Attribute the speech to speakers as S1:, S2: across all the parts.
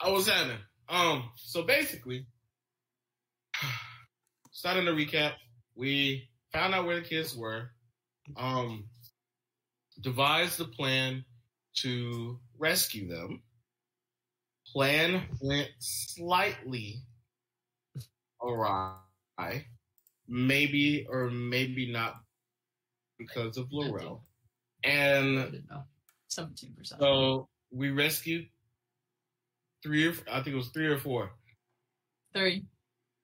S1: I was having. Um, so basically, starting the recap, we found out where the kids were, um, devised the plan to rescue them. Plan went slightly awry, maybe or maybe not because of Laurel.
S2: I
S1: And
S2: didn't know. Seventeen percent.
S1: so we rescued three or I think it was three or four.
S2: Three.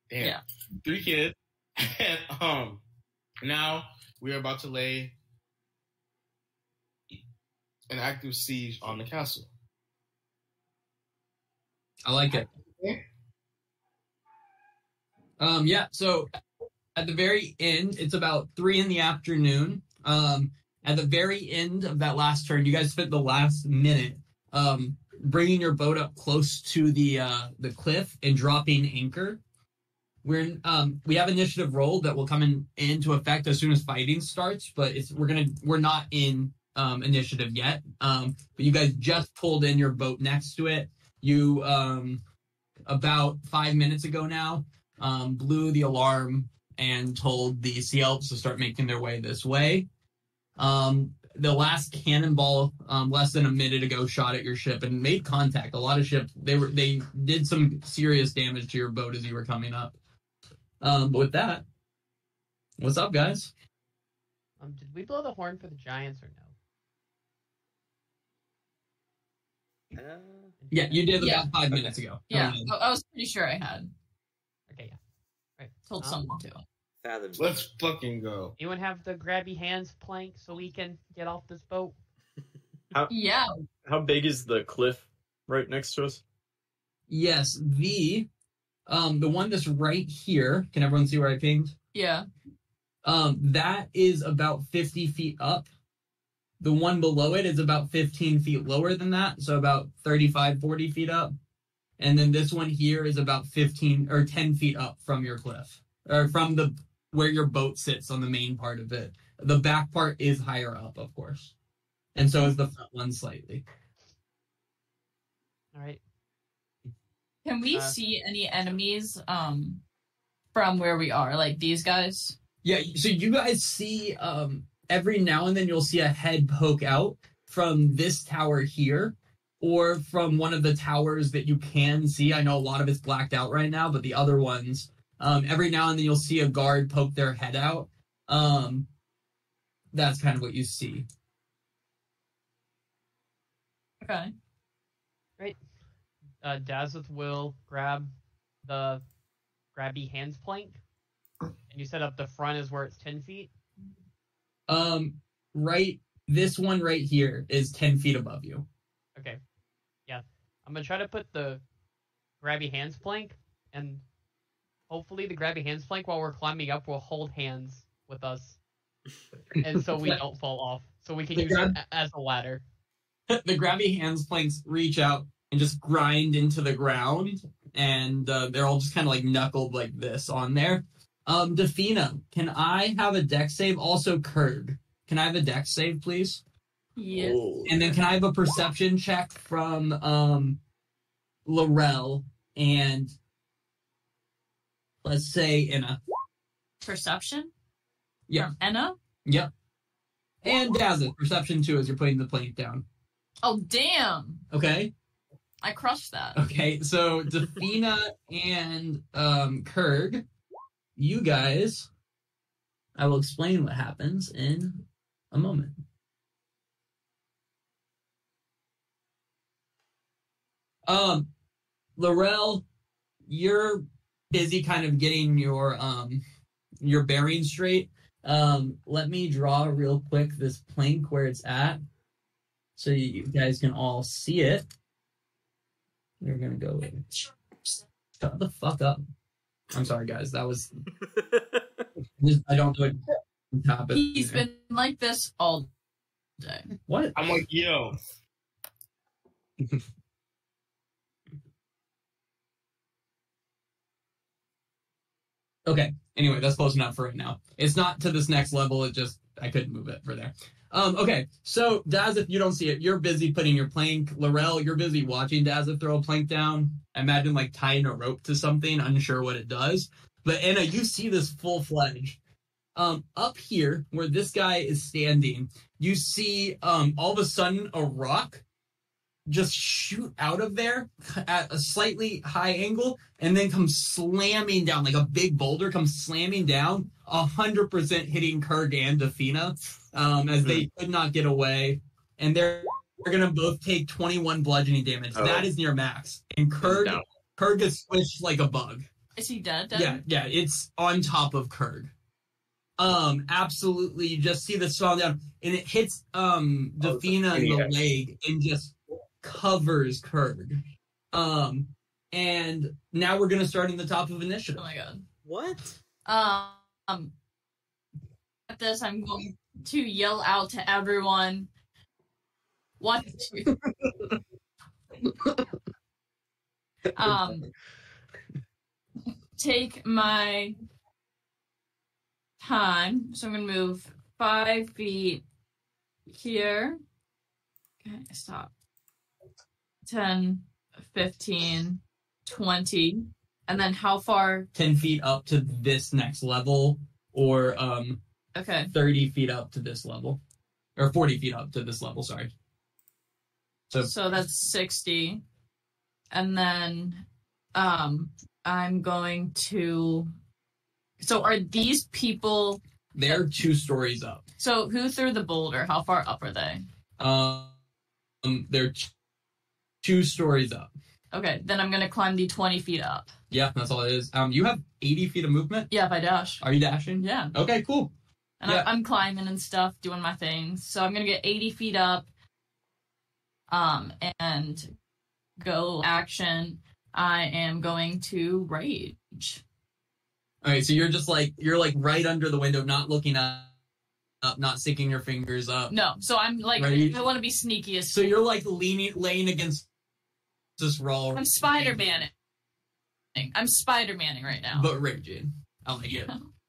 S1: Damn.
S2: Yeah.
S1: Three kids. and um now we are about to lay an active siege on the castle.
S3: I like it. Um, yeah. So at the very end, it's about three in the afternoon. Um, at the very end of that last turn, you guys spent the last minute um, bringing your boat up close to the uh, the cliff and dropping anchor. We're um, we have initiative roll that will come in into effect as soon as fighting starts, but it's we're gonna we're not in um, initiative yet. Um, but you guys just pulled in your boat next to it. You um, about five minutes ago now um, blew the alarm and told the sea elves to start making their way this way. Um, the last cannonball, um, less than a minute ago, shot at your ship and made contact. A lot of ships they were they did some serious damage to your boat as you were coming up. Um, but with that, what's up, guys?
S4: Um, did we blow the horn for the Giants or no?
S5: Uh,
S3: Yeah, you did about
S2: Yeah.
S3: five minutes ago.
S2: Yeah,
S3: Um,
S2: I, I was pretty sure I had
S4: Okay, yeah.
S2: told
S4: Oh.
S2: someone to.
S5: Fathom.
S1: Let's fucking go.
S4: Anyone have the grabby hands plank so we can get off this boat?
S2: Yeah,
S6: How big is the cliff right next to us?
S3: yes, the um, the one that's right here. Can everyone see where I pinged?
S2: yeah.
S3: Um, that is about 50 feet up. The one below it is about 15 feet lower than that, so about 35, 40 feet up. And then this one here is about 15 or 10 feet up from your cliff or from the where your boat sits on the main part of it. The back part is higher up, of course. And so is the front one slightly.
S4: All right.
S2: Can we
S4: Uh.
S2: see any enemies um from where we are? Like these guys?
S3: Yeah, so you guys see um every now and then you'll see a head poke out from this tower here or from one of the towers that you can see. I know a lot of it's blacked out right now, but the other ones um every now and then you'll see a guard poke their head out. Um that's kind of what you see.
S2: Okay.
S4: Uh, Dazith will grab the grabby hands plank. And you set up the front is where it's 10 feet.
S3: Um right this one right here is 10 feet above you.
S4: Okay. Yeah. I'm going to try to put the grabby hands plank and hopefully the grabby hands plank while we're climbing up will hold hands with us. And so we don't fall off. So we can
S3: The
S4: use it a- as a ladder.
S3: the grabby hands planks reach out and just grind into the ground, and uh, they're all just kind of like knuckled like this on there. Um, Defina, can I have a deck save? Also, Kurg, can I have a deck save, please?
S2: Yeah.
S6: Oh.
S3: And then can I have a perception check from um, Laurel and let's say Inna?
S2: Perception?
S3: Yeah.
S2: From Enna?
S3: Yep. And Dazzle, perception too, as you're putting the plank down.
S2: Oh damn.
S3: Okay.
S2: I crushed that.
S3: Okay, so Defina and um Kurg, you guys, I will explain what happens in a moment. Um, Laurel, you're busy kind of getting your um your bearing straight. Um, let me draw real quick this plank where it's at, so you guys can all see it. We're gonna go. with- Shut the fuck up. I'm sorry, guys. That was. Just, I don't know what happened.
S2: He's been like this all day.
S3: What?
S1: I'm like, yo,
S3: Okay. Anyway, that's close enough for right now. It's not to this next level. It just I couldn't move it for there. Um, okay, so Daz, if you don't see it, you're busy putting your plank. Laurel, you're busy watching Daz throw a plank down. I imagine like tying a rope to something, unsure what it does. But Anna, you see this full fledged. Um, up here, where this guy is standing, you see um, all of a sudden a rock just shoot out of there at a slightly high angle and then come slamming down like a big boulder comes slamming down 100% hitting Kurg and Dafina um, as
S6: Hmm.
S3: they could not get away and they're, they're going to both take 21 bludgeoning damage
S6: Oh.
S3: that is near max and Kurg
S6: No.
S3: Kurg is squished like a bug
S2: Is he dead? dead?
S3: yeah, yeah, it's on top of Kurg. Um, absolutely. You just see the fall down, and it hits um
S6: Oh,
S3: Dafina in the
S6: yeah.
S3: leg and just covers Kurg. Um, and now we're gonna start in the top of initiative.
S2: Oh my god.
S5: What?
S2: Um, um, at this, I'm going to yell out to everyone. One, two. um, take my time. So I'm going to move five feet here. Okay, stop. 10, 15, 20. And then how far?
S3: Ten feet up to this next level, or um
S2: Okay.
S3: thirty feet up to this level, or forty feet up to this level. Sorry. So
S2: So that's 60. And then um I'm going to So are these people
S3: they're two stories up.
S2: so who threw the boulder? How far up are they?
S3: Um, um, they're t- two stories up.
S2: Okay, then I'm gonna climb the twenty feet up.
S3: Yeah, that's all it is. Um, you have 80 feet of movement.
S2: Yeah, if I dash.
S3: Are you dashing?
S2: Yeah.
S3: Okay, cool.
S2: And
S3: Yeah.
S2: I, I'm climbing and stuff, doing my things. So I'm gonna get 80 feet up, um, and go action. I am going to rage.
S3: All right, so you're just like you're like right under the window, not looking up, up not sticking your fingers up.
S2: No, so I'm like,
S3: Rage.
S2: I want to be sneaky as
S3: So you're like leaning, laying against this roll.
S2: I'm Spider Manning. I'm Spider Manning right now.
S3: but raging. I like it.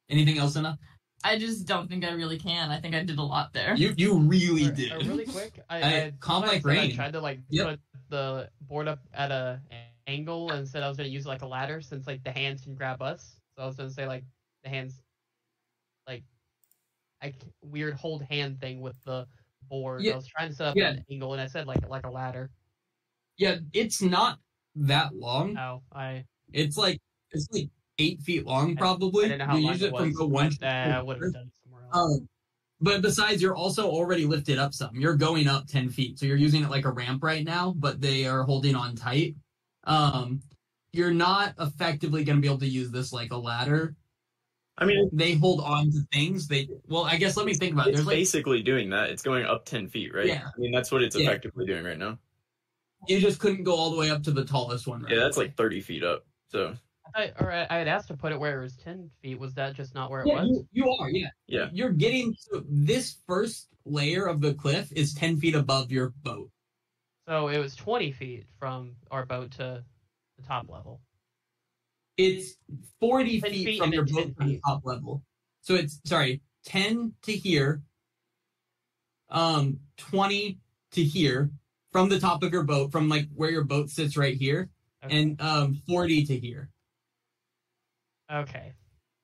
S3: Anything else, Anna?
S2: I just don't think I really can. I think I did a lot there.
S3: You you really
S4: Or-
S3: did.
S4: or really quick, I,
S3: I-
S4: I,
S3: calm
S4: sometimes
S3: like
S4: when
S3: rain.
S4: I tried to like
S3: Yep.
S4: put the board up at a angle and said I was gonna use like a ladder since like the hands can grab us. So I was gonna say like the hands, like I c- weird hold hand thing with the board.
S3: Yeah.
S4: I was trying to set up
S3: Yeah.
S4: an angle and I said like like a ladder.
S3: Yeah, it's not that long.
S4: Oh, I
S3: It's like it's like eight feet long,
S4: I
S3: probably.
S4: I didn't know how
S3: you
S4: long
S3: use
S4: it
S3: it from
S4: was. uh,
S3: go one. to
S4: I, I
S3: the
S4: would
S3: other.
S4: have done it somewhere else.
S3: Um, but besides, you're also already lifted up some. You're going up ten feet, so you're using it like a ramp right now. But they are holding on tight. Um, you're not effectively going to be able to use this like a ladder.
S6: I mean,
S3: They hold on to things. They well, I guess let me think about it.
S6: it's
S3: Uh, There's like
S6: basically doing that. It's going up ten feet, right?
S3: Yeah.
S6: I mean, that's what it's
S3: Yeah.
S6: effectively doing right now.
S3: you just couldn't go all the way up to the tallest one. Right?
S6: Yeah, that's like thirty feet up. So
S4: I, or I, I had asked to put it where it was ten feet. Was that just not where it
S3: Yeah,
S4: was?
S3: you, you are. Yeah.
S6: Yeah.
S3: You're getting so this first layer of the cliff is ten feet above your boat.
S4: So it was twenty feet from our boat to the top level.
S3: It's 40
S4: 10
S3: feet,
S4: feet
S3: from
S4: and
S3: your
S4: then
S3: boat
S4: 10
S3: from the
S4: feet.
S3: top level. So it's sorry, 10 to here, um, 20 to here from the top of your boat, from like where your boat sits right here,
S4: Okay.
S3: and um, 40 to here.
S4: Okay.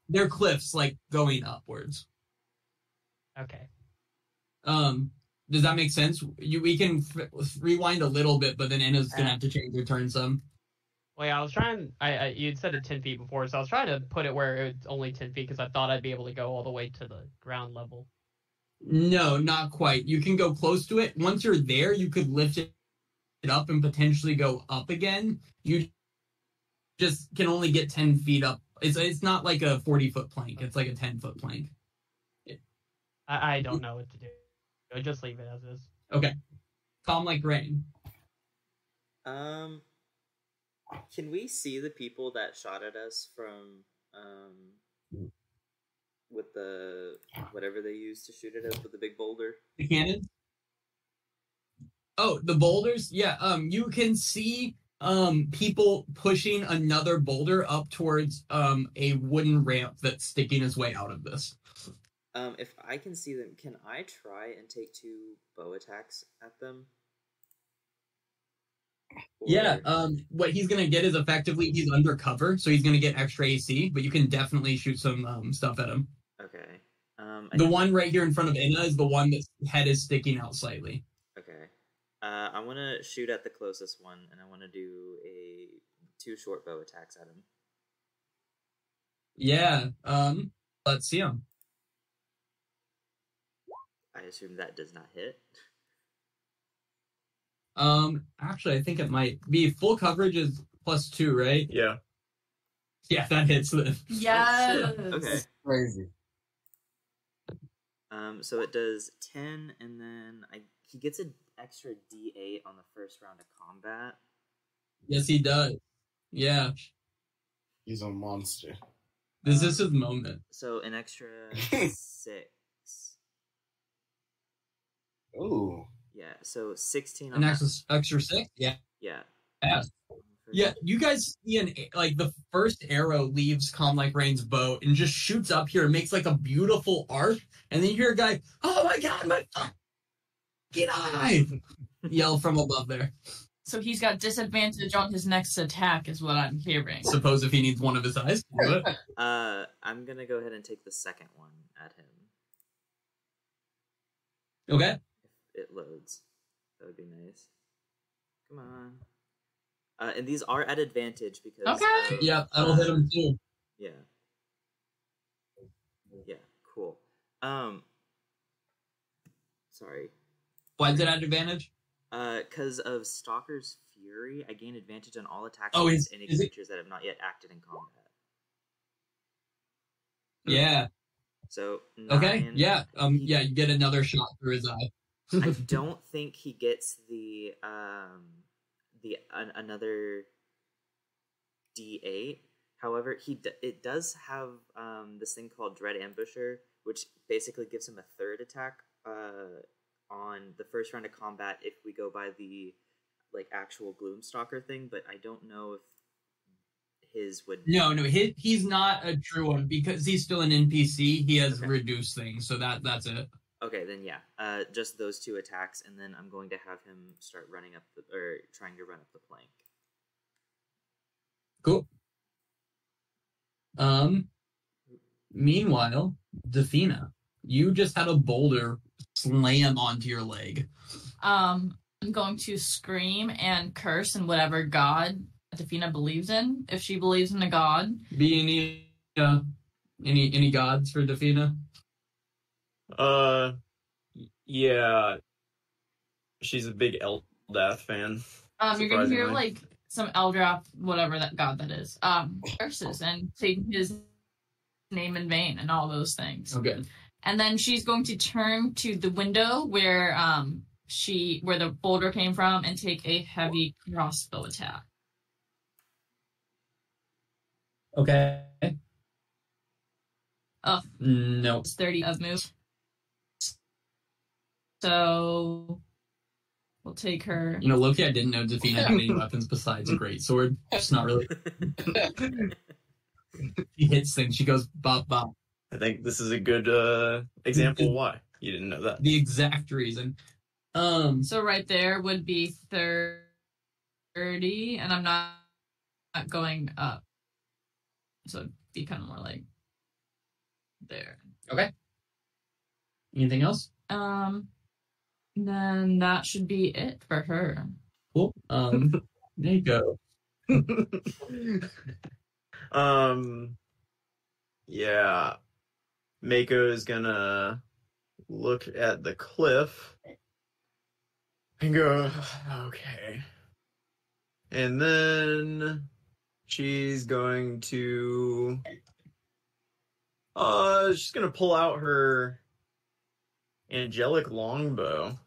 S3: They're cliffs like going upwards.
S4: Okay.
S3: Um, does that make sense? You, we can f- rewind a little bit, but then Anna's gonna
S4: Uh.
S3: have to change her turn some.
S4: Well, yeah, I was trying. I, I you'd said it ten feet before, so I was trying to put it where it's only ten feet because I thought I'd be able to go all the way to the ground level.
S3: No, not quite. You can go close to it. Once you're there, you could lift it up and potentially go up again. You just can only get 10 feet up. It's it's not like a 40 foot plank. It's like a 10 foot plank.
S4: I, I don't know what to do. I just leave it as is.
S3: Calm like rain.
S5: Um, can we see the people that shot at us from um with the whatever they used to shoot at us with the big boulder?
S3: The cannon. Oh, the boulders? Yeah, um you can see um people pushing another boulder up towards um a wooden ramp that's sticking its way out of this.
S5: Um, if I can see them, can I try and take two bow attacks at them?
S3: Yeah,
S5: Or-
S3: um, what he's gonna get is effectively he's undercover, so he's gonna get extra AC, but you can definitely shoot some um, stuff at him.
S5: okay. Um, I
S3: The
S5: need-
S3: one right here in front of Inna is the one that's head is sticking out slightly.
S5: Okay. Uh, I want to shoot at the closest one, and I want to do a two short bow attacks at him.
S3: Yeah, um, let's see him.
S5: I assume that does not hit.
S3: Um, actually, I think it might be full coverage is plus two, right?
S6: Yeah.
S3: Yeah, that hits the
S2: Yes.
S5: Okay.
S7: Crazy.
S5: Um, so it does ten, and then I he gets an extra D eight on the first round of combat.
S3: Yes, he does. Yeah,
S1: He's a monster.
S3: this is his moment.
S5: So an extra six.
S1: Ooh.
S5: Yeah. So sixteen.
S3: An
S5: on
S3: extra
S5: that-
S3: extra six. Yeah.
S5: Yeah.
S3: Yes.
S5: For-
S3: Yeah, you guys see an like the first arrow leaves Calm Like Rain's bow and just shoots up here and makes like a beautiful arc, and then you hear a guy, "Oh my god, my get eye!" yell from above there.
S2: So he's got disadvantage on his next attack, is what I'm hearing.
S3: Suppose if he needs one of his eyes, do it.
S5: Uh, I'm gonna go ahead and take the second one at him.
S3: okay.
S5: If it loads, that would be nice. Come on. Uh, and these are at advantage because.
S2: Okay.
S5: of,
S3: Yeah, that'll hit him too.
S5: Yeah. Yeah. Cool. Um. Sorry.
S3: Why is it at advantage?
S5: Uh, because of Stalker's Fury, I gain advantage on all attacks
S3: Oh, is-
S5: against any
S3: is it-
S5: creatures that have not yet acted in combat.
S3: Yeah.
S5: So nine,
S3: Okay. Yeah. Um.
S5: He-
S3: Yeah. You get another shot through his eye.
S5: I don't think he gets the um the an, another D8. However, he d- it does have um this thing called Dread Ambusher, which basically gives him a third attack uh on the first round of combat if we go by the like actual Gloomstalker thing, but I don't know if his would
S3: No, no, he, he's not a true one because he's still an NPC. He has
S5: Okay.
S3: reduced things, so that that's it.
S5: Okay, then yeah. Uh just those two attacks and then I'm going to have him start running up the or trying to run up the plank.
S3: Cool. Um. Meanwhile, Defina, you just had a boulder slam onto your leg.
S2: Um, I'm going to scream and curse and whatever god Defina believes in, if she believes in a god.
S3: Be any uh, any any gods for Defina?
S6: Uh, yeah. She's a big Eldath fan.
S2: Um, you're gonna hear
S6: Surprisingly.
S2: like some Eldrath, whatever that god that is, um, curses and take his name in vain and all those things.
S3: Okay.
S2: And then she's going to turn to the window where um she where the boulder came from and take a heavy crossbow attack.
S3: Okay.
S2: Oh.
S3: No.
S2: It's 30 of move. So we'll take her.
S3: You know, Loki, I didn't know Defina had any weapons besides a great sword. It's not really. She hits things. She goes bop bop.
S6: I think this is a good uh example of why you didn't know that.
S3: the exact reason. Um,
S2: So right there would be 30, and I'm not, not going up. So it'd be kind of more like there.
S3: anything else?
S2: Um, then that should be it for her.
S3: Cool. Um, there you go.
S6: um, yeah, Mako is gonna look at the cliff and go, okay, and then she's going to, uh, she's gonna pull out her angelic longbow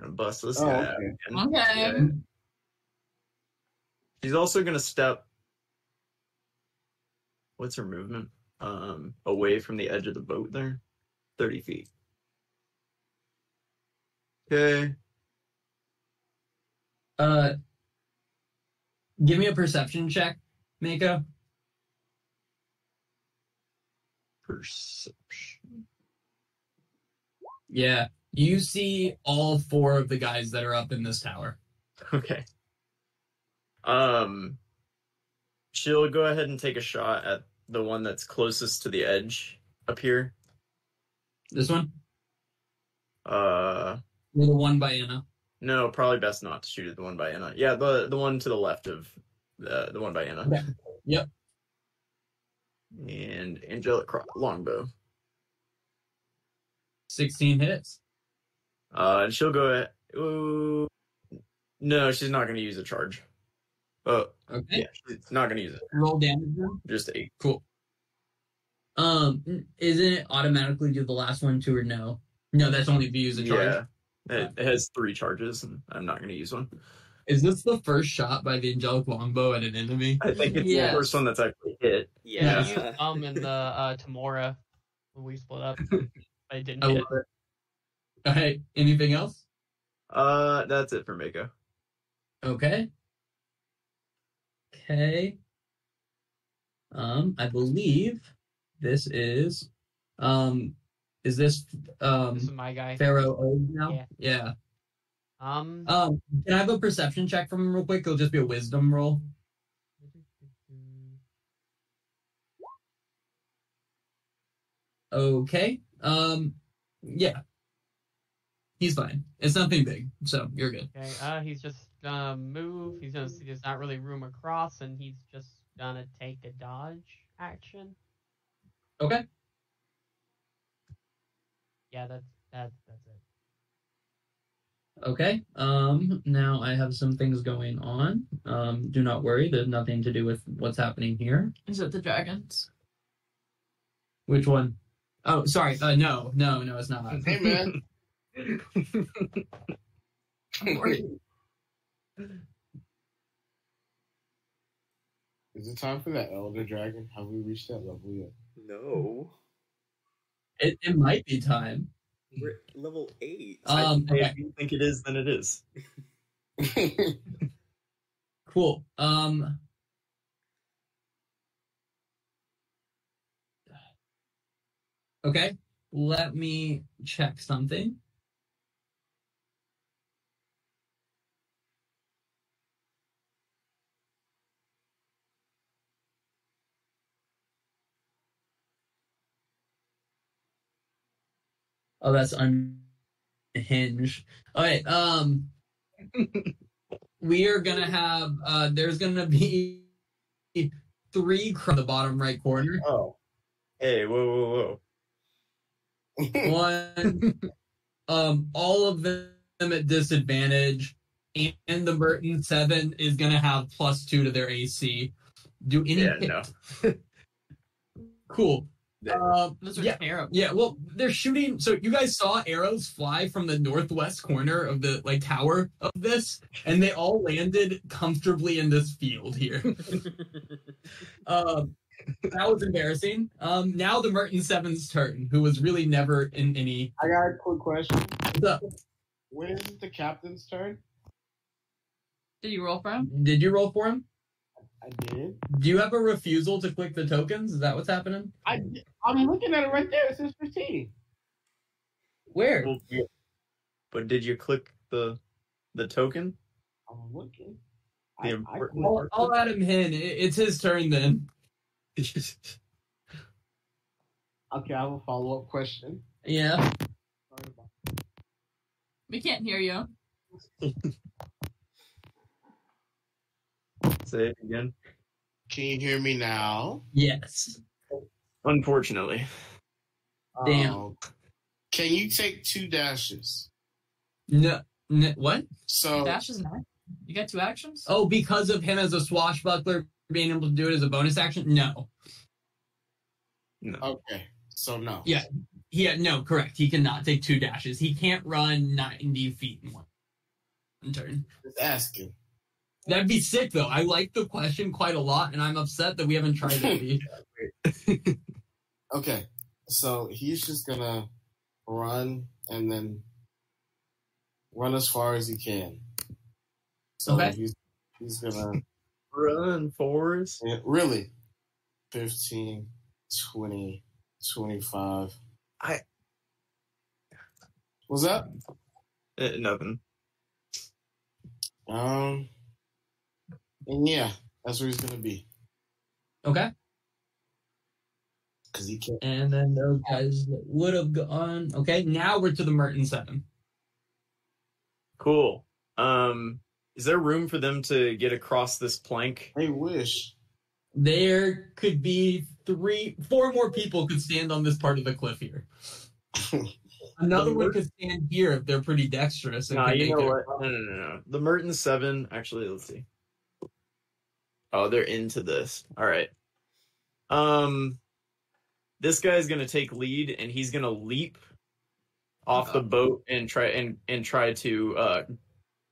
S6: and bust this
S1: Oh,
S6: guy out.
S1: okay.
S6: again.
S2: Okay.
S6: Yeah. She's also gonna step. What's her movement? Um, away from the edge of the boat there, thirty feet. Okay.
S3: Uh, give me a perception check, Mako.
S6: Perception.
S3: Yeah. You see all four of the guys that are up in this tower.
S6: Okay. Um, she'll go ahead and take a shot at the one that's closest to the edge up here.
S3: This one?
S6: Uh,
S3: Or the one by Anna.
S6: no, probably best not to shoot at the one by Anna. Yeah, the the one to the left of the the one by Anna.
S3: Okay. Yep.
S6: And angelic Cro- longbow.
S3: 16 hits.
S6: Uh, and she'll go. At, ooh, no, she's not going to use a charge. Oh,
S3: Okay.
S6: yeah, she's not going to use it.
S3: Roll damage then.
S6: Just eight.
S3: Cool. Um, isn't it automatically do the last one too or no? No, that's only if you use a charge.
S6: Yeah. It, it has three charges, and I'm not going to use one.
S3: Is this the first shot by the angelic longbow at an enemy?
S6: I think it's
S2: Yes.
S6: the first one that's actually hit.
S5: Yeah.
S4: You used um in the uh, Tamora when we split up. But it didn't
S3: I
S4: hit.
S3: love it. All right. Anything else?
S6: Uh, that's it for Mako.
S3: Okay. Okay. Um, I believe this is, um, is this
S4: This is
S3: um
S4: my guy.
S3: Pharaoh Ode now?
S4: Yeah.
S3: Yeah.
S4: Um,
S3: Um, can I have a perception check from him real quick? It'll just be a wisdom roll. Okay. Um, yeah. He's fine. It's nothing big, so you're good.
S4: okay. Uh, he's just gonna move. He's gonna see there's not really room across, and he's just gonna take a dodge action.
S3: Okay.
S4: Yeah, that's that's that's it.
S3: Okay. Um, now I have some things going on. Um, do not worry. There's nothing to do with what's happening here.
S2: Is it the dragons?
S3: Which one? Oh, sorry. Uh, no, no, no, it's not.
S1: Hey man, is it time for that elder dragon? Have we reached that level yet?
S5: No.
S3: It, it might be time.
S5: We're at level eight.
S3: Hmm. Um,
S6: I,
S3: okay.
S6: If you think it is, then it is.
S3: Cool. Um, okay. Let me check something. Oh, that's unhinged. All right. Um, we are gonna have uh there's gonna be three cr- the bottom right corner
S6: Oh. Hey, whoa, whoa, whoa.
S3: one um all of them at disadvantage and the merton seven is gonna have plus two to their ac do any
S6: Yeah, no.
S3: cool
S6: Yeah.
S3: um
S2: Those are
S3: yeah
S2: terrible.
S3: yeah well they're shooting so you guys saw arrows fly from the northwest corner of the like tower of this and they all landed comfortably in this field here Um, that was embarrassing. Um, now the Merton Seven's turn, who was really never in any.
S1: I got a quick question.
S3: What's up?
S1: When is it the captain's turn?
S2: Did you roll for him?
S3: Did you roll for him?
S1: I did.
S3: Do you have a refusal to click the tokens? Is that what's happening?
S1: I I'm looking at it right there. It says 15.
S3: Where?
S6: Well, yeah. But did you click the the token?
S1: I'm looking. I,
S6: The
S1: I,
S6: important
S3: I'll, I'll add him in. It- It's his turn then.
S1: okay, I have a follow up question.
S3: Yeah.
S1: Sorry about
S2: We can't hear you.
S6: Say it again.
S1: Can you hear me now?
S3: Yes.
S6: Unfortunately.
S3: Damn.
S1: Um, can you take two dashes?
S3: No. n- what?
S1: So
S2: Dash is not. You got two actions?
S3: Oh, because of him as a swashbuckler being able to do it as a bonus action? No.
S6: No.
S1: okay, so no.
S3: Yeah. Yeah. No. Correct. He cannot take two dashes. He can't run ninety feet in one one turn.
S1: Just asking.
S3: That'd be sick, though. I like the question quite a lot, and I'm upset that we haven't tried it.
S1: Okay, so he's just gonna run and then run as far as he can. So
S3: Okay.
S1: he's he's gonna
S6: Run, Forrest.
S1: yeah, really 15, 20, 25.
S6: I-
S1: What's that?
S6: Uh, nothing.
S1: Um, and yeah, that's where he's gonna be
S3: Okay.
S1: because he can't.
S3: And then those guys that would have gone. Okay, now we're to the Merton Seven.
S6: Cool. Um, is there room for them to get across this plank?
S1: They wish.
S3: There could be three, four more people could stand on this part of the cliff here. Another one could stand here if they're pretty dexterous. and
S6: Nah,
S3: can
S6: you
S3: make
S6: know
S3: it.
S6: what? No, no, no, no. The Merton Seven. Actually, let's see. Oh, they're into this. All right. Um, this guy's gonna take lead, and he's gonna leap off
S3: Uh-huh.
S6: the boat and try and and try to uh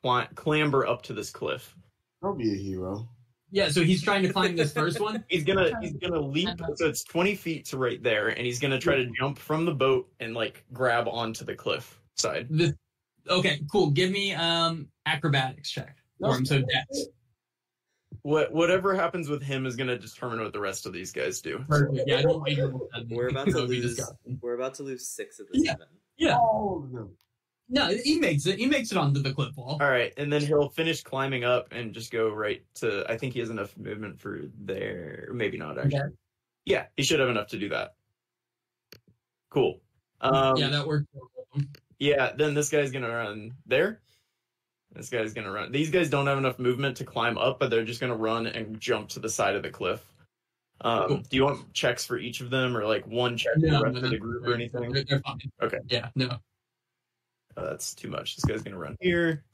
S6: cli- clamber up to this cliff.
S1: Don't be a hero.
S3: Yeah, so he's trying to climb this first one.
S6: He's gonna he's gonna leap. So it's twenty feet to right there, and he's gonna try to jump from the boat and like grab onto the cliff side.
S3: This, okay, cool. Give me um acrobatics check. Or I'm so dex.
S6: What whatever happens with him is gonna determine what the rest of these guys do.
S3: Perfect. Yeah, I don't want you to roll that.
S5: We're about to
S3: That would be
S5: lose.
S3: disgusting.
S5: We're about to lose six of the
S3: Yeah.
S5: seven.
S1: All of them.
S3: No, he makes it. He makes it onto the cliff wall.
S6: All right, and then he'll finish climbing up and just go right to. I think he has enough movement for there. Maybe not actually.
S3: Okay.
S6: Yeah, he should have enough to do that. Cool. Um,
S3: yeah,
S6: yeah,
S3: that worked.
S6: Then this guy's gonna run there. This guy's gonna run. These guys don't have enough movement to climb up, but they're just gonna run and jump to the side of the cliff. Um,
S3: Cool.
S6: Do you want checks for each of them, or like one check for the rest of the group, or anything?
S3: They're, they're fine.
S6: Okay.
S3: Yeah, no.
S6: Oh, that's too much. This guy's gonna run here.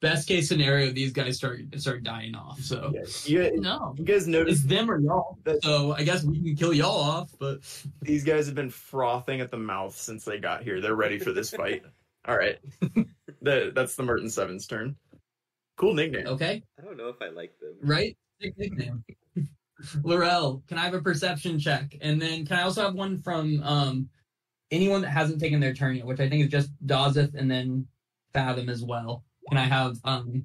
S3: Best case scenario, these guys start start dying off. So
S6: Yeah. You,
S2: No.
S6: you guys notice
S3: it's them or y'all.
S6: That's-
S3: So I guess we can kill y'all off, but
S6: These guys have been frothing at the mouth since they got here. They're ready for this fight. All right. The- that's the Merton Seven's turn. Cool nickname.
S3: okay,
S5: I don't know if I like them.
S3: right? Sick nickname. Laurel, can I have a perception check? And then can I also have one from um anyone that hasn't taken their turn yet, which I think is just Dazeth and then Fathom as well. Can I have um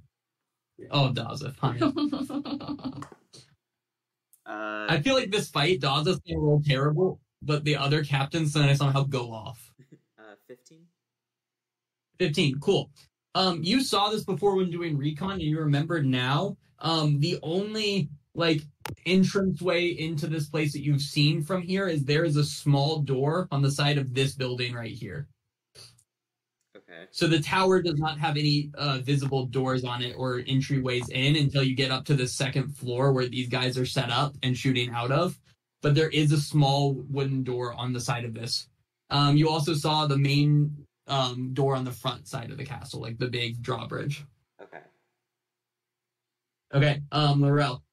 S3: oh Dazeth, huh?
S5: Uh,
S3: I feel like this fight, Daz's gonna roll terrible, but the other captain's gonna somehow go off.
S5: uh, fifteen.
S3: 15, cool. Um, you saw this before when doing recon, and you remember now. Um, the only like entranceway into this place that you've seen from here is there is a small door on the side of this building right here.
S5: Okay.
S3: So the tower does not have any uh, visible doors on it or entryways in until you get up to the second floor where these guys are set up and shooting out of. But there is a small wooden door on the side of this. Um, you also saw the main um, door on the front side of the castle, like the big drawbridge.
S5: Okay.
S3: Okay, um, Laurel.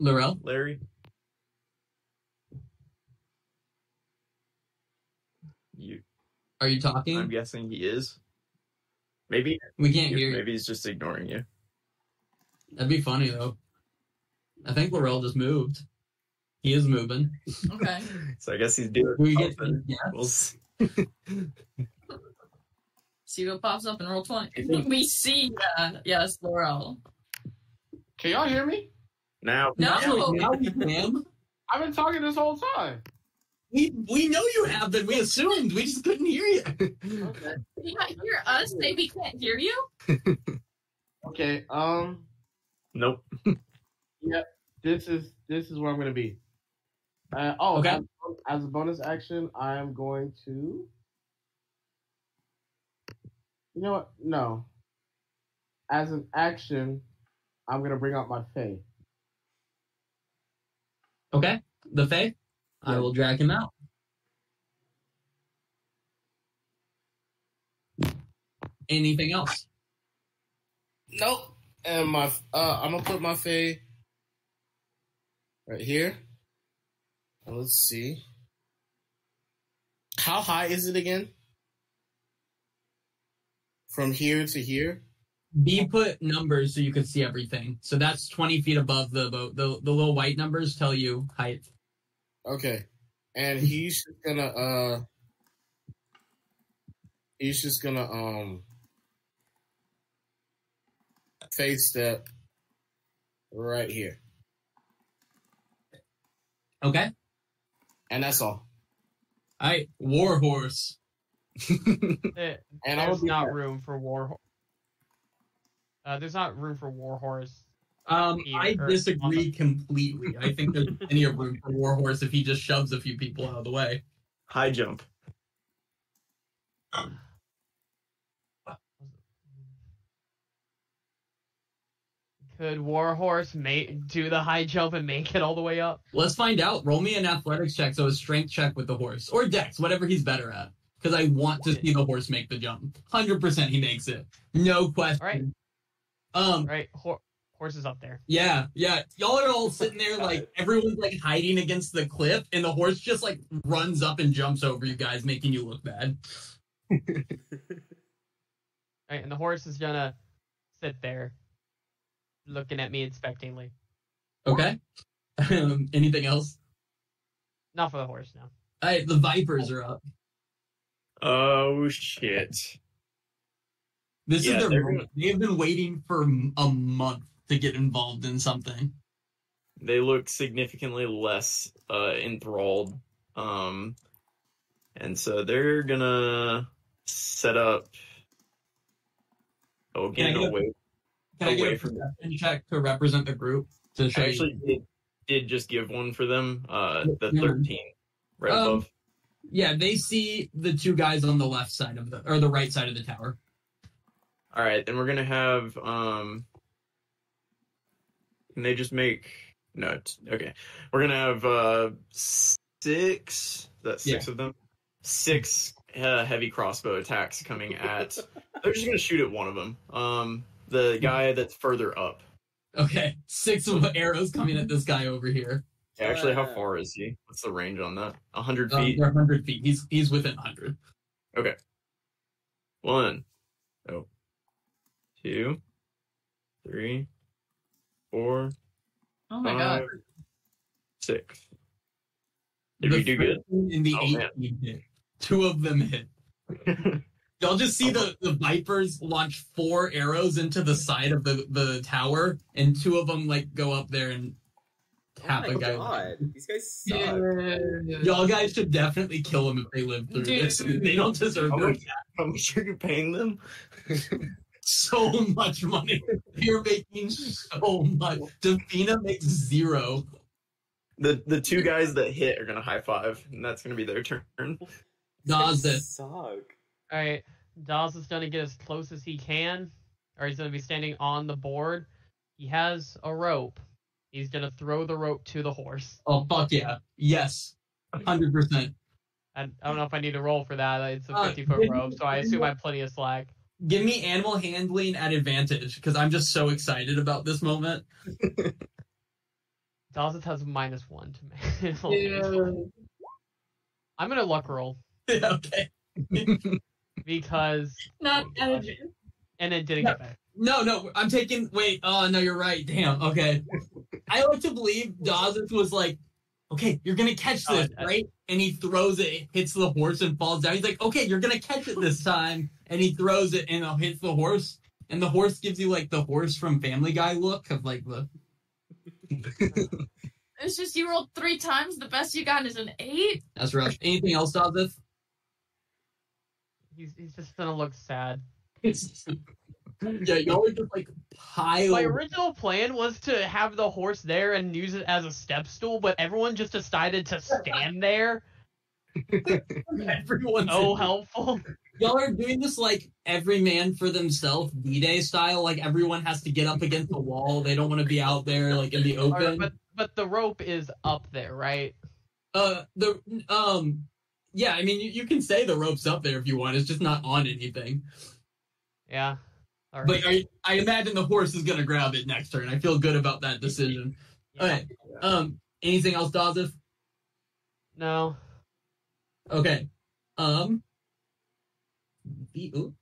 S3: Laurel,
S6: Larry. You,
S3: are you talking?
S6: I'm guessing he is. Maybe
S3: we can't hear you.
S6: maybe he's just ignoring you.
S3: That'd be funny though. I think Laurel just moved. He is moving.
S2: okay.
S6: So I guess he's doing
S3: We get
S6: something.
S3: yeah.
S6: We'll see.
S2: See what pops up in roll twenty. we see. Uh, yes, Laurel.
S1: Can y'all hear me?
S6: Now
S2: No.
S3: Now, now we can.
S1: I've been talking this whole time.
S3: We we know you have been. We assumed. We just couldn't hear you.
S1: Okay.
S2: Can you not hear us? Maybe we can't hear you.
S1: Okay. Um.
S6: Nope.
S1: This is this is where I'm gonna be. Uh, oh.
S3: Okay.
S1: As, as a bonus action, I am going to. You know what? No. As an action, I'm gonna bring out my Fae.
S3: Okay. The Fae. I will drag him out. Anything else?
S1: Nope. And my uh, I'm gonna put my Fae right here. And let's see. How high is it again? From here to here.
S3: B put numbers so you could see everything. So that's twenty feet above the boat. The the little white numbers tell you height.
S1: Okay. And he's just gonna uh he's just gonna um face step right here.
S3: Okay.
S1: And that's all.
S3: All right. Warhorse.
S4: There-
S1: And I
S4: there's
S1: was
S4: not room for war. Uh, there's not room for war horse.
S3: Um,
S4: Here,
S3: I
S4: or
S3: disagree
S4: on the-
S3: completely. I think there's plenty of room for Warhorse if he just shoves a few people out of the way.
S6: High jump.
S4: Could war horse make do the high jump and make it all the way up?
S3: Let's find out. Roll me an athletics check, so a strength check with the horse or dex, whatever he's better at. Because I want to see the horse make the jump. Hundred percent, he makes it. No question.
S4: All right.
S3: Um.
S4: Right, Hor- horse is up there.
S3: Yeah. Yeah. Y'all are all sitting there like everyone's like hiding against the cliff, and the horse just like runs up and jumps over you guys, making you look bad.
S4: Right, and the horse is gonna sit there, looking at me inspectingly.
S3: Okay. Um, anything else?
S4: Not for the horse now.
S3: All right. The vipers are up.
S6: Oh shit.
S3: This
S6: Yeah,
S3: is
S6: they're
S3: their moment. They've been waiting for m- a month to get involved in something.
S6: They look significantly less uh, enthralled. Um, and so they're gonna set up. Oh,
S3: Can I
S6: getting
S3: get a-
S6: away.
S3: Can I
S6: Away
S3: get a
S6: from
S3: perception check to represent the group to show
S6: I
S3: you-
S6: actually did, did just give one for them. Uh, the
S3: Yeah.
S6: thirteen, right
S3: Um,
S6: above.
S3: Yeah, they see the two guys on the left side of the or the right side of the tower.
S6: All right, then we're gonna have. Um, can they just make no? it's- Okay, we're gonna have uh six. That's six of them. Six uh, heavy crossbow attacks coming at. they're just gonna shoot at one of them. Um,
S3: Hmm.
S6: the guy that's further up.
S3: Okay, six of arrows coming at this guy over here.
S6: Yeah, actually, how
S5: Uh.
S6: far is he? What's the range on that? A hundred
S3: Um,
S6: feet.
S3: they're hundred feet. He's he's within hundred.
S6: One, oh, two, three, four,
S2: Oh my
S6: five,
S2: god.
S6: six. Did we do good?
S3: In the
S6: Oh, man.
S3: eighteen hit, two of them hit. Y'all just
S6: Oh.
S3: see the, the vipers launch four arrows into the side of the, the tower, and two of them like go up there and
S5: oh
S3: tap
S5: my
S3: a guy.
S5: god, these guys suck.
S2: Dude.
S3: Y'all guys should definitely kill them if they live through
S2: Dude.
S3: this. They don't deserve
S6: How
S3: their
S6: much- How much are you paying them?
S3: so much money. You're making so much. Davina makes zero.
S6: The the two guys that hit are gonna high five, and that's gonna be their turn.
S3: Does
S5: They
S3: this.
S5: suck.
S4: All right, Dawes is gonna get as close as he can, or he's gonna be standing on the board. He has a rope. He's gonna throw the rope to the horse.
S3: Oh, fuck yeah. Yes. 100%.
S4: I, I don't know if I need to roll for that. It's a
S3: Uh,
S4: 50 foot
S3: give me-
S4: rope, so I
S3: give me
S4: assume I
S3: what-
S4: have plenty of slack.
S3: Give me animal handling at advantage because I'm just so excited about this moment.
S4: Dawes has minus one to me.
S2: Dude.
S4: I'm gonna luck roll
S3: okay.
S4: because
S2: Not energy.
S4: and it didn't get back.
S3: No, no, I'm taking. Wait, oh, no, you're right. Damn, okay. I like to believe Dawson was like, okay, you're going to catch this,
S4: Oh, I-
S3: right? And he throws it, it hits the horse and falls down. He's like, okay, you're going to catch it this time. And he throws it and it hits the horse. And the horse gives you like the horse from Family Guy look of like the.
S2: It's just you rolled three times. The best you got is an eight.
S3: That's rough. Anything else, Dawson?
S4: He's he's just gonna look sad.
S3: yeah, y'all are just like pile.
S4: My original plan was to have the horse there and use it as a step stool, but everyone just decided to stand there.
S3: Everyone's
S4: Oh, helpful.
S3: y'all are doing this like every man for themselves d-day style like everyone has to get up against the wall they don't want to be out there like in the
S4: Alright,
S3: open
S4: but but the rope is up there, right?
S3: uh the um yeah i mean you, you can say the rope's up there if you want it's just not on anything
S4: Yeah. All right.
S3: but i, I imagine the horse is going to grab it next turn i feel good about that decision
S4: Yeah.
S3: all right um anything else Dazif?
S4: No.
S3: okay um the- ooh.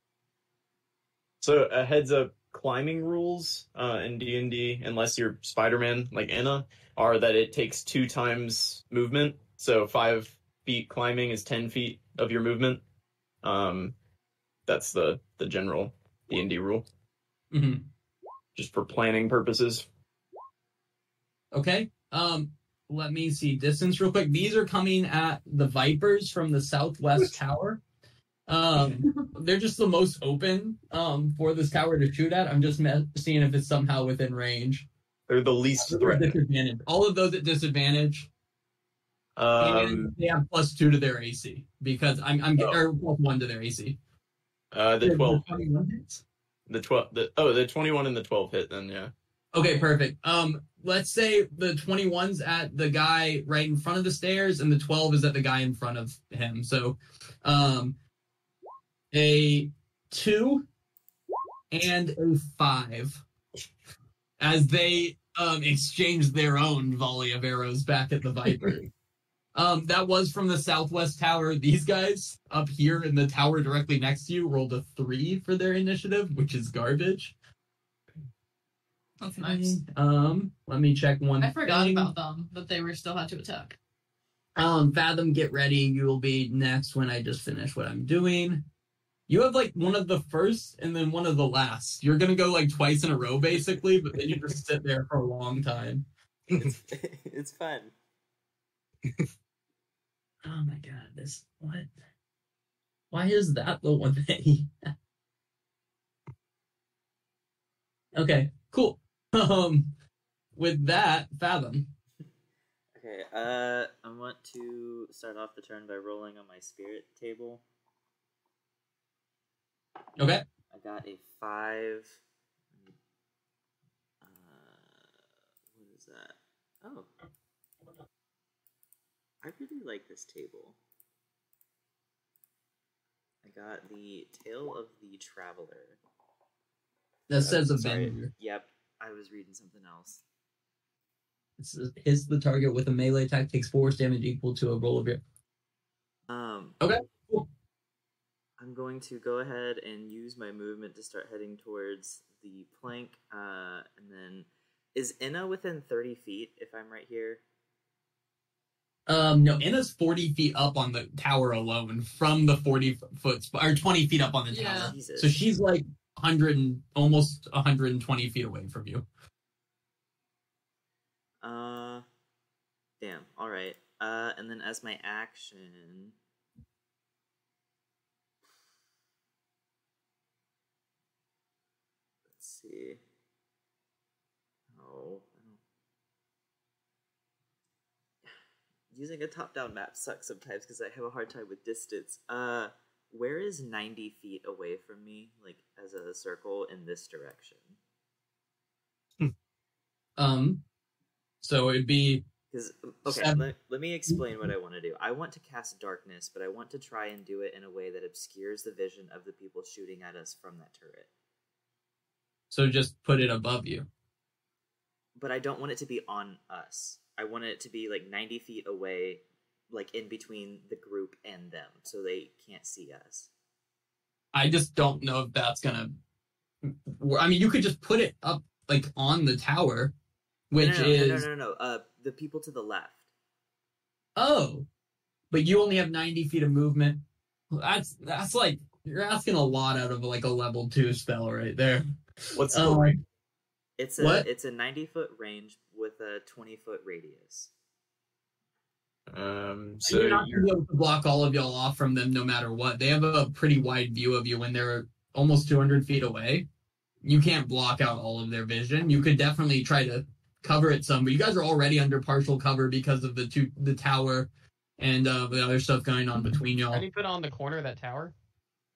S6: So a heads up, climbing rules uh, in D and D, unless you're Spider Man like Anna, are that it takes two times movement. So five feet climbing is ten feet of your movement. Um, that's the the general D and D rule.
S3: Mhm.
S6: just for planning purposes.
S3: Okay. Um, let me see distance real quick. These are coming at the Vipers from the southwest tower. Um, they're just the most open um for this tower to shoot at. I'm just me- seeing if it's somehow within range.
S6: They're the least threatening.
S3: Disadvantage. All of those at disadvantage.
S6: Um,
S3: and they have plus two to their AC because I'm I'm
S6: Oh.
S3: or plus one to their AC.
S6: uh, the
S3: They're
S6: twelve,
S3: 21 hits.
S6: the twelve, the oh, the twenty-one and the twelve hit. Then yeah.
S3: Okay, perfect. Um, let's say the 21's at the guy right in front of the stairs, and the 12 is at the guy in front of him. So, um, a two and a five as they um exchange their own volley of arrows back at the Viper. um, that was from the southwest tower. These guys up here in the tower directly next to you rolled a three for their initiative, which is garbage.
S2: That's nice.
S3: Um, let me check one.
S2: I forgot
S3: thing.
S2: about them, that they were still had to attack.
S3: Um, Fathom, get ready. You will be next when I just finish what I'm doing. You have like one of the first and then one of the last. You're gonna go like twice in a row, basically, but then you just sit there for a long time.
S5: It's, it's fun.
S3: Oh my god, this what? Why is that the one that he? okay, cool. Um, with that, Fathom.
S5: Okay, uh, I want to start off the turn by rolling on my spirit table.
S3: Okay.
S5: I got a five. Uh, what is that? Oh, I really like this table. I got the Tale of the Traveler. Oh,
S3: That says
S5: Sorry,
S3: Avenger.
S5: Yep, I was reading something else.
S3: This is- hits the target with a melee attack, takes force damage equal to a roll of your.
S5: Um.
S3: Okay, cool.
S5: I'm going to go ahead and use my movement to start heading towards the plank, uh, and then is Inna within 30 feet if I'm right here?
S3: Um, no, Anna's 40 feet up on the tower alone from the 40 f- foot, sp- or 20 feet up on the
S2: Yeah.
S3: tower.
S5: Jesus.
S3: So she's like 100 and almost 120 feet away from you.
S5: Uh, damn. All right. Uh, and then as my action, let's see. Oh, I don't- using a top-down map sucks sometimes because I have a hard time with distance. Uh, where is ninety feet away from me, like as a circle in this direction?
S3: Um, so it'd be,
S5: Because okay,
S3: Seven.
S5: let, let me explain what I want to do. I want to cast darkness, but I want to try and do it in a way that obscures the vision of the people shooting at us from that turret.
S3: so just put it above you.
S5: But I don't want it to be on us. I want it to be like ninety feet away, like in between the group and them, so they can't see us.
S3: I just don't know if that's gonna, I mean, you could just put it up like on the tower,
S5: No,
S3: which
S5: no, no,
S3: is,
S5: no, no, no, no. Uh, the people to the left.
S3: Oh, but you only have 90 feet of movement. That's that's like you're asking a lot out of like a level two spell right there.
S6: What's
S3: Oh,
S6: the,
S3: my-
S5: It's a
S3: What?
S5: it's a ninety foot range with a twenty foot radius.
S6: um? So
S3: you're not
S6: you're,
S3: gonna be able to block all of y'all off from them no matter what. They have a pretty wide view of you when they're almost 200 feet away. You can't block out all of their vision. You could definitely try to cover it some, but you guys are already under partial cover because of the two the tower and uh, the other stuff going on between y'all.
S4: How do you put it on the corner of that tower?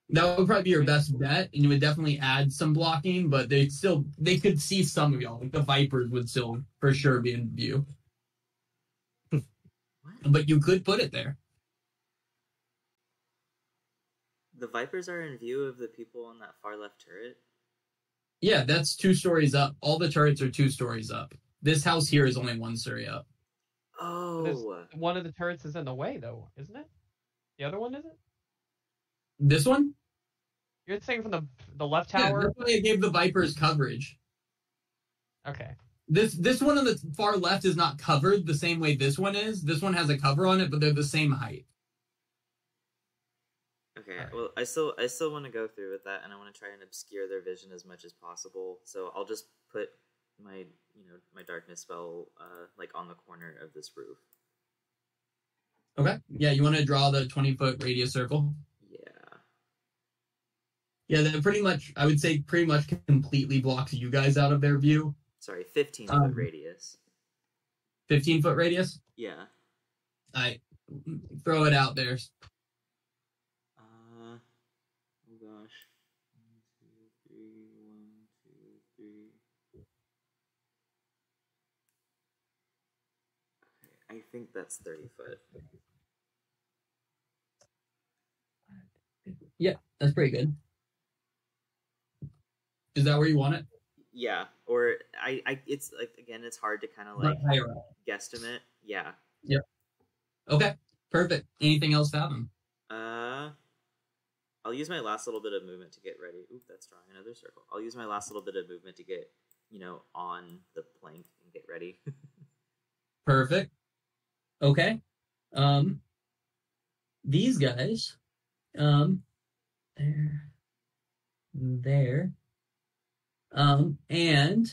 S3: That would probably be your best bet, and you would definitely add some blocking, but they still they could see some of y'all. Like the Vipers would still for sure be in view.
S5: What?
S3: But you could put it there.
S5: The vipers are in view of the people on that far left turret.
S3: Yeah, that's two stories up. All the turrets are two stories up. This house here is only one story up.
S5: Oh,
S4: One of the turrets is in the way, though, isn't it? The other one isn't.
S3: This one?
S4: You're saying from the the left
S3: Yeah,
S4: tower.
S3: that's why I gave the Vipers coverage.
S4: Okay.
S3: This this one on the far left is not covered the same way this one is. This one has a cover on it, but they're the same height.
S5: Okay. Well, I still I still want to go through with that, and I want to try and obscure their vision as much as possible. So I'll just put my you know my darkness spell uh like on the corner of this roof.
S3: Okay. Yeah, you want to draw the 20 foot radius circle?
S5: Yeah.
S3: Yeah, that pretty much, I would say, pretty much completely blocks you guys out of their view.
S5: Sorry, fifteen
S3: Um,
S5: foot radius.
S3: 15 foot radius?
S5: Yeah.
S3: I throw it out there.
S5: Uh, oh gosh. One, two, three, one, two, three. Okay, I think that's 30 foot.
S3: That's pretty good. Is that where you want it?
S5: Yeah, or I, I, it's like, again, it's hard to kind of like
S3: Right higher up.
S5: guesstimate. Yeah.
S3: Okay. Perfect. Anything else, Fathom?
S5: Uh, I'll use my last little bit of movement to get ready. Oop, that's drawing another circle. I'll use my last little bit of movement to get, you know, on the plank and get ready.
S3: Perfect. Okay. Um, these guys, um, there, there, um, and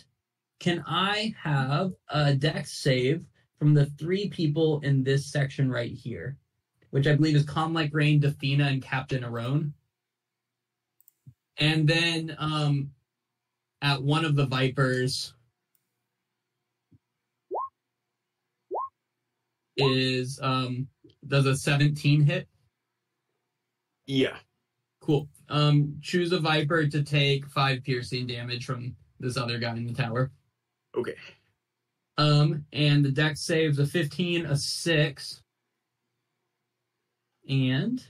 S3: can I have a dex save from the three people in this section right here, which I believe is Calm Like Rain, Defina, and Captain Arone. And then um, at one of the Vipers, is um does a 17 hit
S6: Yeah.
S3: cool um choose a viper to take five piercing damage from this other guy in the tower
S6: Okay.
S3: um and the deck saves a 15 a 6 and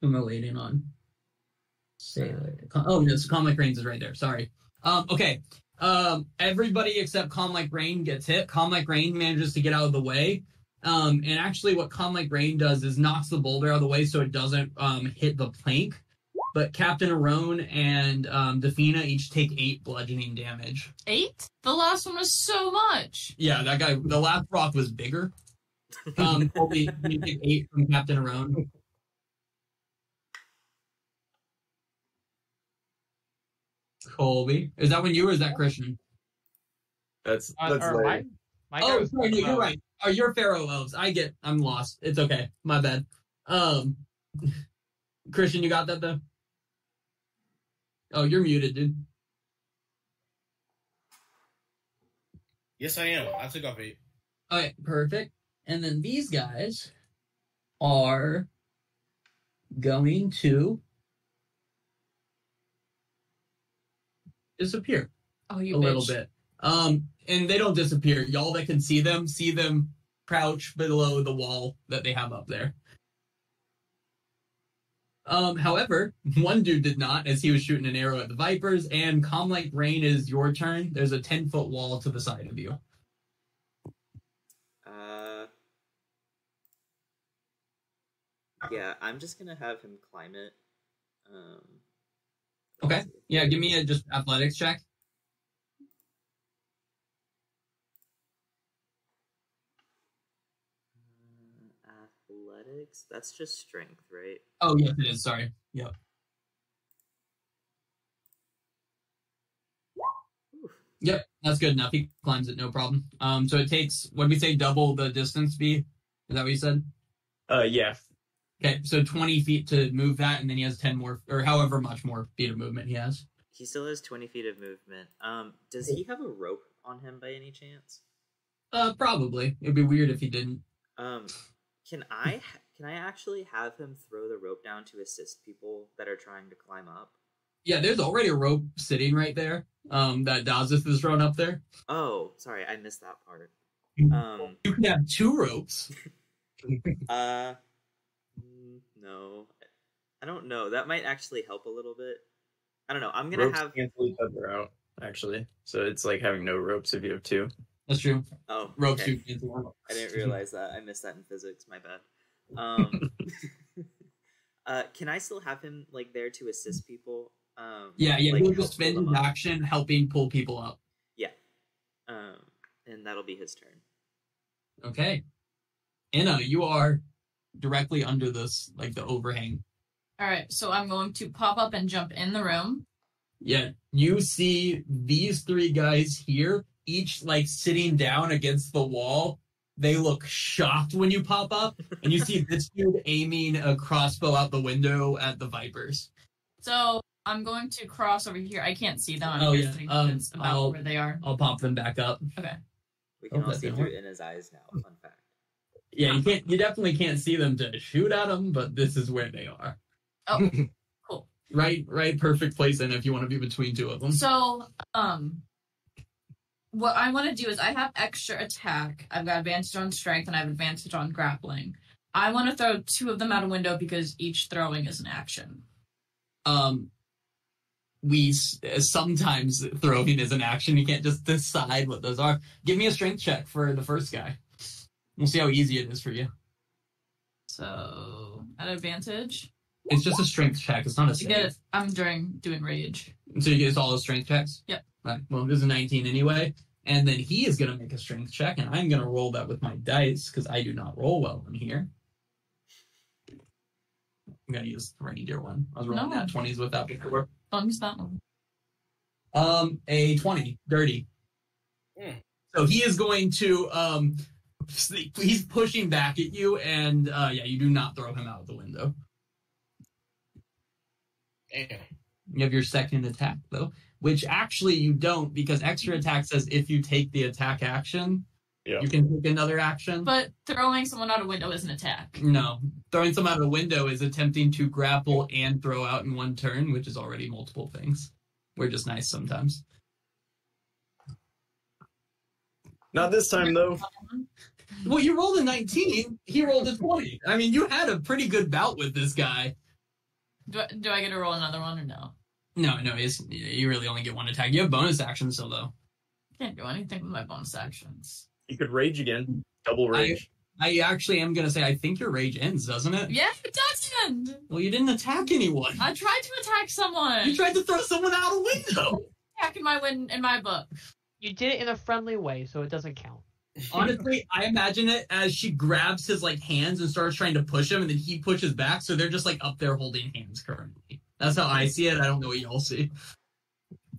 S3: Who am I waiting on? Sailor. Oh, no, it's Calm Like Rains is right there. Sorry. Um, okay. Um, everybody except Calm Like Rain gets hit. Calm Like Rain manages to get out of the way. Um, and actually, what Calm Like Rain does is knocks the boulder out of the way so it doesn't um, hit the plank. But Captain Arone and um, Defina each take eight bludgeoning damage.
S2: Eight? The last one was so much.
S3: Yeah, that guy. The last rock was bigger. Um, only you take eight from Captain Around. Colby, is that when you or is that Christian?
S6: That's
S4: Uh,
S6: that's
S4: or
S6: later.
S4: my, my guy
S3: Oh,
S4: was
S3: sorry,
S4: talking
S3: you're
S4: about-
S3: right. Oh, you're Pharaoh Elves. I get. I'm lost. It's okay. My bad. Um, Christian, you got that though. Oh, you're muted, dude.
S1: Yes, I am. I took off eight.
S3: All right, perfect. And then these guys are going to disappear
S2: Oh, you
S3: a
S2: bitch.
S3: little bit. Um, and they don't disappear. Y'all that can see them, see them crouch below the wall that they have up there. Um, however, one dude did not as he was shooting an arrow at the Vipers, and calm like rain is your turn. There's a 10 foot wall to the side of you.
S5: Uh, yeah, I'm just gonna have him climb it. Um,
S3: Okay. Yeah, give me a just athletics check.
S5: Uh, athletics. That's just strength, right?
S3: Oh, yes, it is. Sorry. Yep. Yep, that's good enough. He climbs it, no problem. Um, so it takes what we say double the distance be. Is that what you said?
S6: Uh, yeah.
S3: Okay, so twenty feet to move that, and then he has ten more, or however much more feet of movement he has.
S5: He still has 20 feet of movement. Um, does he have a rope on him by any chance?
S3: Uh, probably. It'd be weird if he didn't.
S5: Um, can I ha- can I actually have him throw the rope down to assist people that are trying to climb up?
S3: Yeah, there's already a rope sitting right there. Um, that Dazith has thrown up there.
S5: Oh, sorry, I missed that part.
S3: Mm.
S5: Um,
S3: You can have two ropes.
S5: Uh, mm, no, I don't know. That might actually help a little bit. I don't know. I'm gonna
S6: Ropes
S5: have.
S6: cancel each other out actually, so it's like having no ropes if you have two.
S3: That's true.
S5: Oh,
S3: Ropes.
S5: okay.
S3: do cancel out.
S5: I didn't realize that. I missed that in physics. My bad. Um, uh, can I still have him like there to assist people? Um,
S3: Yeah, yeah.
S5: like,
S3: he'll
S5: help
S3: just spend
S5: pull
S3: his
S5: them up.
S3: action helping pull people up.
S5: Um, and that'll be his turn.
S3: Okay. Anna, you are directly under this, like the overhang.
S2: All right, so I'm going to pop up and jump in the room.
S3: Yeah. You see these three guys here, each like sitting down against the wall. They look shocked when you pop up, and you see this dude aiming a crossbow out the window at the Vipers.
S2: So I'm going to cross over here. I can't see them. I'm
S3: Oh,
S2: just
S3: yeah.
S2: thinking
S3: Um,
S2: it's about
S3: I'll-
S2: where they are.
S3: I'll pop them back up.
S5: We can
S3: Oh,
S5: all
S3: that
S5: see
S3: didn't
S5: through Inna's eyes
S3: Hmm.
S5: now. Fun fact.
S3: Yeah, you can't. You definitely can't see them to shoot at them, but this is where they are.
S2: Oh, cool.
S3: Right, right, perfect place. And if you want to be between two of them,
S2: So, um, what I want to do is I have extra attack. I've got advantage on strength and I have advantage on grappling. I want to throw two of them out a window because each throwing is an action.
S3: um, we s- uh, sometimes throwing is an action. You can't just decide what those are. Give me a strength check for the first guy. We'll see how easy it is for you.
S2: So, at advantage,
S3: It's just a strength check. It's not a
S2: you
S3: save.
S2: get it. I'm during doing rage.
S3: So you get it's all the strength checks.
S2: Yep.
S3: Right. Well, this is a 19 anyway. And then he is going to make a strength check, and I'm going to roll that with my dice because I do not roll well in here. I'm going to use the reindeer one. I was rolling
S2: No.
S3: that 20s with that before.
S2: Don't use that one.
S3: Um, a 20, dirty.
S1: Hmm.
S3: So he is going to um, he's pushing back at you, and uh, yeah, you do not throw him out the window.
S1: Damn.
S3: You have your second attack though, which actually you don't because extra attack says if you take the attack action,
S6: Yeah.
S3: you can take another action.
S2: But throwing someone out a window is an attack.
S3: no, throwing someone out of a window is attempting to grapple and throw out in one turn, which is already multiple things. We're just nice sometimes.
S6: Not this time though.
S2: Mm-hmm.
S3: Well, you rolled a 19, he rolled a 20. I mean, you had a pretty good bout with this guy.
S2: Do I, do I get to roll another one or no?
S3: No, no, it's, you really only get one attack. You have bonus action still though.
S2: Can't do anything with my bonus actions.
S6: You could rage again. Double rage.
S3: I actually am gonna say I think your rage ends, doesn't it?
S2: Yeah, it doesn't.
S3: Well, you didn't attack anyone.
S2: I tried to attack someone.
S3: You tried to throw someone out a window.
S2: attack in my win in my book.
S4: You did it in a friendly way, so it doesn't count.
S3: Honestly, I imagine it as she grabs his like hands and starts trying to push him, and then he pushes back. So they're just like up there holding hands currently. That's how I see it. I don't know what y'all see.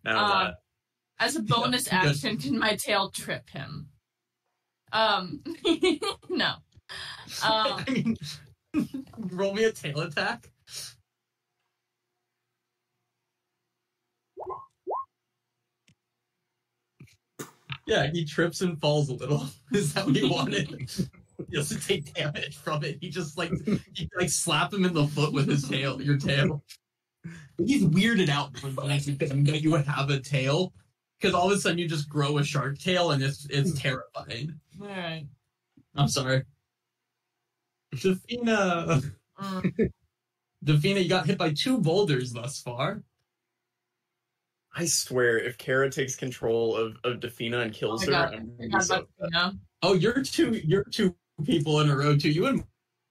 S6: Now
S2: Uh,
S6: that
S2: As a bonus
S3: Yeah, good.
S2: action, can my tail trip him? Um, no. Um,
S3: I mean, roll me a tail attack. Yeah, he trips and falls a little. Is that what he wanted? he doesn't take damage from it. He just like you like slap him in the foot with his tail, your tail. He's weirded out when- when you know you have a tail because all of a sudden you just grow a shark tail and it's it's terrifying.
S2: all right.
S3: I'm sorry. Defina.
S2: Mm,
S3: Davina, you got hit by two boulders thus far.
S6: I swear, if Kara takes control of of Defina and kills
S2: Oh
S6: her,
S2: my God.
S6: I'm gonna
S2: I
S6: be
S2: got
S6: so
S2: about-
S6: upset.
S2: no.
S3: Oh, you're two. You're two people in a row too. You and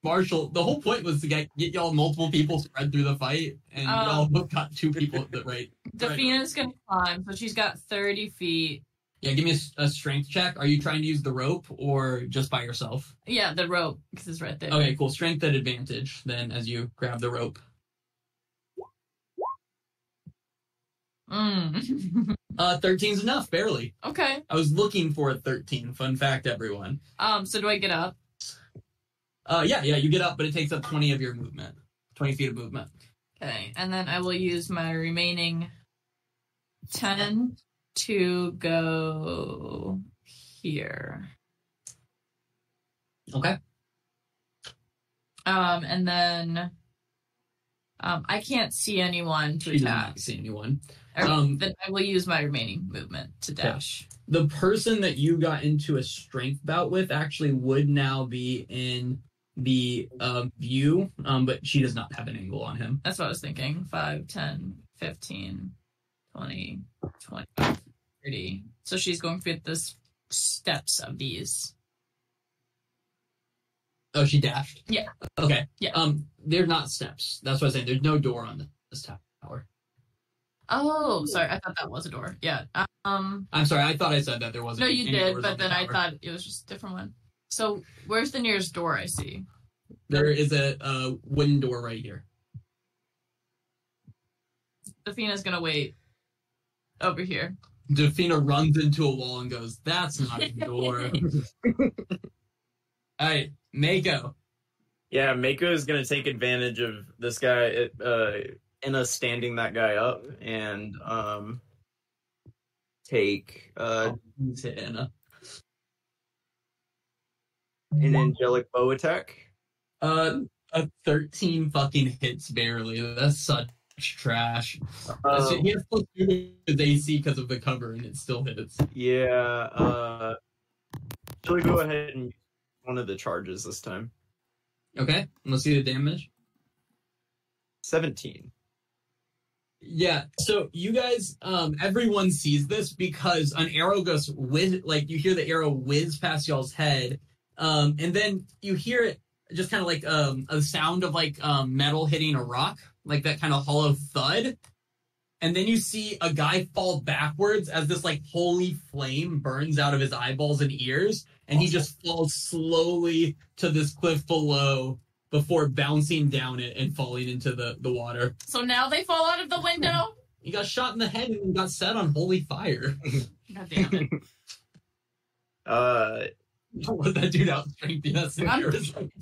S3: Marshall. The whole point was to get, get y'all multiple people spread through the fight, and
S2: Um.
S3: y'all both got two people at the right.
S2: Delphina's gonna climb, so she's got thirty feet.
S3: Yeah, give me a s- a, strength check. Are you trying to use the rope or just by yourself?
S2: Yeah, the rope because it's right there.
S3: Okay, cool. Strength at advantage then as you grab the rope.
S2: Mm.
S3: Uh, 13's enough, barely.
S2: okay.
S3: I was looking for a 13. Fun fact, everyone.
S2: Um. So do I get up?
S3: Uh, yeah, yeah, you get up, but it takes up 20 of your movement, 20 feet of movement.
S2: Okay, and then I will use my remaining ten to go here.
S3: Okay.
S2: Um, and then um, I can't see anyone to
S3: She does
S2: attack.
S3: not see anyone.
S2: Or-
S3: Um,
S2: then I will use my remaining movement to
S3: Yeah.
S2: dash.
S3: the person that you got into a strength bout with actually would now be in the uh, view, um, but she does not have an angle on him.
S2: That's what I was thinking. 5, 10, 15, 20, 20, 30. So she's going to get this steps of these.
S3: Oh, she dashed.
S2: Yeah.
S3: Okay.
S2: Yeah.
S3: Um, they're not steps. That's what I'm saying. There's no door on this tower.
S2: Oh, sorry. I thought that was a door. Yeah. Um.
S3: I'm sorry, I thought I said that there wasn't.
S2: No, you
S3: any
S2: did,
S3: doors
S2: but
S3: on the
S2: then I
S3: tower.
S2: thought it was just a different one. So where's the nearest door? I see.
S3: there is a, uh wooden door right here.
S2: Athena's gonna wait over here.
S3: Defina runs into a wall and goes, "That's not a door." All right, Mako.
S6: Yeah, Mako is going to take advantage of this guy, uh, Enna standing that guy up and um, take
S2: Oh,
S6: uh,
S3: To Anna.
S6: an angelic bow attack.
S3: Uh, a thirteen fucking hits barely. That's such trash. Uh,
S6: Um,
S3: he has plus two to his AC because of the cover, and it still hits.
S6: yeah, uh, should we go ahead and use one of the charges this time?
S3: Okay, let's see the damage.
S6: 17.
S3: Yeah. So you guys, um, everyone sees this because an arrow goes whiz, like you hear the arrow whiz past y'all's head, um, and then you hear it just kind of like um, a sound of like um, metal hitting a rock, like that kind of hollow thud, and then you see a guy fall backwards as this like holy flame burns out of his eyeballs and ears, and he just falls slowly to this cliff below before bouncing down it and falling into the the water.
S2: So now they fall out of the window.
S3: He got shot in the head and got set on holy fire.
S2: God damn it!
S6: Uh,
S3: Don't let that dude out strength you. That's
S2: I'm-
S3: embarrassing.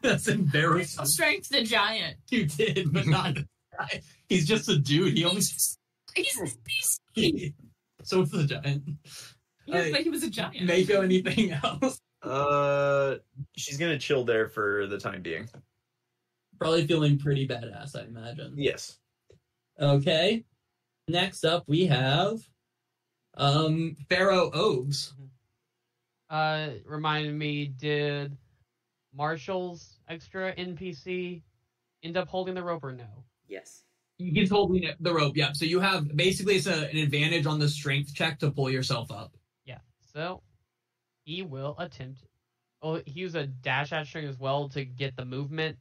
S3: That's embarrassing.
S2: Strength the giant.
S3: You did, but not. this guy. He's just a dude. He only.
S2: He's, he's,
S3: so it's the giant.
S2: he was,
S3: Uh,
S2: like he was a giant.
S3: Mako, anything else?
S6: uh, she's going to chill there for the time being.
S3: Probably feeling pretty badass, I imagine.
S6: Yes.
S3: Okay. Next up, we have um Pharaoh Oves.
S4: Uh, reminded me, did Marshall's extra NPC end up holding the rope or no?
S5: Yes.
S3: He's holding it- the rope. Yeah. So you have basically it's a, an advantage on the strength check to pull yourself up.
S4: Yeah. So he will attempt. Oh, he used a dash action as well to get the movement.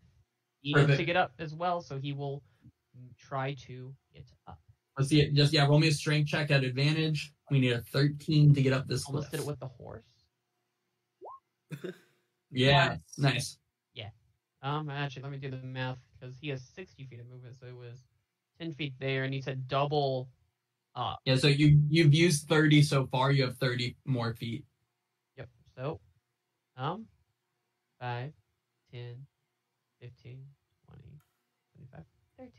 S4: He needs
S3: Perfect.
S4: to get up as well, so he will try to get up.
S3: Let's see it. Just yeah, roll me a strength check at advantage. We need a thirteen to get up this list.
S4: Almost did it with the horse.
S3: yeah, nice.
S4: Um, actually, let me do the math because he has 60 feet of movement, so it was 10 feet there, and he said double.
S3: Yeah, so you you've used thirty so far. You have thirty more feet.
S4: Yep. So, um, 5, 10, 15, 20, 25, 30.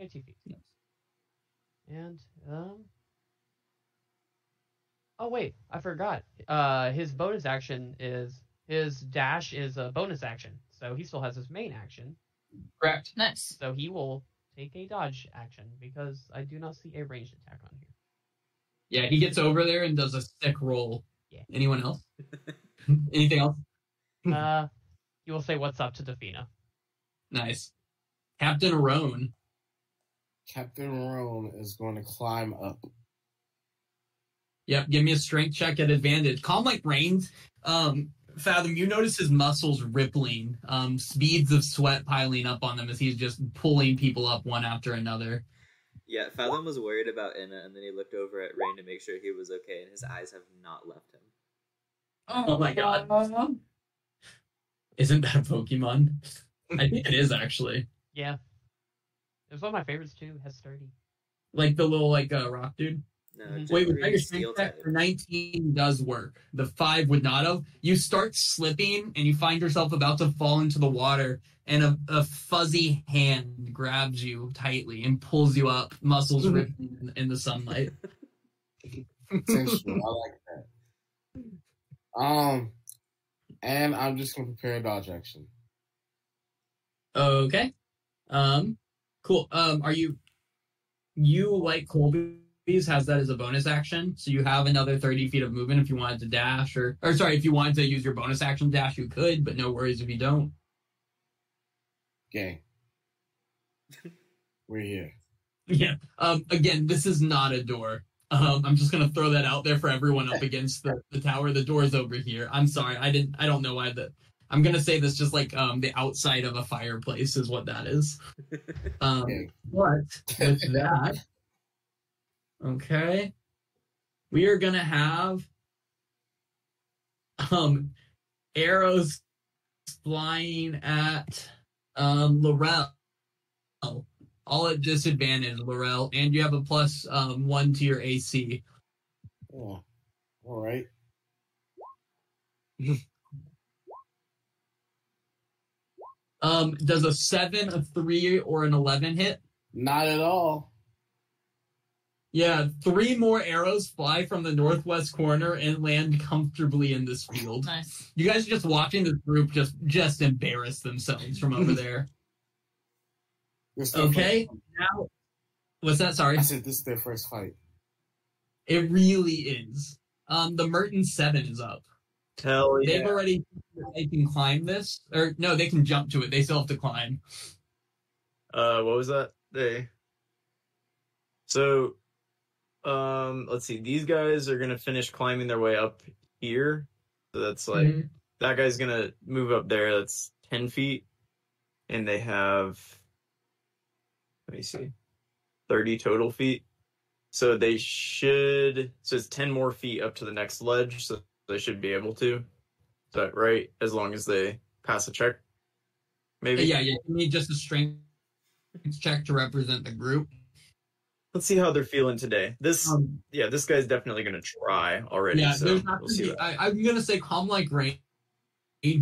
S4: 30 feet. And um Oh wait, I forgot. Uh his bonus action is his dash is a bonus action. So he still has his main action.
S3: Correct.
S2: Nice.
S4: So he will take a dodge action because I do not see a ranged attack on here.
S3: Yeah, he gets over there and does a sick roll.
S4: Yeah.
S3: Anyone else? Anything else? Hmm.
S4: uh he will say what's up to Defina.
S3: Nice. Captain Roan.
S1: Captain Roan is going to climb up.
S3: Yep. Give me a strength check at advantage. Calm like rains. Um, Fathom, you notice his muscles rippling, um, beads of sweat piling up on them as he's just pulling people up one after another.
S5: Yeah, Fathom was worried about Inna, and then he looked over at Rain to make sure he was okay, and his eyes have not left him.
S3: Oh my God. Isn't that a Pokemon? I think it is actually.
S4: Yeah. It was one of my favorites too, has thirty.
S3: Like the little like uh, rock dude.
S5: No,
S4: Mhm.
S5: Jet
S3: Wait, was
S5: Green
S3: that your
S5: is
S3: strength
S5: steel-type.
S3: check? For Nineteen does work. The five would not have. You start slipping and you find yourself about to fall into the water, and a, a fuzzy hand grabs you tightly and pulls you up, muscles ripping in, in the sunlight.
S1: Sensual. I like that. Um, and I'm just going to prepare a dodge action.
S3: Okay. Um. Cool. Um. Are you? You like Colby's has that as a bonus action, so you have another thirty feet of movement if you wanted to dash or, or sorry, if you wanted to use your bonus action dash, you could, but no worries if you don't.
S1: Gang. We're here.
S3: Yeah. Um. Again, this is not a door. Um. I'm just gonna throw that out there for everyone up against the, the tower. The door's over here. I'm sorry. I didn't. I don't know why the. I'm gonna say this just like um the outside of a fireplace is what that is. Um.
S1: Okay.
S3: But with that, Okay. We are gonna have um arrows flying at um Laurel. All at disadvantage, Laurel, and you have a plus um one to your AC.
S1: Yeah. All right.
S3: Um, does a seven, a three, or an eleven hit?
S1: Not at all.
S3: Yeah, three more arrows fly from the northwest corner and land comfortably in this field.
S2: Nice.
S3: You guys are just watching this group just just embarrass themselves from over there.
S1: This their
S3: Okay,
S1: first-
S3: now what's that? Sorry,
S1: I said this is their first fight.
S3: it really is. Um, the Merton Seven is up.
S6: Hell
S3: They've already they can climb this, or no, they can jump to it. They still have to climb.
S6: Uh, what was that? They. So, um, let's see. These guys are gonna finish climbing their way up here. So that's like
S3: Mhm.
S6: that guy's gonna move up there. That's ten feet, and they have. Let me see, thirty total feet. So they should. So it's ten more feet up to the next ledge. So they should be able to. Is that right? As long as they pass a check. Maybe.
S3: Yeah, yeah. You need just a strength check to represent the group.
S6: Let's see how they're feeling today. This
S3: Um,
S6: yeah, this guy's definitely gonna try already.
S3: Yeah,
S6: so
S3: there's not
S6: we'll
S3: gonna
S6: see.
S3: be,
S6: what-
S3: I, I'm gonna say calm like rain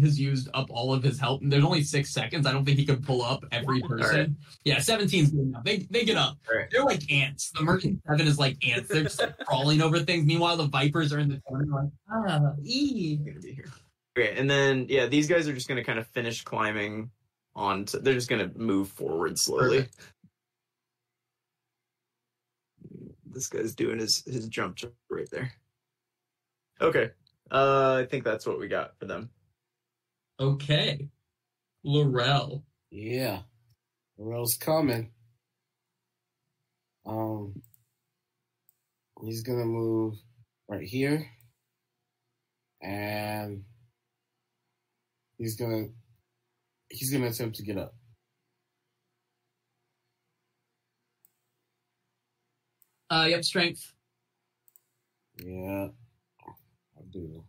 S3: has used up all of his help, and there's only six seconds. I don't think he could pull up every person.
S6: right.
S3: Yeah, 17's good enough. They they get up.
S6: All right.
S3: They're like ants. The merchant seven is like ants. They're just like crawling over things. Meanwhile, the vipers are in the corner like ah ee.
S6: gonna be here. Okay, and then yeah, these guys are just gonna kind of finish climbing on. To, they're just gonna move forward slowly. This guy's doing his his jump jump right there. Okay, uh, I think that's what we got for them.
S3: Okay, Laurel.
S1: Yeah. Laurel's coming. Um he's gonna move right here. And he's gonna he's gonna attempt to get up.
S3: Uh, yep, strength.
S1: Yeah. I do.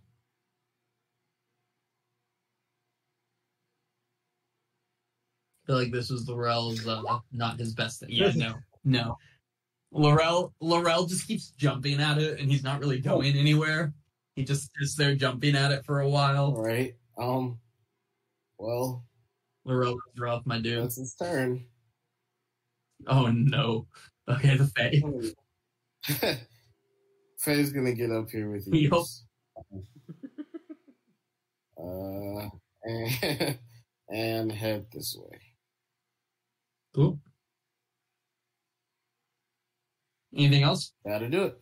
S3: I feel like this was Laurel's uh, not his best thing. Yeah, no, no. Laurel Laurel just keeps jumping at it, and he's not really going anywhere. He just sits there jumping at it for a while.
S1: Alright. Um well,
S3: Laurel, you're up, my dude.
S1: that's his turn.
S3: Oh no. Okay, the Fae.
S1: Faye's gonna get up here with you.
S3: Yup.
S1: Uh, and, and head this way.
S3: Cool. Anything else?
S1: That'll do it.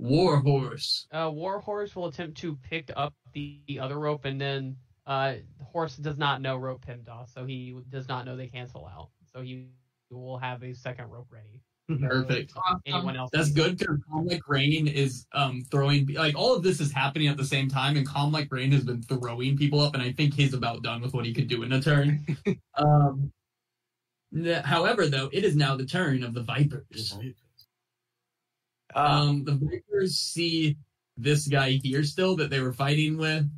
S3: War horse.
S4: Uh, war horse will attempt to pick up the, the other rope, and then uh, horse does not know rope PEMDAS, so he does not know they cancel out. So he will have a second rope ready.
S3: Perfect.
S4: Anyone else?
S3: Um, That's
S4: needs-
S3: good because Calm Like Rain is um, throwing, like, all of this is happening at the same time, and Calm Like Rain has been throwing people up, and I think he's about done with what he could do in a turn. um, n- however, though, it is now the turn of the Vipers.
S6: Um,
S3: Um, the Vipers see this guy here still that they were fighting with,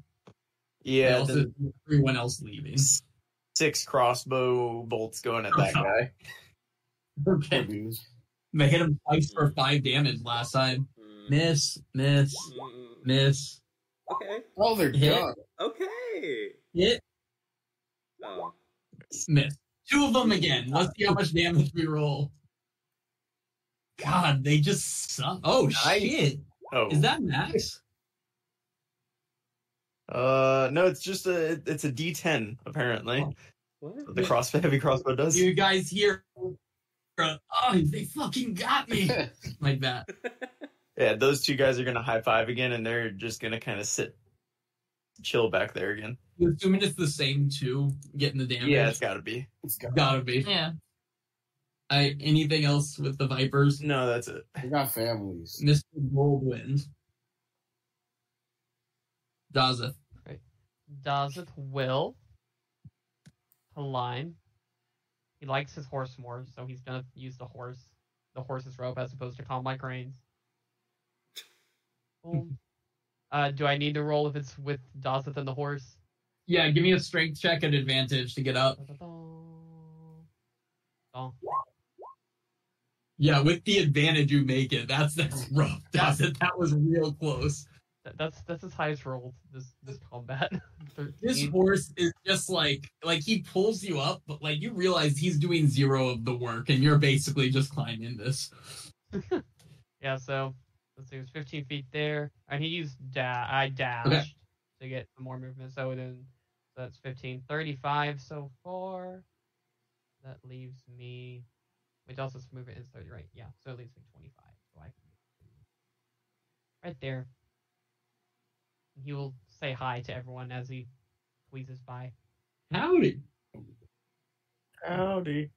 S6: yeah,
S3: they also
S6: the
S3: see everyone else leaving.
S6: six crossbow bolts going at that guy.
S3: Okay. They hit him twice for five damage last time.
S5: Mm.
S3: Miss, miss,
S5: Mm.
S3: miss,
S5: Okay.
S1: Oh, they're
S3: Yeah.
S1: done.
S5: Okay.
S3: hit.
S5: Oh,
S3: Smith. Two of them again. Let's see how much damage we roll. God, they just suck. Oh
S6: Nice.
S3: shit!
S6: Oh,
S3: Is that max?
S6: Uh, no, it's just a it- it's a D10 apparently.
S5: what?
S6: The cross heavy crossbow does.
S3: Oh. You guys here? Oh, they fucking got me like that.
S6: Yeah, those two guys are gonna high five again, and they're just gonna kind of sit, chill back there again.
S3: You Assuming it's the same two getting the damage.
S6: Yeah, it's gotta be.
S1: It's gone.
S3: gotta be.
S2: Yeah.
S3: I anything else with the Vipers?
S6: No, that's it.
S1: They got families.
S3: Mr. Whirlwind. Daza.
S4: Does it will align. He likes his horse more, so he's gonna use the horse the horse's rope as opposed to combine cranes. Boom. uh, do I need to roll if it's with Dosseth and the horse?
S3: Yeah, give me a strength check at advantage to get up.
S4: Oh,
S3: Yeah, with the advantage you make it. That's that's rough. That's it. That was real close.
S4: that, that's that's as high as rolled this this combat.
S3: This
S4: 13.
S3: horse is just like like he pulls you up, but like you realize he's doing zero of the work, and you're basically just climbing this.
S4: Yeah, so let's see, it was 15 feet there, and he used da- I dashed to get some more movement. So then, so that's 15, 35 so far. That leaves me, which also this movement is 30, right? Yeah, so it leaves me 25. So I can right there. And He will say hi to everyone as he squeezes by,
S3: Howdy.
S6: Howdy.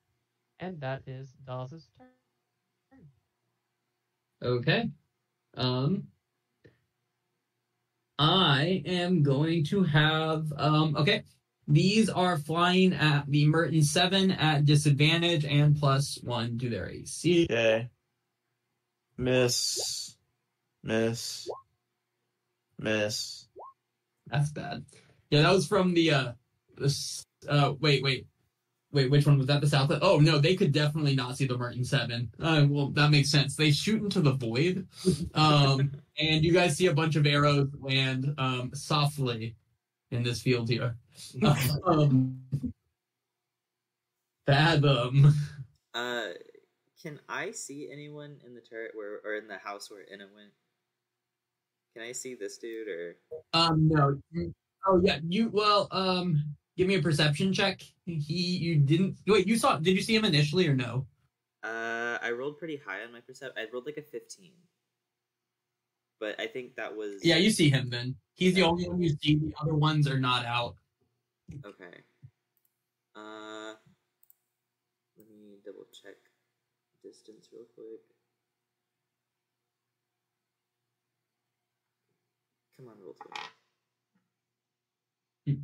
S4: and that is Dawes' turn.
S3: Okay. Um I am going to have um okay. These are flying at the Merton 7 at disadvantage and plus 1 to their AC.
S6: Okay. Miss. Miss. Miss.
S3: That's bad. Yeah, that was from the uh the s- uh wait, wait. Wait, which one was that? The South? Oh no, they could definitely not see the Merton Seven. Uh, well, that makes sense. They shoot into the void, um, and you guys see a bunch of arrows land um, softly in this field here. um, fathom.
S5: Uh, can I see anyone in the turret where or in the house where Inna went? Can I see this dude or
S3: Um, no. Oh yeah, you. Well, um, give me a perception check. He, you didn't. Wait, you saw? Did you see him initially or no?
S5: Uh, I rolled pretty high on my percept. I rolled like a fifteen, but I think that was
S3: Yeah, you see him then. He's the only one you see. The other ones are not out.
S5: okay. Uh, let me double check distance real quick. Come on, roll two.
S3: Hmm.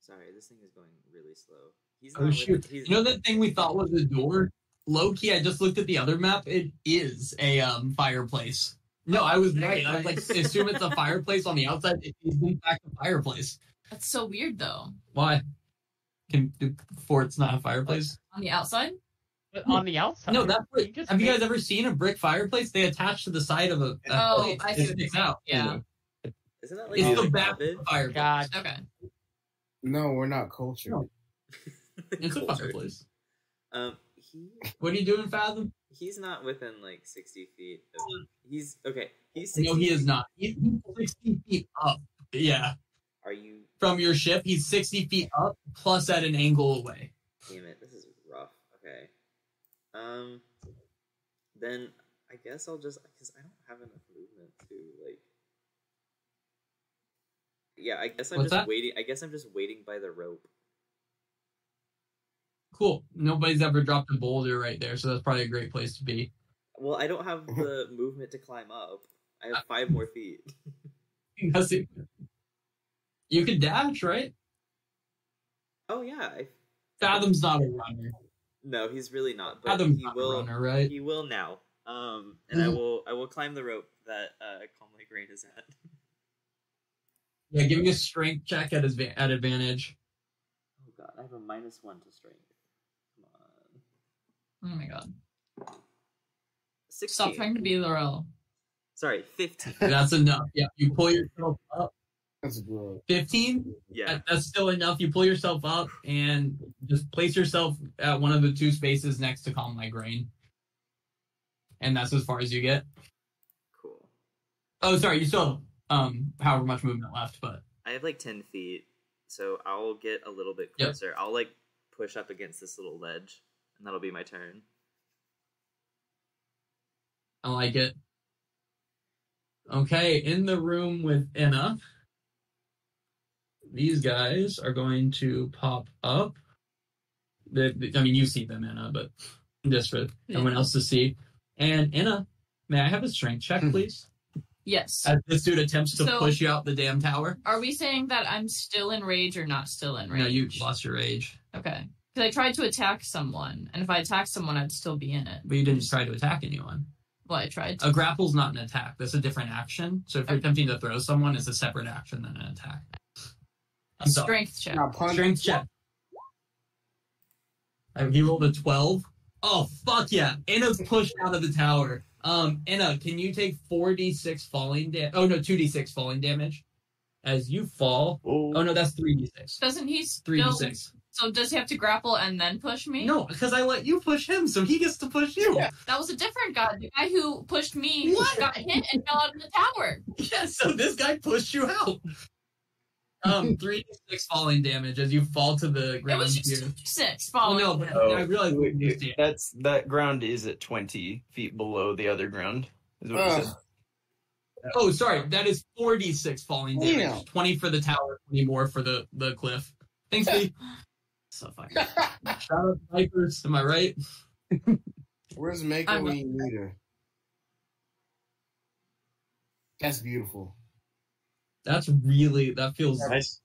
S5: Sorry, this thing is going really slow. He's
S3: Oh
S5: not
S3: shoot!
S5: With, he's,
S3: You know that thing we thought was a door? Low key, I just looked at the other map. It is a um fireplace. No, I was right. I was like, assume it's a fireplace on the outside. It is in fact a fireplace.
S2: That's so weird though.
S3: Why? Can do fort's not a fireplace?
S2: On the outside?
S4: But on the outside,
S3: No, that brick.
S4: you just
S3: have you
S4: made-
S3: guys ever seen a brick fireplace? They attach to the side of a. a
S2: Oh,
S3: plate.
S2: I
S3: It
S2: see what
S3: sticks
S2: you're
S3: out.
S2: saying. Yeah.
S5: isn't that like
S3: It's
S5: a
S3: the back of
S5: cabin?
S3: the fireplace.
S4: God,
S2: Okay.
S1: No, we're not cultured.
S3: No. It's a
S5: Culture.
S3: fireplace.
S5: Um, he
S3: What are you doing, Fathom?
S5: he's not within like sixty feet. Of, he's okay. He's 60
S3: No, he is not. He's 60 feet up. Yeah.
S5: Are you?
S3: From your ship, he's 60 feet up, plus at an angle away.
S5: Damn it! This is rough. Okay. Um. Then I guess I'll just because I don't have enough movement to like. Yeah, I guess I'm
S3: What's
S5: just
S3: that?
S5: waiting. I guess I'm just waiting by the rope.
S3: Cool. Nobody's ever dropped a boulder right there, so that's probably a great place to be.
S5: Well, I don't have the movement to climb up. I
S3: Uh,
S5: have five more feet.
S3: That's it. You could dash, right?
S5: Oh yeah, I,
S3: Fathom's not a runner.
S5: no, he's really not. But
S3: Fathom's
S5: he
S3: not a
S5: will.
S3: runner, right?
S5: He will now. Um, and I
S3: Mhm.
S5: will. I will climb the rope that uh, Calm Lake Rain is at.
S3: Yeah, give me a strength check at, adva- at advantage.
S5: Oh god, I have a minus one to strength. Come on.
S2: Oh my god.
S5: 16.
S2: Stop trying to be Laurel.
S5: Sorry, 15.
S3: That's enough. Yeah, you pull yourself up.
S1: That's good.
S3: 15?
S5: Yeah.
S3: That, that's still enough. You pull yourself up and just place yourself at one of the two spaces next to calm migraine. And that's as far as you get.
S5: Cool.
S3: Oh, sorry, you still have um however much movement left, but
S5: I have like 10 feet, so I'll get a little bit
S3: Yep.
S5: closer. I'll like push up against this little ledge, and that'll be my turn.
S3: I like it. Okay, in the room with Inna, these guys are going to pop up. The, the- I mean, you see them, Inna, but just for
S2: Yeah.
S3: everyone else to see. And Inna, may I have a strength check,
S1: Hmm.
S3: please?
S2: Yes.
S3: As this dude attempts to
S2: So-
S3: push you out the damn tower.
S2: Are we saying that I'm still in rage or not still in rage?
S3: No, you lost your rage,
S2: Okay. Because I tried to attack someone, and if I attack someone, I'd still be in it.
S3: but you didn't try to attack anyone.
S2: Well, I tried to.
S3: A grapple's not an attack. That's a different action. So if you're
S2: Okay.
S3: attempting to throw someone, it's a separate action than an attack. I'm sorry.
S2: Strength check.
S1: Now punch.
S3: Strength check. Uh, He rolled a 12. Oh, fuck yeah. Inna's pushed out of the tower. Um, Inna, can you take 4d6 falling damage? Oh, no, 2d6 falling damage as you fall.
S6: Oh,
S3: Oh, no, that's 3d6.
S2: Doesn't he still?
S3: 3d6.
S2: So does he have to grapple and then push me?
S3: No, because I let you push him, so he gets to push you.
S1: Yeah.
S2: That was a different guy. The guy who pushed me
S3: What?
S2: got hit and fell out of the tower.
S3: Yeah, so this guy pushed you out. Um, 3d6 falling damage as you fall to the
S2: It
S3: ground
S2: was just
S3: here.
S2: two six
S3: Oh,
S2: falling.
S3: no, but
S6: Oh.
S3: I realize we
S6: wait,
S3: missed
S6: wait,
S3: you.
S6: that's that ground is at twenty feet below the other ground. Is what you said.
S1: Ugh.
S3: Oh, sorry. That is 46 falling damage.
S1: Damn.
S3: 20 for the tower, 20 more for the, the cliff. Thanks, Lee. so fucking. Shout out to Vipers. Am I right?
S1: Where's Mako
S2: I'm-
S1: when you need her? That's beautiful.
S3: That's really, that feels.
S6: Nice.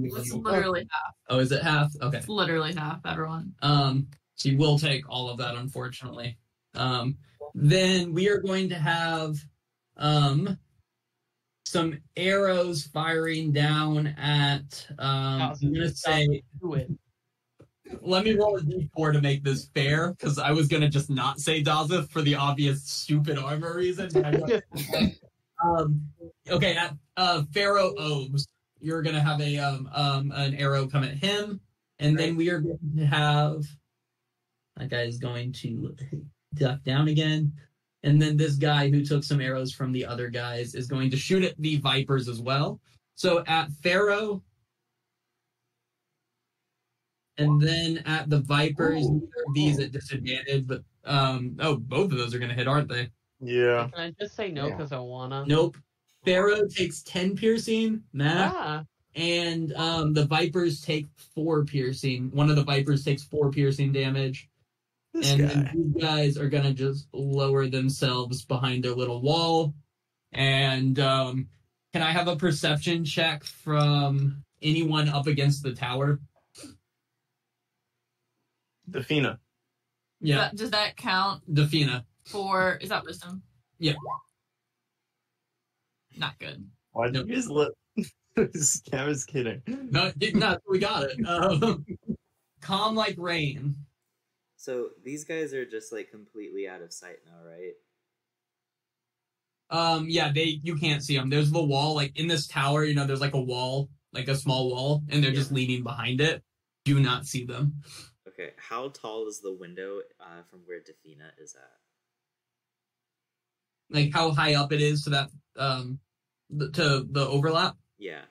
S2: It's literally half.
S3: Oh, is it half? Okay.
S2: It's literally half. Everyone.
S3: Um, she will take all of that, unfortunately. Um, then we are going to have um, some arrows firing down at. Um, I'm going to say,
S4: Do it.
S3: let me roll a d4 to make this fair, because I was going to just not say Dazeth for the obvious stupid armor reason. uh, um, okay, at uh, Pharaoh Obes, you're going to have a um, um, an arrow come at him, and then we are going to have that guy is going to duck down again, and then this guy who took some arrows from the other guys is going to shoot at the vipers as well. So at Pharaoh. And then at the Vipers,
S1: Ooh.
S3: neither of these at disadvantage, but um, oh, both of those are going to hit, aren't they?
S6: Yeah.
S4: Can I just say no
S1: Yeah.
S4: because I wanna?
S3: Nope. Pharaoh takes 10 piercing, math,
S4: Ah,
S3: and um, the Vipers take 4 piercing. One of the Vipers takes 4 piercing damage.
S6: This
S3: and
S6: guy.
S3: then these guys are going to just lower themselves behind their little wall. And um, can I have a perception check from anyone up against the tower?
S6: The Fina.
S3: Yeah,
S2: That- does that count
S3: Defina.
S2: for? Is that wisdom?
S3: Yeah.
S2: Not good.
S6: Why
S3: No.
S6: did you just let? I was kidding.
S3: No, no, we got it. Um, calm like rain.
S5: So these guys are just like completely out of sight now, right?
S3: Um, yeah, they you can't see them. There's the wall, like in this tower, you know, there's like a wall, like a small wall, and they're just leaning behind it. Do not see them.
S5: Okay, how tall is the window uh, from where Defina is at?
S3: Like how high up it is to that um th- to the overlap.
S5: Yeah.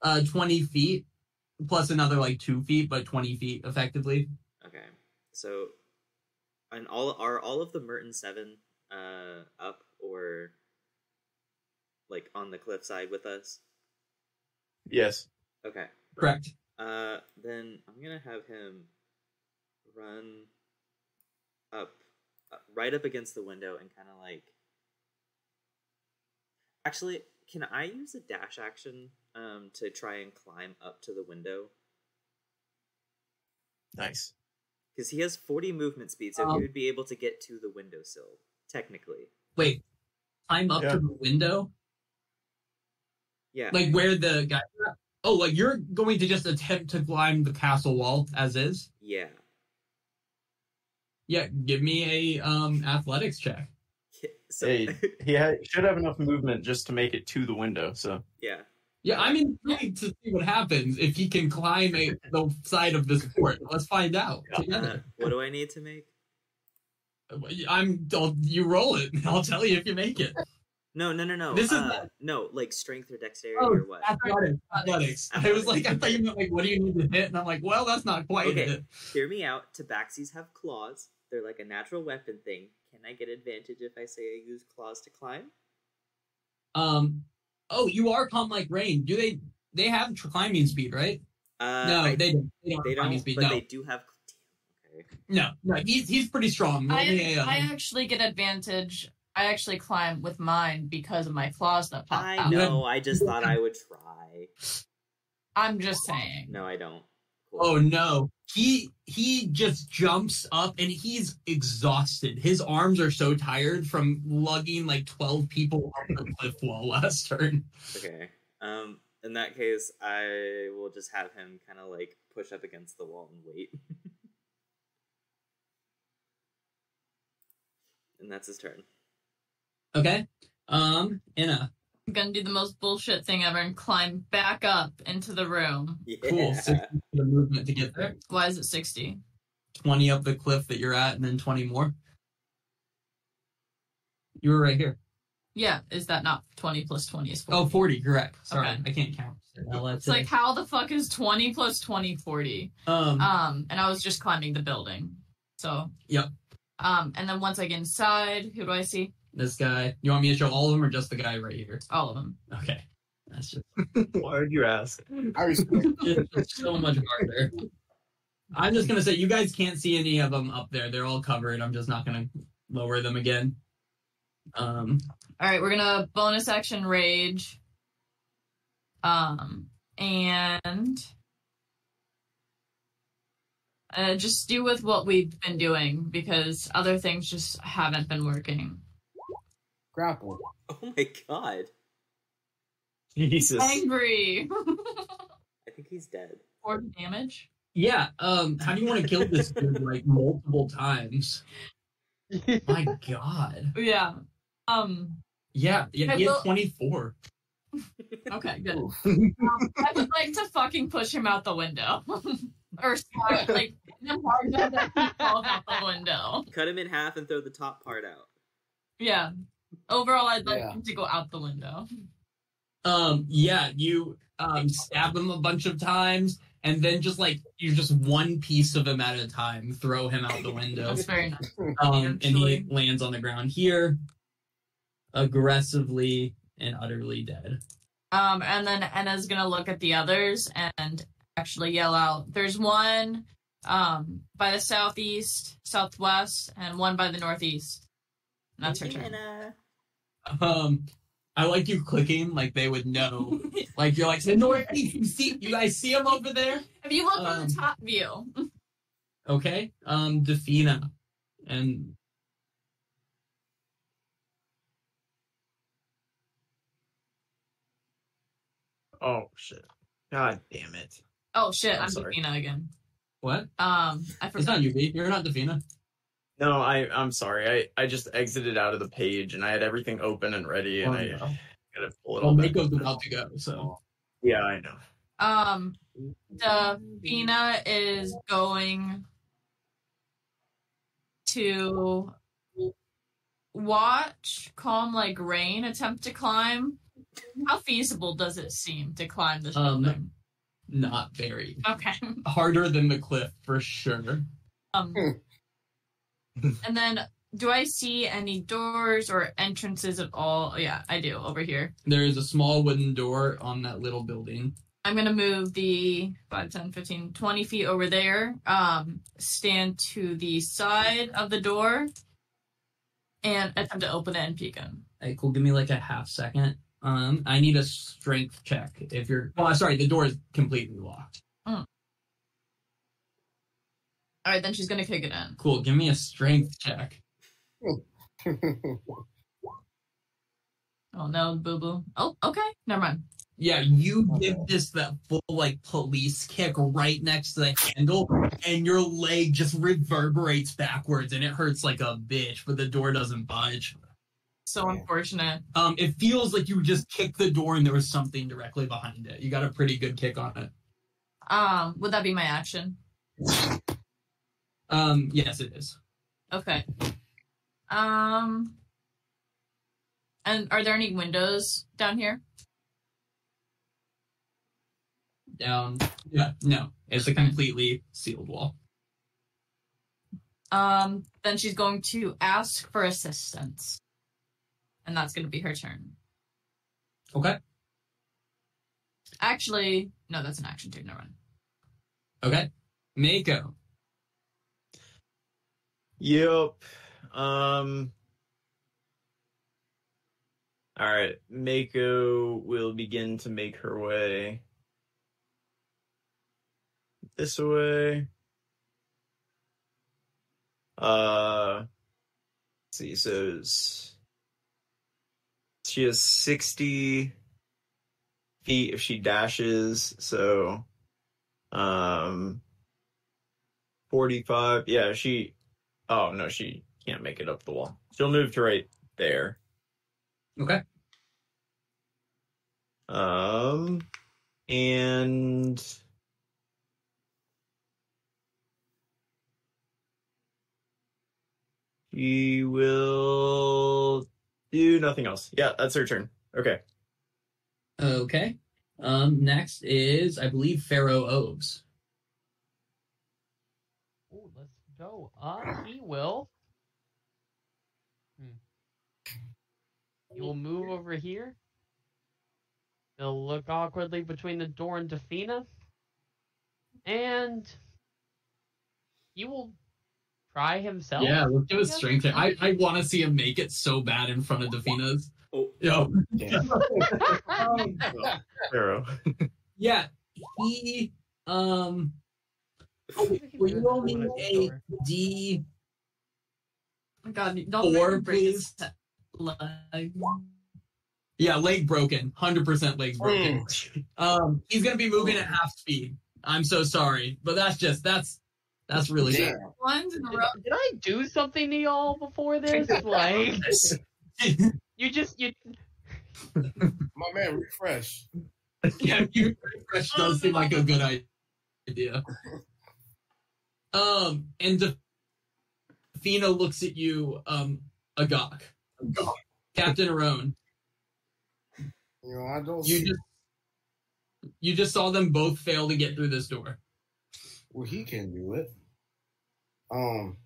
S3: Uh, twenty feet plus another like two feet, but twenty feet effectively.
S5: Okay. So, and all are all of the Merton Seven uh up or like on the cliffside with us?
S6: Yes.
S5: Okay.
S3: Correct.
S5: Uh, then I'm gonna have him run up, uh, right up against the window, and kind of like. Actually, can I use a dash action um to try and climb up to the window?
S6: Nice.
S5: Because he has 40 movement speed, so
S3: Um,
S5: he would be able to get to the windowsill, technically.
S3: Wait, climb up
S6: Yeah.
S3: to the window,
S5: Yeah.
S3: like where the guy. Oh, like you're going to just attempt to climb the castle wall as is.
S5: yeah.
S3: Yeah, give me a um athletics check.
S5: So,
S6: Hey. He had, should have enough movement just to make it to the window. So
S5: yeah.
S3: Yeah, I'm intrigued to see what happens if he can climb a, the side of this fort. Let's find out
S5: Uh,
S3: together.
S5: what do I need to make?
S3: I'm. I'll, you roll it. I'll tell you if you make it.
S5: No, no, no, no.
S3: This is
S5: uh,
S3: not-
S5: No, like strength or dexterity
S3: Oh,
S5: or what?
S3: Athletics. Athletics. I was like, I thought you meant like, what do you need to hit? And I'm like, well, that's not quite
S5: Okay.
S3: it.
S5: Hear me out. Tabaxis have claws. They're like a natural weapon thing. Can I get advantage if I say I use claws to climb?
S3: Um. Oh, you are calm like rain. Do they? They have tr- climbing speed, right?
S5: Uh,
S3: no,
S5: I-
S3: they don't. They don't.
S5: They
S3: have climbing
S5: don't,
S3: speed.
S5: but
S3: No.
S5: they do have. Damn, okay.
S3: no, no. He's he's pretty strong. Roll me
S2: I,
S3: a, um,
S2: I actually get advantage I actually climb with mine because of my claws that pop
S5: I
S2: out.
S5: know. I just thought I would try.
S2: I'm just saying.
S5: No, I don't. Cool.
S3: Oh no. He he just jumps up and he's exhausted. His arms are so tired from lugging like 12 people up the cliff wall last turn.
S5: Okay. Um, in that case, I will just have him kind of like push up against the wall and wait. and that's his turn.
S3: Okay? Um Inna.
S2: I'm gonna do the most bullshit thing ever and climb back up into the room.
S5: Yeah.
S3: Cool. So the movement to get there.
S2: Why is it 60?
S3: 20 up the cliff that you're at and then 20 more. You were right here.
S2: Yeah, is that not 20 plus 20 is 40?
S3: Oh, 40, correct. Sorry,
S2: Okay.
S3: I can't count. Well, that's
S2: It's like, how the fuck is 20 plus 20 40?
S3: um,
S2: Um, and I was just climbing the building. So.
S3: Yep.
S2: Um, and then once I get inside, who do I see?
S3: this guy. You want me to show all of them or just the guy right here?
S2: All of them.
S3: Okay. That's just,
S6: Why would you ask?
S1: I respect.
S3: it's just so much harder. I'm just going to say, you guys can't see any of them up there. They're all covered. I'm just not going to lower them again. Um,
S2: All right, we're gonna bonus action rage. Um, and uh, just do with what we've been doing because other things just haven't been working.
S1: grapple.
S5: Oh my god.
S6: Jesus.
S2: Angry.
S5: I think he's dead.
S2: Four damage.
S3: yeah. Um, how do you want to kill this dude like multiple times? My God.
S2: Yeah. Um.
S3: Yeah. Yeah.
S2: I
S3: He had
S2: will-
S3: 24.
S2: Okay. Good. Um, I would like to fucking push him out the window, or smart, like hit him hard enough that he falls out the window.
S5: Cut him in half and throw the top part out.
S2: Yeah. Overall, I'd like
S1: Yeah.
S2: him to go out the window.
S3: Um, yeah, you um stab him a bunch of times, and then just like you just one piece of him at a time, throw him out the window.
S2: That's very nice.
S3: Um, and
S2: Actually.
S3: he lands on the ground here, aggressively and utterly dead.
S2: Um, and then Enna's gonna look at the others and actually yell out. There's one um by the southeast, southwest, and one by the northeast. And that's her
S5: Thank you,
S2: turn.
S5: Anna.
S3: Um, I like you clicking like they would know. like you're like the northeast. You see, you guys see him over there?
S2: If you look on
S3: Um,
S2: the top view,
S3: Okay. Um, Defina, and
S6: Oh shit. God damn it.
S2: oh shit,
S6: I'm
S2: I'm
S6: sorry.
S2: Davina again.
S3: what?
S2: Um, I
S3: It's not
S2: forgot.
S3: you, B. You're not Defina.
S6: No, I I'm sorry. I I just exited out of the page and I had everything open and ready and
S3: Oh,
S6: I
S3: no.
S6: gotta pull it
S3: Well,
S6: all back.
S3: Nico's about to go, so.
S6: Yeah, I know.
S2: Um, Davina is going to watch calm like rain attempt to climb. How feasible does it seem to climb this
S3: Um,
S2: building?
S3: not very
S2: Okay.
S3: harder than the cliff for sure.
S2: Um, and then, do I see any doors or entrances at all? Yeah, I do over here.
S3: There is a small wooden door on that little building.
S2: I'm going to move the 5, 10, 15, 20 feet over there, um, stand to the side of the door, and attempt to open it and peek in.
S3: Hey, cool. Give me like a half second. Um, I need a strength check. If you're, oh, sorry, the door is completely locked.
S2: All right, then she's going to kick it in.
S3: Cool. Give me a strength check.
S2: Oh, no, boo boo. Oh, okay. Never mind.
S3: Yeah, you give this that full like police kick right next to the handle, and your leg just reverberates backwards, and it hurts like a bitch. But the door doesn't budge.
S2: So unfortunate.
S3: Um, it feels like you just kicked the door, and there was something directly behind it. You got a pretty good kick on it.
S2: Um, would that be my action?
S3: Um, yes, it is.
S2: Okay. Um, and are there any windows down here?
S3: Down. Um, Yeah, no, it's a completely sealed wall.
S2: Um, then she's going to ask for assistance. And that's going to be her turn.
S3: Okay.
S2: Actually, no, that's an action too. Never mind.
S3: Okay. Mako.
S6: Yep. Um All right, Mako will begin to make her way this way. Uh, let's see, so it's- she has sixty feet if she dashes, so um, forty-five. Yeah, she. Oh no, she can't make it up the wall. She'll move to right there.
S3: Okay.
S6: Um, and she will do nothing else. Yeah, that's her turn. Okay.
S3: Okay. Um, next is I believe Pharaoh Oves.
S4: Ooh, let's go. Uh, he will. Hmm. He will move over here. He'll look awkwardly between the door and Defina. And he will try himself.
S3: Yeah, look at his strength. Here. I I want to see him make it so bad in front of Defina's.
S5: Oh,
S3: Yo.
S6: Arrow.
S3: Yeah. He um
S4: Oh,
S3: will you roll me a D
S2: Oh my God, don't
S3: Four,
S2: make me break his
S3: please.
S2: leg.
S3: Yeah, leg broken. Hundred percent legs broken. Oh. Um, he's gonna be moving at half speed. I'm so sorry, but that's just that's that's really
S1: Damn.
S3: sad.
S2: One's in a
S4: Did,
S2: row.
S4: did I do something to y'all before this? Like you just you
S1: My man, refresh.
S3: yeah, you refresh does seem like a good i- idea. Um, and De- Fina looks at you, um, agok, Captain Aron.
S1: You know, I don't.
S3: You
S1: see-
S3: just you just saw them both fail to get through this door.
S1: well, he can do it. Um,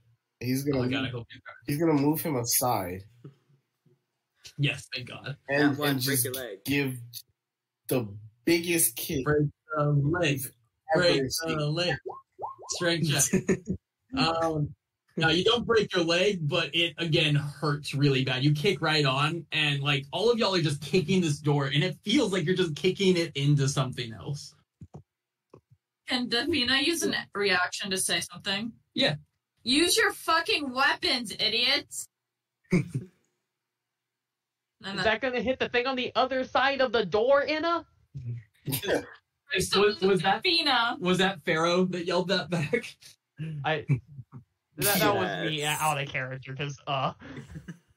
S1: he's
S3: Oh
S1: gonna
S3: my god, I hope you.
S1: he's gonna move him aside
S3: Yes, thank God.
S5: that
S1: and,
S5: one,
S1: and
S5: break
S1: just
S5: your leg.
S1: give the biggest kick
S3: Break the leg.
S1: ever.
S3: break uh,
S1: seen.
S3: the leg. Strength check. um, now you don't break your leg, but it again hurts really bad. You kick right on, and like all of y'all are just kicking this door, and it feels like you're just kicking it into something else.
S2: Can Davina use a reaction to say something?
S3: Yeah.
S2: Use your fucking weapons, idiots. and
S4: is that gonna hit the thing on the other side of the door, Inna?
S3: Was, was that
S2: Davina?
S3: was that Pharaoh that yelled that back?
S4: I that, that was me
S5: Yes.
S4: out of character because uh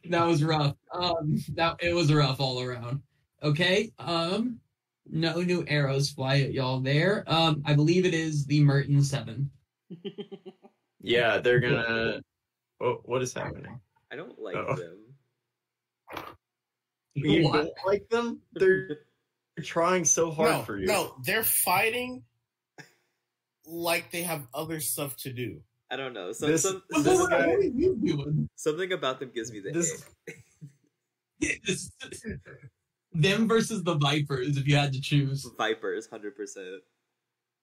S3: That was rough. Um, that it was rough all around. Okay. Um, no new arrows fly at y'all there. Um, I believe it is the Merton Seven.
S6: Yeah, they're gonna. Oh, what is happening?
S5: I don't like
S6: Oh.
S5: them.
S6: You
S3: What?
S6: don't like them? They're trying so hard
S1: No,
S6: for you.
S1: no, they're fighting like they have other stuff to do.
S5: I don't know. Some,
S6: This-
S5: some,
S3: What,
S5: some-
S3: what- what are you doing?
S5: something about them gives me the
S6: This-
S5: ick.
S3: This- them versus the Vipers, if you had to choose.
S5: Vipers, hundred percent.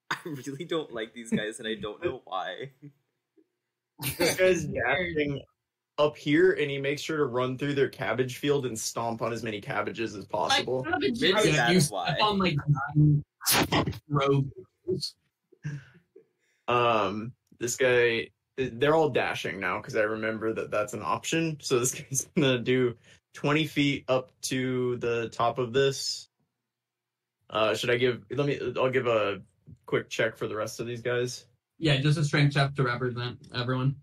S5: I really don't like these guys, and I don't know why.
S6: this guy's dashing up here and he makes sure to run through their cabbage field and stomp on as many cabbages as possible.
S2: Like, cabbage-
S5: Maybe
S3: Alright,
S5: that
S3: you
S5: is
S3: step
S5: why.
S3: on like nine rows.
S6: Um, this guy, they're all dashing now because I remember that that's an option. So this guy's gonna do 20 feet up to the top of this. Uh, should I give? Let me. I'll give a quick check for the rest of these guys.
S3: Yeah, just a strength check to represent everyone.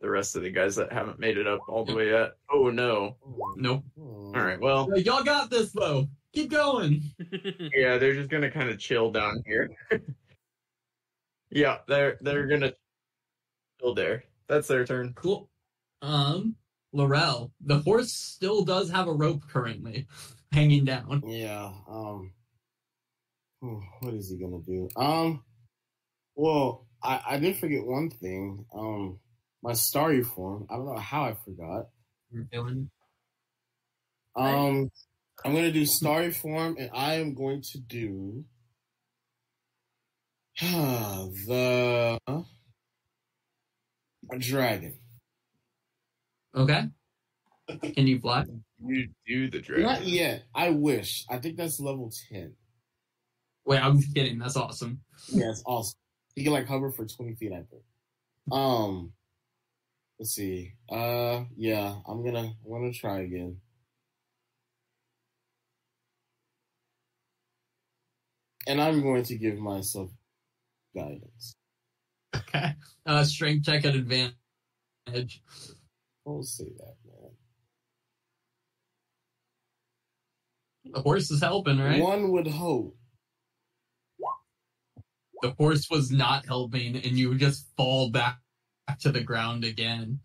S6: The rest of the guys that haven't made it up all the way yet. Oh no!
S3: Nope.
S1: All
S6: All right. Well,
S3: Yo, Y'all got this though. Keep going.
S6: Yeah, they're just gonna kind of chill down here. yeah, they're they're gonna chill there. That's their turn.
S3: Cool. Um, Laurel, the horse still does have a rope currently hanging down.
S1: Yeah. Um. hmm, What is he gonna do? Um. Well, I I did forget one thing. Um, my starry form. I don't know how I forgot. Um, I'm gonna do starry form, and I am going to do the dragon.
S3: Okay. Can you fly?
S6: you do the dragon?
S1: Not yet. I wish. I think that's level ten.
S3: Wait, I'm kidding. That's awesome.
S1: Yeah, it's awesome. You can like hover for twenty feet, I think. Um, let's see. Uh, yeah, I'm gonna I'm gonna try again. And I'm going to give myself guidance.
S3: Okay. Uh, strength check at advantage.
S1: We'll see that, man.
S3: The horse is helping, right?
S1: One would hope.
S3: The horse was not helping, and you just fall back to the ground again.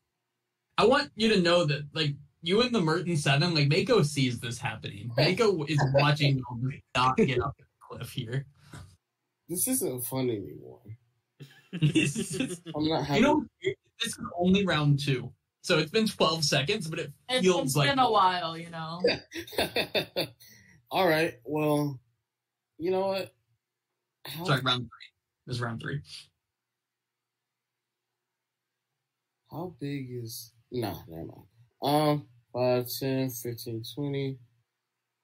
S3: I want you to know that, like, you and the Merton Seven, like, Mako sees this happening. Mako is watching you not get up the cliff here.
S1: This isn't fun anymore.
S3: you
S1: I'm not having.
S3: know, this is only round two. So it's been 12 seconds, but it
S2: It's,
S3: feels
S2: it's
S3: like
S2: been a while, you know.
S1: All right. Well, you know what? How,
S3: Sorry, round three. It was round three.
S1: how big is. Nah, never mind. Um, 5, 10, 15, 20,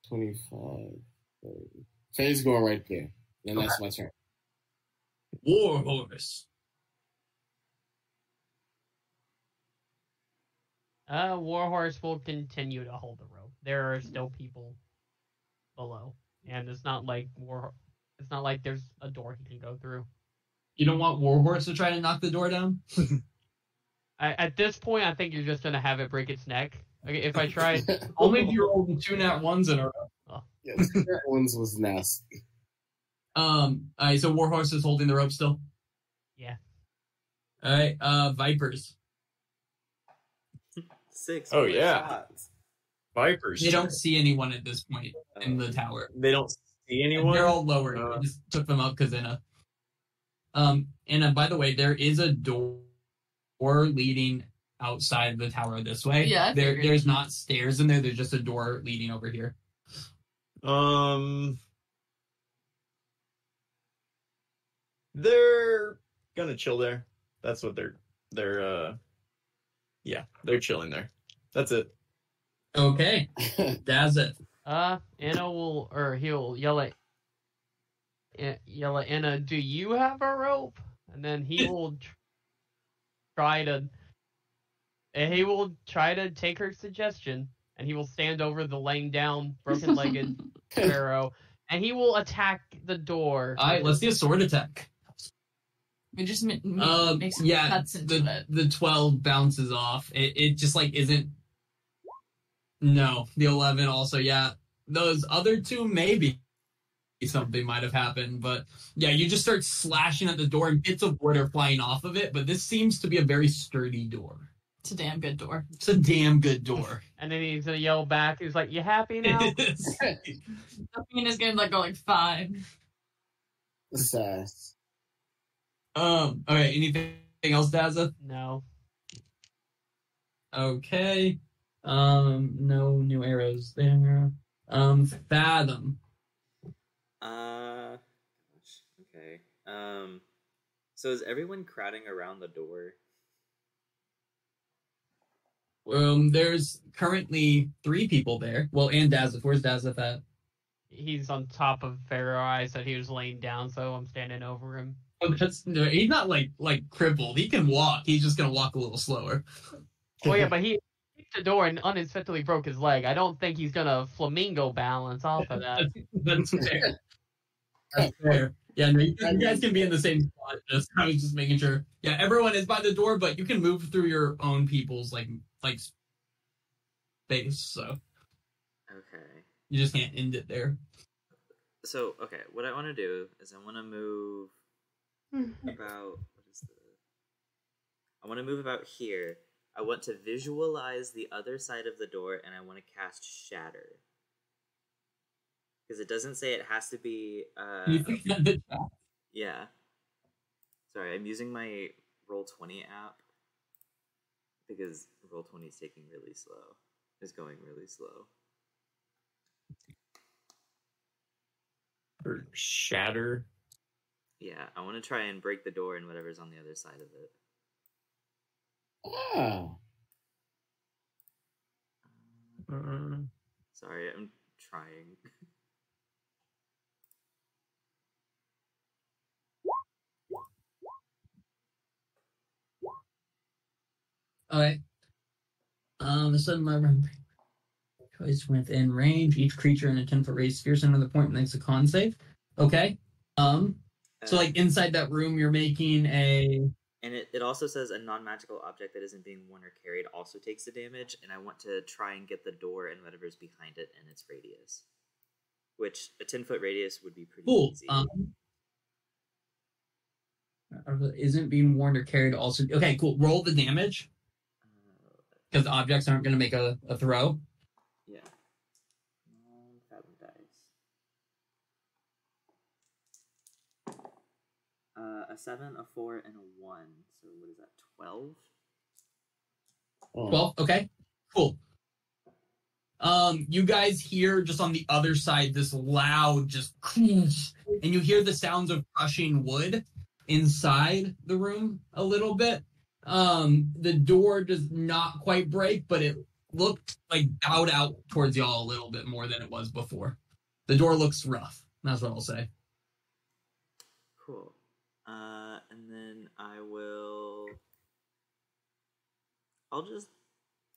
S1: 25, 30. Faye's going right there. And that's my turn.
S3: War horse.
S4: Uh, Warhorse will continue to hold the rope. There are still people below, and it's not like War. It's not like there's a door he can go through.
S3: You don't want Warhorse to try to knock the door down?
S4: I, at this point, I think you're just gonna have it break its neck. Okay, if I try,
S3: Only if you're holding two nat ones in a row.
S1: Yes, that one's was nasty.
S3: Um, all right, so Warhorse is holding the rope still?
S4: Yeah.
S3: All right, uh, Vipers.
S5: Six.
S6: Oh,
S5: more
S6: yeah.
S5: shots.
S6: Vipers.
S3: They don't see anyone at this point in
S5: Uh,
S3: the tower.
S6: They don't see
S3: And
S6: anyone.
S3: They're all lower.
S6: Uh.
S3: I just took them up because Inna. Um, and uh, by the way, there is a door leading outside the tower this way.
S2: Yeah, I
S3: There,
S2: figured.
S3: there's not stairs in there. There's just a door leading over here.
S6: Um, they're gonna chill there. That's what they're they're uh, yeah, they're chilling there. That's it.
S3: Okay, that's it.
S4: uh, Anna will or he'll yell at eh, yell at Anna. Do you have a rope? And then he will tr- try to. And he will try to take her suggestion, and he will stand over the laying down, broken-legged Pharaoh, and he will attack the door.
S3: All right, let's see a sword attack.
S2: It just ma- ma-
S3: Um,
S2: makes
S3: yeah,
S2: cuts into
S3: the
S2: it.
S3: the twelve bounces off. It it just like isn't. No, the eleven also. Yeah, those other two maybe something might have happened, but yeah, you just start slashing at the door and bits of wood are flying off of it. But this seems to be a very sturdy door.
S2: It's a damn good door.
S3: It's a damn good door.
S4: And then he's gonna yell back. He's like, "You happy now?"
S3: It's-
S2: Delphine is gonna like go like five.
S1: Sass.
S3: um. All right. Anything else, Daza?
S4: no.
S3: Okay. Um. No new arrows there. Um. Fathom.
S5: Uh, gosh, okay. Um, so is everyone crowding around the door?
S3: Um, there's currently three people there. Well, and Dazif. Where's Dazif at?
S4: He's on top of Pharaoh. I said he was laying down, so I'm standing over him.
S3: Oh, that's no, he's not like like crippled. He can walk. He's just gonna walk a little slower.
S4: Oh yeah, but he kicked the door and unintentionally broke his leg. I don't think he's gonna flamingo balance off of that.
S3: That's fair. That's fair. Yeah, no, you, you guys can be in the same spot. Just I was just making sure. Yeah, everyone is by the door, but you can move through your own people's like like space. So
S5: Okay.
S3: you just can't end it there.
S5: So okay, what I want to do is I want to move about what is the? I want to move about here. I want to visualize the other side of the door, and I want to cast Shatter. Because it doesn't say it has to be. Uh,
S3: You can end it.
S5: Yeah. Sorry, I'm using my Roll20 app because Roll20 is taking really slow. Is going really slow.
S6: Or shatter.
S5: Yeah, I want to try and break the door and whatever's on the other side of it.
S1: Ah.
S5: Um,
S6: Uh,
S5: Sorry, I'm trying.
S3: Okay. Um, the sudden labyrinth choice within range. Each creature in a 10 foot radius fears another point and makes a con save. Okay. Um, so
S5: Uh,
S3: like inside that room, you're making a.
S5: and it, it also says a non-magical object that isn't being worn or carried also takes the damage and i want to try and get the door and whatever's behind it and its radius which a 10 foot radius would be pretty
S3: Cool.
S5: easy
S3: Um, uh, isn't being warned or carried also. Okay, cool. Roll the damage
S5: Uh,
S3: because the objects aren't going to make a, a throw.
S5: yeah Nine fathom dice. Uh, a seven, a four, and a one. So what is that? Twelve.
S3: 12 okay cool um you guys hear just on the other side this loud just crunch, and you hear the sounds of crushing wood inside the room a little bit um the door does not quite break but it looked like bowed out towards y'all a little bit more than it was before the door looks rough that's what i'll say
S5: Cool. Uh, and then I will. I'll just.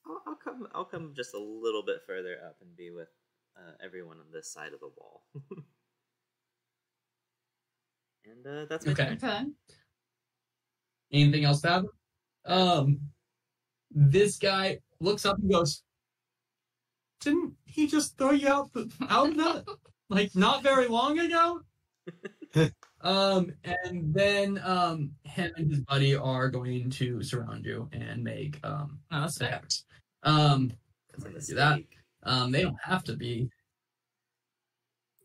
S5: I'll, I'll come. I'll come just a little bit further up and be with uh, everyone on this side of the wall. and uh, that's my
S3: Okay.
S5: turn.
S2: Okay.
S3: Anything else, Tab? Um, this guy looks up and goes, "Didn't he just throw you out the, out the like not very long ago?" um, and then um, him and his buddy are going to surround you and make um
S2: No, that's fair.
S3: attacks. Um,
S5: That's a
S3: Do that.
S5: mistake.
S3: um, they don't have to be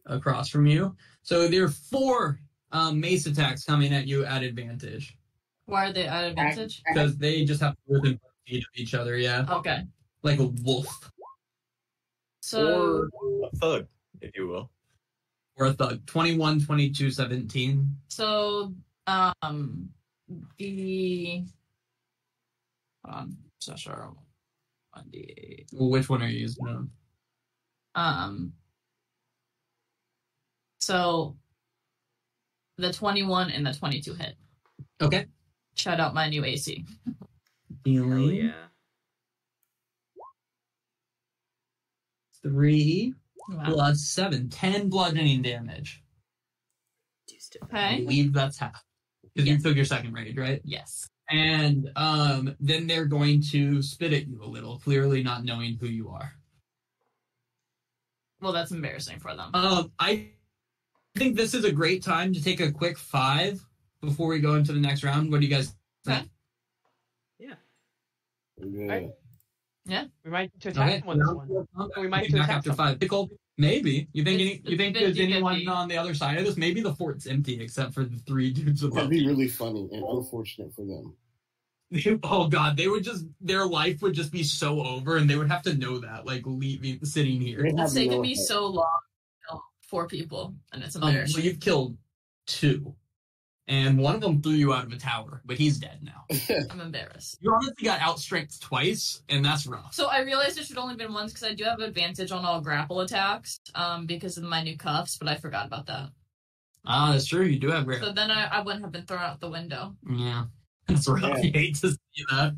S3: across from you. So there are four um, mace attacks coming at you at advantage.
S2: Why are they at advantage?
S3: because they just have to be within five feet of each other. Yeah,
S2: Okay.
S3: like a wolf
S2: So
S6: or a thug, if you will.
S3: or a thug. 21, 22, 17.
S2: so um the hold on, Sasha one D
S3: Well, Which one are you using? Um,
S2: um so the twenty one and the twenty two hit.
S3: Okay.
S2: Shout out my new AC.
S5: Hell
S3: Healing.
S5: yeah!
S3: Three
S2: Wow.
S3: plus seven. Ten bludgeoning damage.
S5: Deuce to
S3: I
S2: Okay.
S3: believe that's half. Because you took your second rage, right?
S2: Yes.
S3: And um, then they're going to spit at you a little, clearly not knowing who you are.
S2: Well that's embarrassing for them.
S3: Um, I think this is a great time to take a quick five before we go into the next round. What do you guys
S1: Yeah.
S4: We might to attack
S3: Okay.
S4: one this one. So we might
S3: Maybe
S4: do
S3: back
S4: attack
S3: after
S4: something.
S3: five. Pickle, maybe. You think any,
S2: It's-
S3: you think
S2: it's
S3: there's anyone
S2: 50-50.
S3: on the other side of this? Maybe the fort's empty except for the three dudes
S1: That'd
S3: above.
S1: be really funny and unfortunate for them.
S3: oh god, they would just their life would just be so over, and they would have to know that, like leaving sitting here.
S1: They
S2: It's
S1: have
S2: taken
S1: no
S2: me
S1: effect.
S2: so long to kill four people and it's
S3: Um, so
S2: embarrassing.
S3: you've killed two, and one of them threw you out of a tower, but he's dead now.
S2: I'm embarrassed.
S3: You honestly got outstrength twice, and that's rough.
S2: So I realized it should only been once because I do have advantage on all grapple attacks um, because of my new cuffs, but I forgot about that.
S3: Ah, that's true. You do have rare.
S2: So then I, I wouldn't have been thrown out the window.
S3: Yeah, that's rough.
S1: Yeah.
S3: You hate to see that.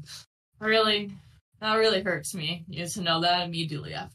S2: Really, that really hurts me you to know that immediately after.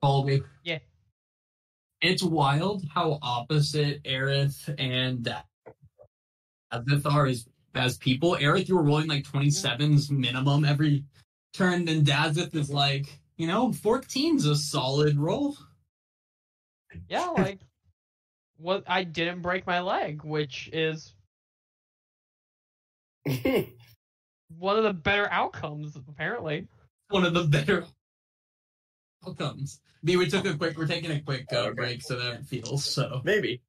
S3: Follow me.
S4: Yeah.
S3: It's wild how opposite Aerith and Avith are as, as people. Aerith, you were rolling like 27s minimum every turn, then Dazith is like, you know, 14's a solid roll.
S4: Yeah, like what I didn't break my leg, which is one of the better outcomes apparently.
S3: One of the better outcomes. I mean, we took a quick, we're taking a quick uh,
S6: Okay.
S3: break, so that it feels so.
S6: Maybe.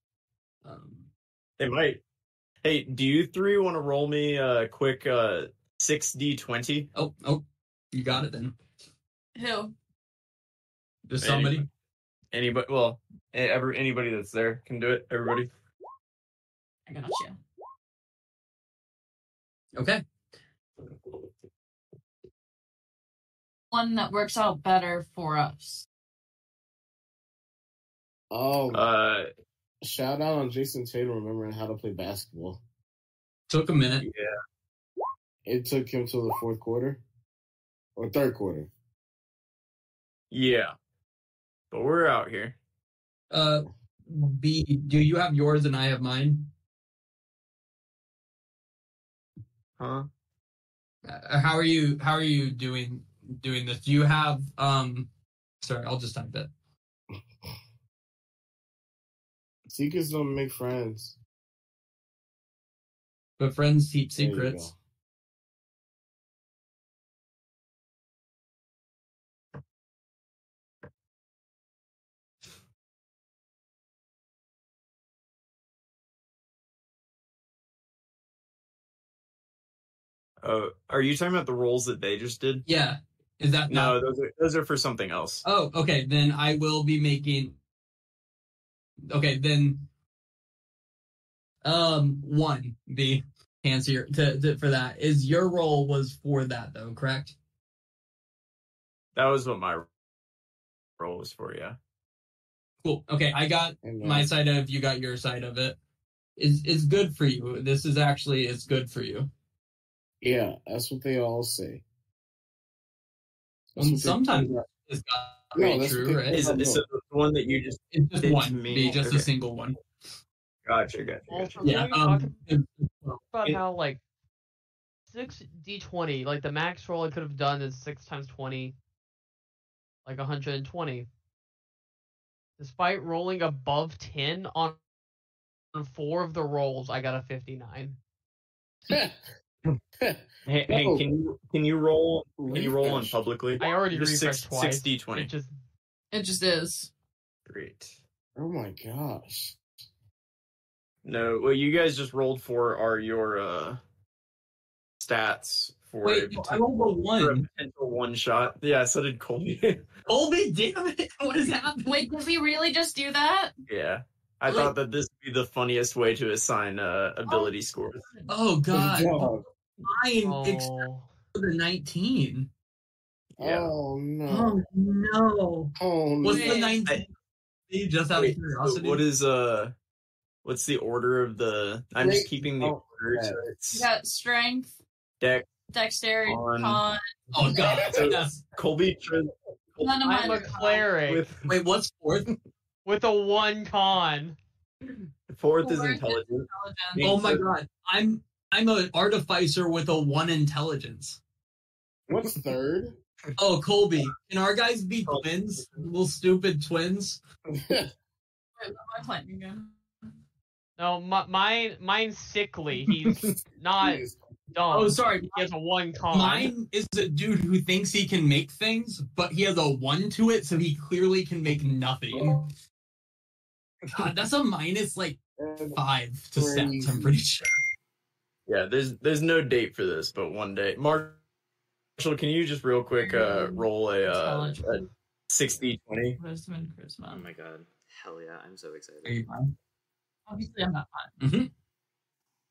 S3: Um,
S6: They might. Hey, do you three want to roll me a quick uh 6d20?
S3: oh, oh, you got it then.
S2: Who?
S3: Just somebody.
S6: Anybody? Well, e- every anybody that's there can do it. Everybody.
S2: I got you.
S3: Okay.
S2: One that works out better for us.
S1: Oh,
S6: Uh,
S1: shout out on Jason Tatum remembering how to play basketball.
S3: Took a minute.
S1: It took him till the fourth quarter or third quarter.
S6: yeah. But we're out here.
S3: Uh, B, do you have yours and I have mine?
S6: Huh?
S3: Uh, how are you? How are you doing? Doing this? Do you have? Um, sorry, I'll just type it.
S1: Seekers don't make friends.
S3: But friends keep
S1: There you
S3: secrets.
S1: go.
S6: Oh, are you talking about the rolls that they just did?
S3: Yeah. Is that
S6: No,
S3: not?
S6: those are those are for something else.
S3: Oh, okay. Then I will be making. Okay, then. Um, one the answer to, to for that is your role was for that though, correct?
S6: That was what my roll was for. Yeah.
S3: Cool. Okay, I got
S1: And, uh,
S3: my side of you got your side of it. Is is good for you. This is actually it's good for you.
S1: yeah, that's what they all say. what
S3: And
S1: they-
S3: sometimes It's not
S1: No,
S3: really
S1: that's
S3: true,
S1: good.
S3: right?
S6: Is,
S1: It's-
S6: is it the one that you just
S3: It's just
S6: it's
S3: one,
S6: me.
S3: be just
S6: Okay.
S3: a single one.
S6: gotcha? Gotcha. gotcha.
S4: Also,
S3: Yeah.
S4: we were
S3: Um,
S4: talking about how like six d twenty, like the max roll I could have done is six times twenty, like hundred and twenty. Despite rolling above ten on on four of the rolls, I got a fifty nine.
S6: Hey, hey,
S1: No.
S6: can you can you roll can you roll one
S1: Refresh.
S6: publicly?
S4: I already
S6: Just
S4: refreshed
S6: six
S4: twice.
S6: six d
S4: It
S6: twenty.
S4: just
S2: It just is.
S6: Great.
S1: Oh my gosh.
S6: No, well, you guys just rolled for are your uh stats for a
S3: Wait, no, I
S6: potential,
S3: rolled a
S6: for a
S3: one.
S6: potential one shot. Yeah, so did Colby.
S3: Colby, damn it! What is happening?
S2: Wait, did we really just do that?
S6: yeah, I
S3: Like-
S6: thought that this would be the funniest way to assign uh, ability scores.
S3: Oh god,
S1: Dog.
S3: mine except
S4: oh,
S3: for the nineteen.
S6: Yeah.
S1: Oh no.
S3: Oh no!
S1: Oh
S3: What's
S1: no.
S3: the
S2: Wait,
S3: nineteen? Just out of
S6: Wait, so
S3: curiosity,
S6: what is uh, what's the order of the? I'm just
S1: Wait,
S6: keeping the
S1: oh,
S6: order.
S1: yeah.
S6: So it's
S2: You got strength,
S6: Dex,
S2: dexterity,
S6: Con.
S2: con.
S3: oh god!
S6: So-
S3: yes.
S6: Colby, Trin-
S2: None of
S4: Oh,
S2: mine
S4: I'm a
S2: are
S4: cleric with,
S6: with
S3: Wait, what's fourth?
S4: a one con.
S6: fourth is
S2: Fourth is-
S6: intelligence.
S2: con.
S6: Thanks,
S3: Oh my
S6: sir.
S3: god, I'm I'm an artificer with a one intelligence.
S1: What's third?
S3: Oh, Colby, can our guys be
S6: Oh.
S3: twins? Little stupid twins.
S2: Wait, what am I playing again?
S4: No, my, mine mine's sickly. He's not
S1: Jeez.
S4: dumb.
S3: Oh, sorry,
S4: He has a one con.
S3: mine is a dude who thinks he can make things, but he has a one to it, so he clearly can make
S6: Oh.
S3: nothing. God, that's a minus like
S1: And
S3: five to stats. I'm pretty sure.
S6: Yeah, there's there's no date for this, but one day. Marshall, can you just real quick uh, roll a, uh, a
S2: Intelligence.
S6: 60 20?
S2: Wisdom and
S5: Oh
S2: charisma.
S5: my god. Hell yeah, I'm so excited.
S3: Are you fine?
S2: Obviously, I'm not fine.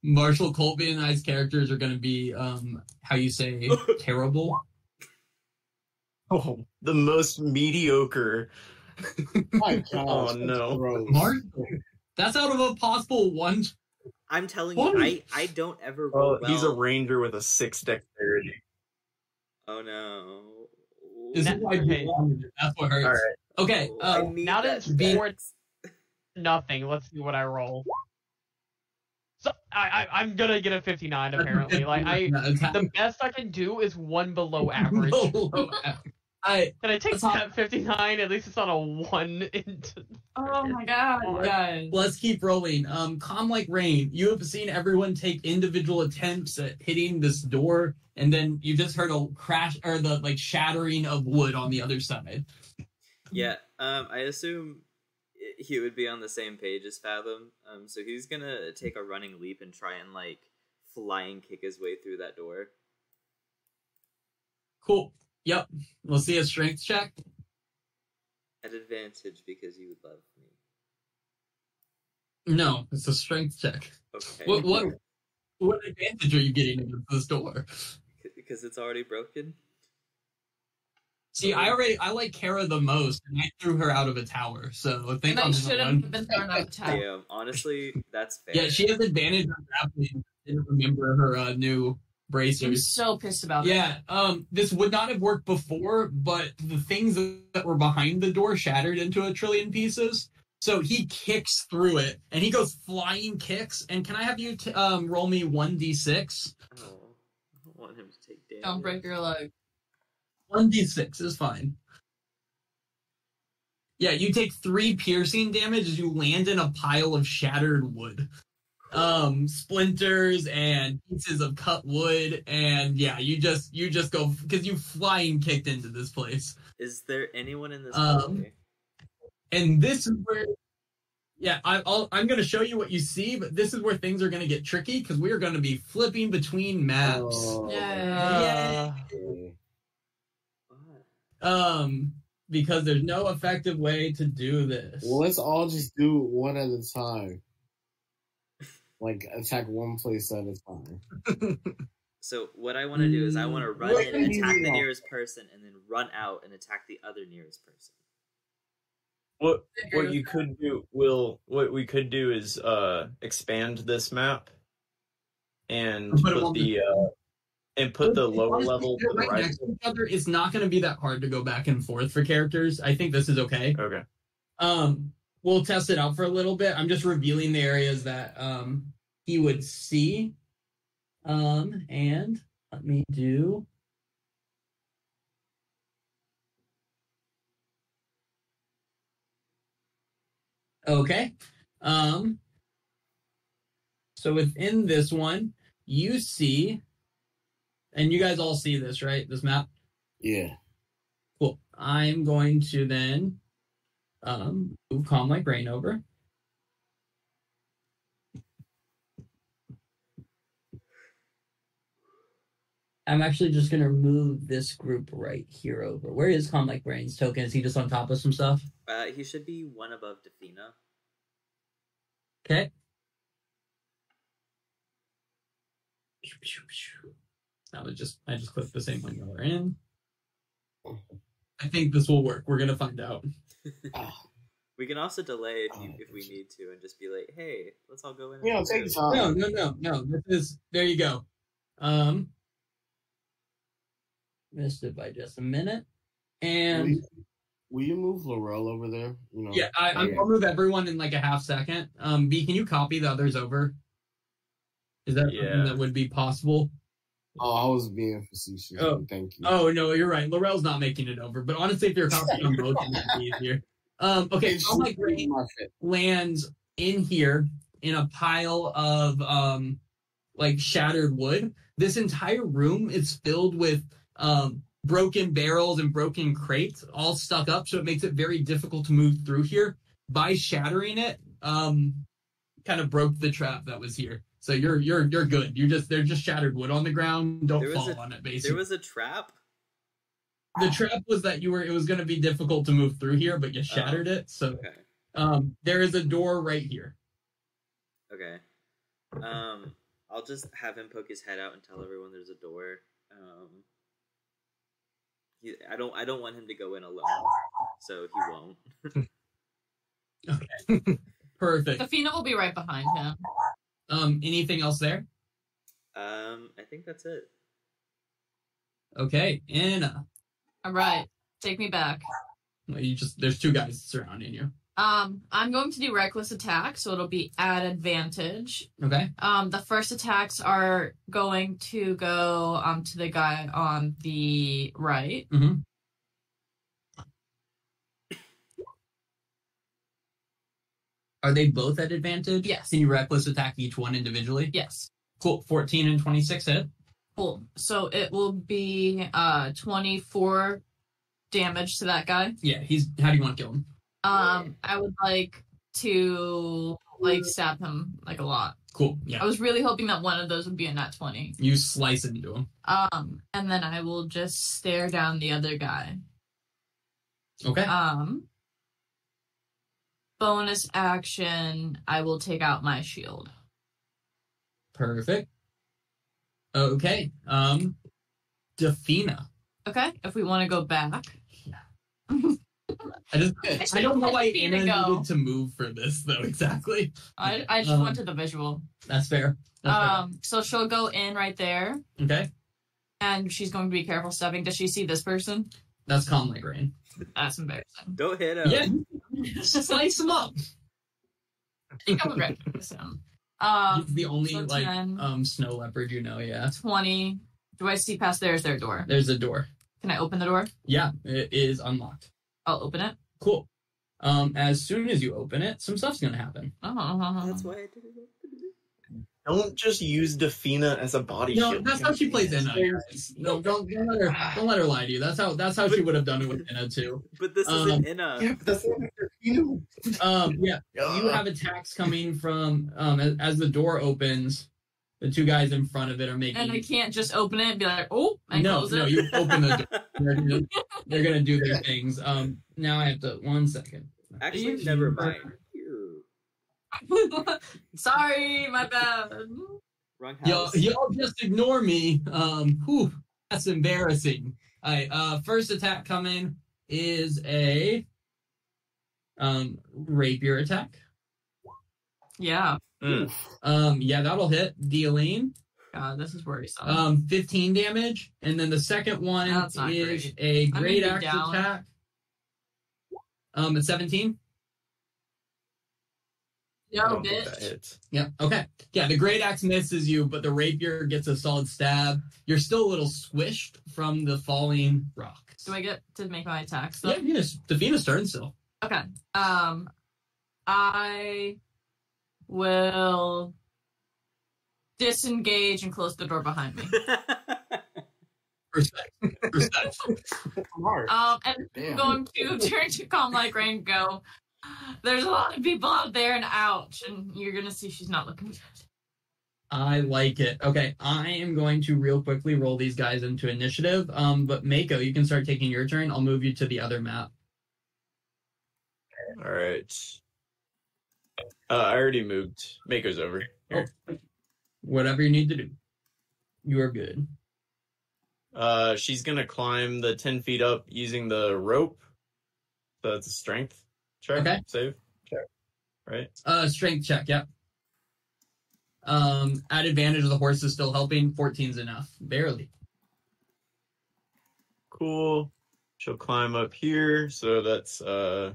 S3: Marshall Colby and I's characters are going to be um how you say terrible.
S6: Oh, the most mediocre.
S1: my gosh.
S6: Oh,
S1: that's
S6: no.
S1: gross.
S3: Marshall, that's out of a possible one
S5: I'm telling
S3: What?
S5: you, I, I don't ever roll
S3: Oh,
S6: Well, he's a
S5: well.
S6: ranger with a six dexterity.
S5: Oh no.
S3: This
S4: Nah,
S3: is why
S4: okay.
S3: people- that's what hurts.
S6: All right,
S3: Okay.
S5: Ooh, I
S3: Uh,
S5: need
S4: now that it's
S5: that
S3: be-
S5: back.
S4: Nothing. Let's see what I roll. So I, I I'm gonna get a 59 apparently. Like I the best I can do is one below average.
S3: Below average. I
S4: Can I take
S3: That's not-
S4: that 59? At least it's on a one. Into...
S2: Oh my god, guys.
S3: let's keep rolling. Um, calm like rain. You have seen everyone take individual attempts at hitting this door, and then you just heard a crash or the like shattering of wood on the other side.
S5: Yeah, um, I assume i- he would be on the same page as Fathom. Um, so he's gonna take a running leap and try and like flying kick his way through that door.
S3: Cool. Yep. We'll see a strength check.
S5: At advantage because you love me.
S3: No, it's a strength check.
S5: Okay.
S3: What what what advantage are you getting against this door?
S5: Because it's already broken.
S3: See, I already I like Kara the most, and I threw her out of a tower. So I think
S2: And I
S3: I'm the
S2: shouldn't
S3: one.
S2: have been thrown out of town.
S5: Damn. Honestly, that's fair.
S3: Yeah, she has advantage on grappling. I Didn't remember her uh, new
S2: I'm
S3: bracers.
S2: so pissed about it.
S3: Yeah, um, this would not have worked before, but the things that were behind the door shattered into a trillion pieces. So he kicks through it, and he goes flying kicks. And can I have you t- um, roll me one d six?
S5: Oh, I don't want him to take damage.
S2: Don't break your leg.
S3: One d six is fine. Yeah, you take three piercing damage as you land in a pile of shattered wood, um, splinters and pieces of cut wood, and yeah, you just you just go because you flying kicked into this place.
S5: Is there anyone in this
S3: Um,
S5: hallway?
S3: and this is where yeah I, I'll, i'm going to show you what you see but this is where things are going to get tricky because we are going to be flipping between
S1: Oh,
S3: maps
S2: Yeah.
S4: Uh,
S5: What?
S3: um because there's no effective way to do this
S1: Well, let's all just do it one at a time. Like attack one place at a time.
S5: So what I want to do is I want to run
S1: What
S5: in,
S1: do you
S5: attack the
S1: want?
S5: nearest person, and then run out and attack the other nearest person.
S6: What what you could do will what we could do is uh expand this map and
S3: Put it
S6: put
S3: on
S6: the uh and put the lower
S3: Honestly,
S6: level to
S3: they're
S6: the
S3: right
S6: right.
S3: next to each other it's not going to be that hard to go back and forth for characters i think this is okay
S6: Okay.
S3: um we'll test it out for a little bit i'm just revealing the areas that um he would see um and let me do okay um so within this one you see and you guys all see this right this map
S1: Yeah.
S3: Cool. I'm going to then um, move Calm Like Rain over. I'm actually just going to move this group right here over. Where is Calm Like Rain's token? Is he just on top of some stuff?
S5: Uh, he should be one above Defina.
S3: Okay. That was just, I just clicked the same one you were in. I think this will work. We're going to find out.
S1: Ah,
S5: We can also delay if, you,
S1: Oh,
S5: if we
S1: gotcha.
S5: need to and just be like, hey, let's all go in.
S1: You know,
S5: and
S1: take your
S5: do
S1: time.
S3: No, no, no, no. This is there. You go. Um, missed it by just a minute.
S1: will,
S3: And
S1: you, will you move Laurel over there? You know.
S3: yeah, I, I'm, I'll move everyone in like a half second. Um, B, can you copy the others over? Is that
S6: Yeah.
S3: something that would be possible?
S1: Oh, I was being facetious.
S3: Oh.
S1: Thank you.
S3: Oh no, you're right. Laurel's not making it over. But honestly, if you're copying on both, it would be easier. Um, okay,
S1: It's
S3: I'm like
S1: just my fit.
S3: lands in here in a pile of um like shattered wood. This entire room is filled with um broken barrels and broken crates all stuck up, so it makes it very difficult to move through here. By shattering it, um kind of broke the trap that was here. So you're you're you're good. You're just they're just shattered wood on the ground. Don't
S5: There was
S3: fall
S5: a-
S3: on it
S5: it.
S3: basically
S5: There was a trap.
S3: the trap was that you were it was going to be difficult to move through here but you
S5: Uh-huh.
S3: shattered it so
S5: Okay.
S3: um there is a door right here
S5: Okay. Um, I'll just have him poke his head out and tell everyone there's a door. Um, he, I don't. I don't want him to go in alone, so he won't.
S3: perfect
S2: The Fina will be right behind him.
S3: um anything else there
S5: Um, I think that's it.
S3: okay anna
S2: All right. Take me back.
S3: Like, You just there's two guys surrounding you.
S2: Um, I'm going to do reckless attack, so it'll be at advantage.
S3: Okay.
S2: Um, the first attacks are going to go um to the guy on the right.
S3: Mhm. Are they both at advantage?
S2: Yes.
S3: Can you reckless attack each one individually?
S2: Yes.
S3: Cool. 14 and 26 hit.
S2: Cool. So it will be uh 24 damage to that guy.
S3: Yeah. He's. How do you want to kill him?
S2: Um, I would like to like stab him like a lot.
S3: Cool. Yeah.
S2: I was really hoping that one of those would be a nat 20.
S3: You slice into him.
S2: Um, and then I will just stare down the other guy.
S3: Okay.
S2: Um, bonus action, I will take out my shield.
S3: Perfect. Okay. Um, Defina.
S2: Okay, if we want to go back.
S3: I just.
S2: I
S3: I don't know why
S2: should let Defina
S3: Anna
S2: go.
S3: needed to move for this though. Exactly.
S2: I, I just
S3: Um,
S2: wanted the visual.
S3: That's fair. That's
S2: Um, so she'll go in right there,
S3: fair. Okay.
S2: and she's going to be careful stepping. Does she see this person?
S3: That's calm like rain.
S2: That's embarrassing.
S5: Don't hit him.
S3: Yeah. slice him up.
S2: I think I would recognize him. Um,
S3: He's the only
S2: so
S3: like
S2: 10.
S3: um snow leopard you know. Yeah.
S2: 20. Do I see past there? Is there a door?
S3: There's a door.
S2: Can I open the door?
S3: Yeah. It is unlocked.
S2: I'll open it.
S3: Cool. Um, as soon as you open it, some stuff's gonna happen.
S2: Oh,
S5: That's why I did it.
S6: Don't just use Defina as a body
S3: No,
S6: shield.
S3: that's how she plays Enna. guys. No, don't don't let her don't let her lie to you. That's how that's how she would have done it with Enna too.
S5: But this
S3: Um,
S5: isn't in a.
S6: but that's not Defina.
S3: Um, yeah, you have attacks coming from um as, as the door opens. The two guys in front of it are making.
S2: And I can't just open it and be like, oh, and
S3: no,
S2: close
S3: no,
S2: it.
S3: you open the door. They're gonna, they're gonna do their things. Um, now I have to. One second.
S5: Actually,
S2: You-
S5: never mind. Ew.
S2: Sorry, my bad.
S5: Wrong
S3: Y'all,
S5: house.
S3: y'all just ignore me. Um, whew, that's embarrassing. All right, uh, first attack coming is a um rapier attack.
S2: Yeah.
S6: Hmm,
S3: Um, yeah, that'll hit, dealing
S2: God, this is worrisome.
S3: um 15 damage, and then the second one
S2: That's not
S3: is
S2: great.
S3: a
S2: gonna
S3: great
S2: be
S3: axe
S2: down.
S3: attack. Um, at 17.
S6: I
S2: no,
S6: don't think that
S2: bitch.
S6: hits.
S3: Yeah. Okay. Yeah, the great axe misses you, but the rapier gets a solid stab. You're still a little squished from the falling rocks.
S2: Do I get to make my attacks
S3: Yeah,
S2: though?
S3: Venus. The Venus turn still.
S2: Okay. Um, I will disengage and close the door behind me.
S3: Respect. Respect.
S6: Smart.
S2: Um, and I'm
S6: Damn.
S2: going to turn to calm like rain. and Go. There's a lot of people out there, and ouch. And you're gonna see she's not looking good.
S3: I like it. Okay, I am going to real quickly roll these guys into initiative. Um, but Mako, you can start taking your turn. I'll move you to the other map.
S6: All right. Uh, I already moved. Maker's over. Here.
S3: Whatever you need to do. You are good.
S6: Uh, she's gonna climb the ten feet up using the rope. So that's a strength check.
S3: Okay.
S6: Save. Check. Right.
S3: Uh, strength check. Yep. Um, at advantage, the horse is still helping. 14's enough, barely.
S6: Cool. She'll climb up here. So that's uh,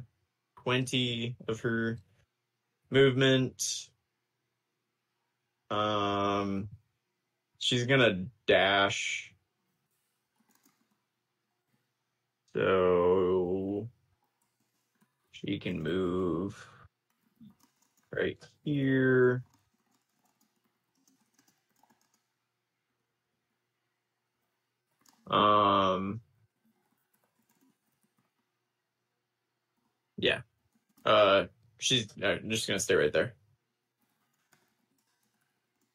S6: twenty of her movement. Um, she's gonna dash. So she can move right here. Um, yeah. Uh, she's uh, just gonna stay right there.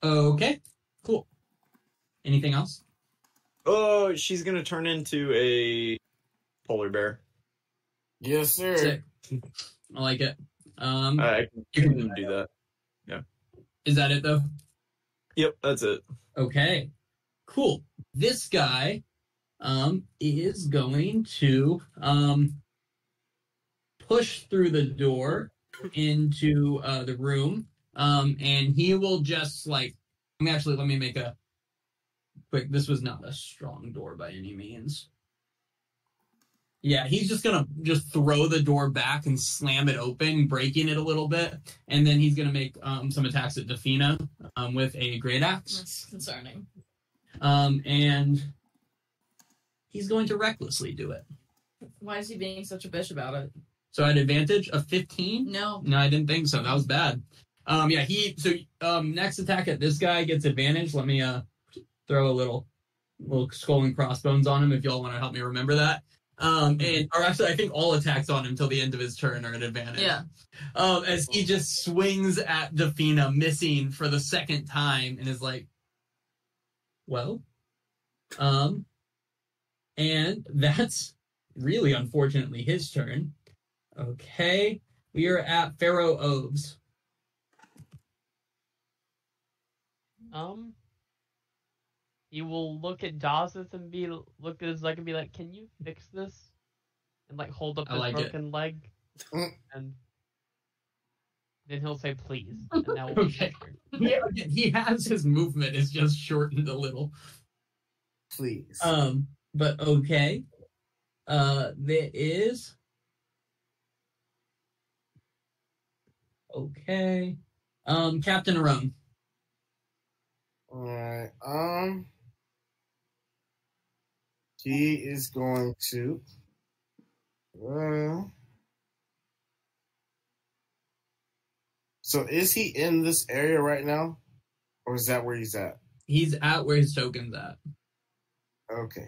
S3: Okay. Cool. Anything else?
S6: Oh, she's gonna turn into a polar bear.
S1: Yes, sir.
S3: Sick. I like it. Um,
S6: I
S3: you can do
S6: can do that.
S3: Is that it though?
S6: Yep, that's it.
S3: Okay. Cool. This guy um is going to um push through the door into uh the room. Um and he will just like I mean, actually let me make a quick this was not a strong door by any means. Yeah, he's just gonna just throw the door back and slam it open, breaking it a little bit, and then he's gonna make um, some attacks at Defina um, with a great axe,
S2: That's concerning.
S3: um, and he's going to recklessly do it.
S2: Why is he being such a bitch about it?
S3: So at advantage of fifteen.
S2: No.
S3: No, I didn't think so. That was bad. Um, yeah, he. So um, next attack at this guy gets advantage. Let me uh throw a little little skull and crossbones on him if y'all want to help me remember that. Um, and or actually, I think all attacks on him till the end of his turn are at advantage.
S2: Yeah.
S3: Um, as he just swings at Defina, missing for the second time, and is like, "Well, um, and that's really unfortunately his turn." Okay, we are at Pharaoh Oves.
S4: Um, he will look at Dawson and be look at his leg and be like, "Can you fix this?" And like hold up
S3: I
S4: his
S3: like it.
S4: broken leg, and then he'll say, "Please," and that will be his
S3: Okay.
S4: turn.
S3: Yeah, again, he has his movement is just shortened a little.
S1: Please.
S3: Um, but okay. Uh, there is. Okay. Um, Captain Aron.
S1: All right. Um, he is going to. Uh, so is he in this area right now, or is that where he's at?
S3: He's at where his token's at.
S1: Okay.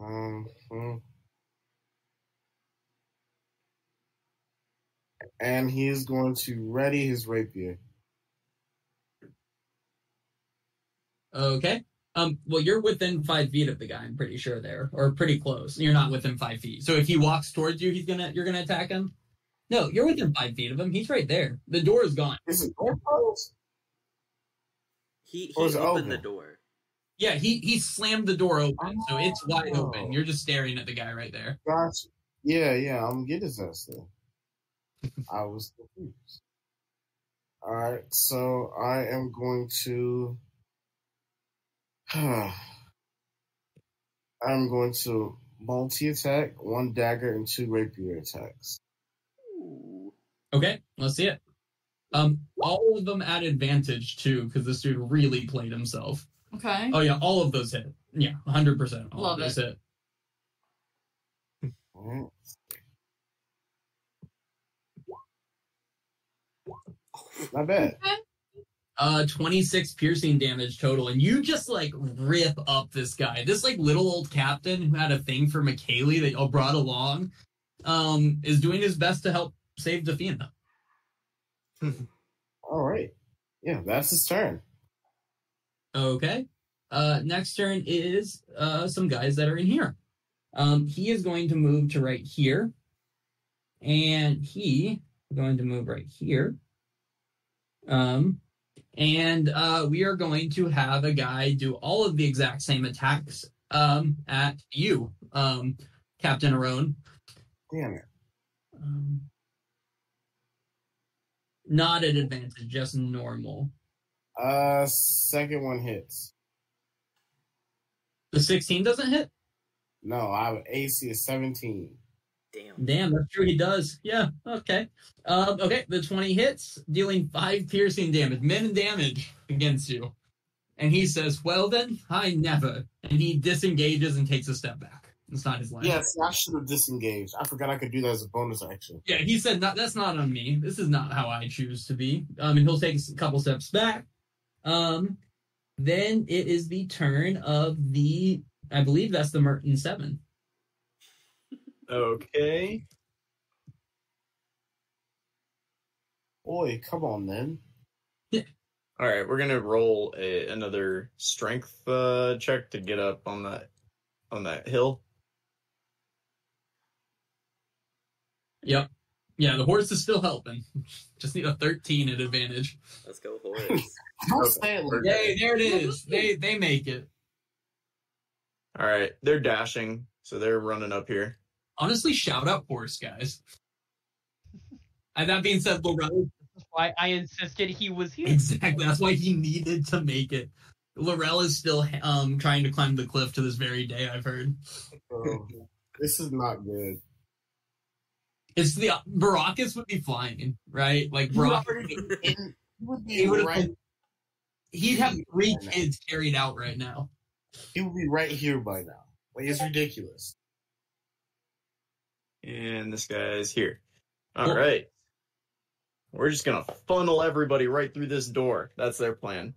S1: Um. hmm. And he is going to ready his rapier.
S3: Okay. Um, well, you're within five feet of the guy. I'm pretty sure there, or pretty close. You're not within five feet. So if he walks towards you, he's gonna you're gonna attack him. No, you're within five feet of him. He's right there. The door is gone.
S1: Is it door closed?
S5: He he
S1: Or is
S5: opened
S1: it
S5: the
S1: open?
S5: door.
S3: Yeah, he he slammed the door open, so it's wide
S1: Oh.
S3: open. You're just staring at the guy right there.
S1: Gotcha. Yeah, yeah, I'm getting his ass there. I was confused. Alright, so I am going to I'm going to multi attack, one dagger and two rapier attacks.
S5: Ooh.
S3: Okay, let's see it. Um, all of them at advantage too, because this dude really played himself.
S2: Okay.
S3: Oh yeah, all of those hit. Yeah, hundred percent. All
S2: Love
S3: of those hit.
S1: Alright. Not bad.
S3: Uh, twenty six piercing damage total, and you just like rip up this guy. This like little old captain who had a thing for McKaylee that y'all brought along, um, is doing his best to help save Defina.
S1: Alright. Yeah, that's his turn.
S3: Okay. Uh, next turn is uh, some guys that are in here. Um, he is going to move to right here, and he is going to move right here. Um, and uh, we are going to have a guy do all of the exact same attacks um, at you, um, Captain Aron.
S1: Damn it.
S3: Um, not at advantage, just normal.
S1: Uh second one hits.
S3: The 16 doesn't hit.
S1: No, I have AC is seventeen.
S5: Damn.
S3: Damn, that's true. He does. Yeah. Okay. Um, okay. The 20 hits, dealing five piercing damage, min damage against you. And he says, Well, then, I never. And he disengages and takes a step back. It's not his line.
S1: Yes, I should have disengaged. I forgot I could do that as a bonus action.
S3: Yeah. He said, not, That's not on me. This is not how I choose to be. Um, and he'll take a couple steps back. Um, then it is the turn of the, I believe that's the Merton 7.
S6: Okay.
S1: Boy, come on, then.
S6: All right, we're gonna roll a, another strength uh, check to get up on that on that hill.
S3: Yep. Yeah. The horse is still helping. Just need a 13 at advantage.
S5: Let's go horse.
S1: Don't
S6: Okay.
S1: say it like that.
S3: Yay, there it is. They they make it.
S6: All right, they're dashing, so they're running up here.
S3: Honestly, shout out horse guys. And that being said, Lorel
S4: That's why I insisted he was here.
S3: exactly that's why he needed to make it. Lorel is still um trying to climb the cliff to this very day, I've heard.
S1: So, This is not good.
S3: It's the Baracus would be flying, right? Like
S1: You
S3: Baracus,
S1: already- and He would be
S3: he would
S1: right.
S3: have. He'd have three kids carried out right now.
S1: He would be right here by now. Like it's ridiculous.
S6: And this guy's here. All
S3: Cool.
S6: right. We're just going to funnel everybody right through this door. That's their plan.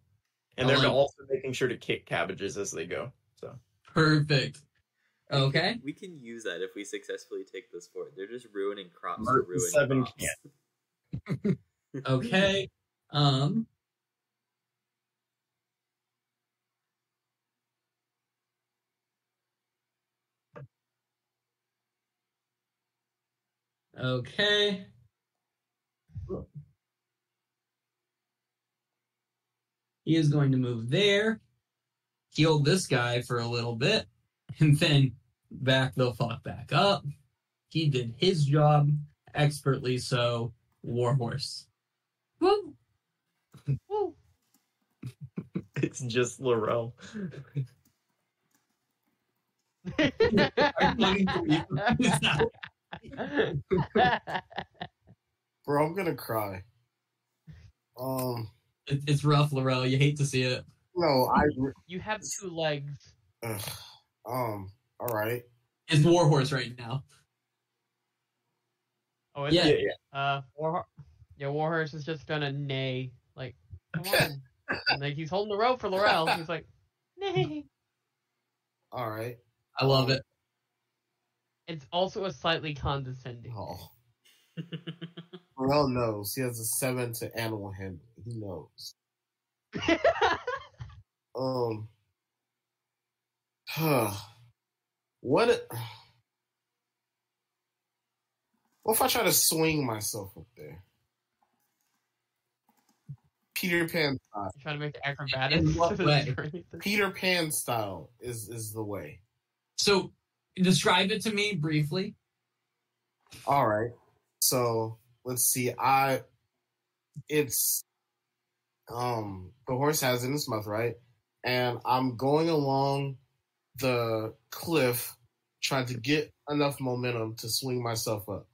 S3: I
S6: And they're
S3: like-
S6: also making sure to kick cabbages as they go. So,
S3: Perfect. Okay.
S5: We can use that if we successfully take this forward. They're just ruining crops.
S6: Mark
S5: to ruin
S6: seven
S5: crops.
S3: Okay. Um. Okay. He is going to move there, heal this guy for a little bit, and then back they'll fuck back up. He did his job expertly, so Warhorse.
S2: Woo.
S4: Woo.
S6: it's just Laurel.
S3: I'm coming for you. It's not-
S1: Bro, I'm gonna cry. Um
S3: it- it's rough, Laurel. You hate to see it.
S1: no, I
S4: you have two legs.
S1: ugh. um all right.
S3: It's Warhorse right now.
S4: Oh,
S3: Yeah.
S4: yeah. Uh, War- yeah, Warhorse is just gonna neigh. Like, come on. And, like, he's holding the rope for Laurel. He's like, nay.
S1: All right.
S3: I love it.
S4: It's also a slightly condescending.
S1: Oh. Morel knows. He has a seven to animal handling. He knows. Um huh. What What if I try to swing myself up there? Peter Pan style.
S4: trying to make the acrobatics.
S3: In what
S4: to the
S3: way?
S4: strength.
S1: Peter Pan style is is the way.
S3: So, describe it to me briefly.
S1: All right. So let's see. I it's um the horse has it in its mouth, right? And I'm going along the cliff trying to get enough momentum to swing myself up.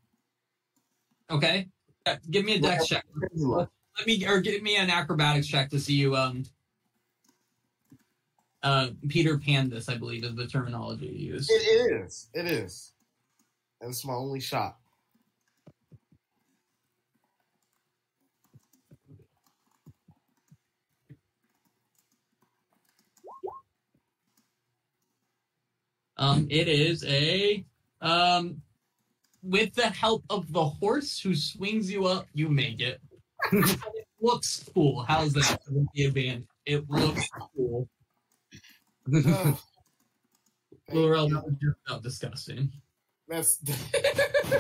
S3: Okay. Uh, Give me a dex check. Let me or give me an acrobatics check to see you. Um. Uh, Peter Pan. This, I believe, is the terminology you use.
S1: It is. It is. And it's my only shot.
S3: Um, it is a um, with the help of the horse who swings you up, you make it. it looks cool. How's that for the band? It looks cool.
S1: Ugh.
S3: Laurel, that was just about disgusting.
S1: That's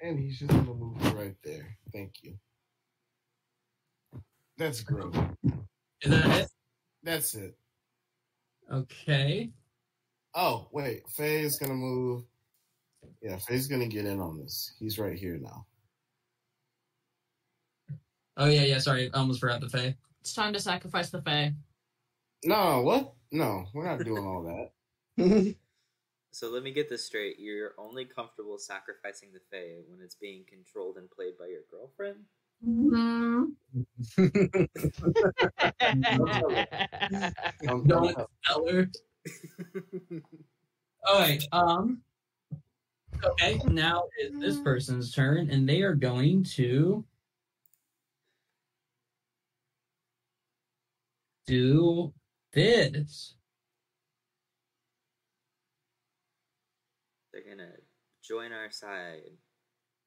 S1: And he's just gonna move it right there. Thank you. That's gross.
S3: Is that it?
S1: That's it.
S3: Okay.
S1: Oh, wait. Faye's gonna move. Yeah, Faye's gonna get in on this. He's right here now.
S3: Oh yeah, yeah. Sorry, I almost forgot the Fae.
S2: It's time to sacrifice the Fae.
S1: No, what? No, we're not doing all that.
S5: So let me get this straight. You're only comfortable sacrificing the Fae when it's being controlled and played by your girlfriend?
S1: No, no,
S3: Don't
S1: no.
S3: Eller. All right. Um. Okay. Now is this person's turn, and they are going to do this.
S5: They're gonna join our side.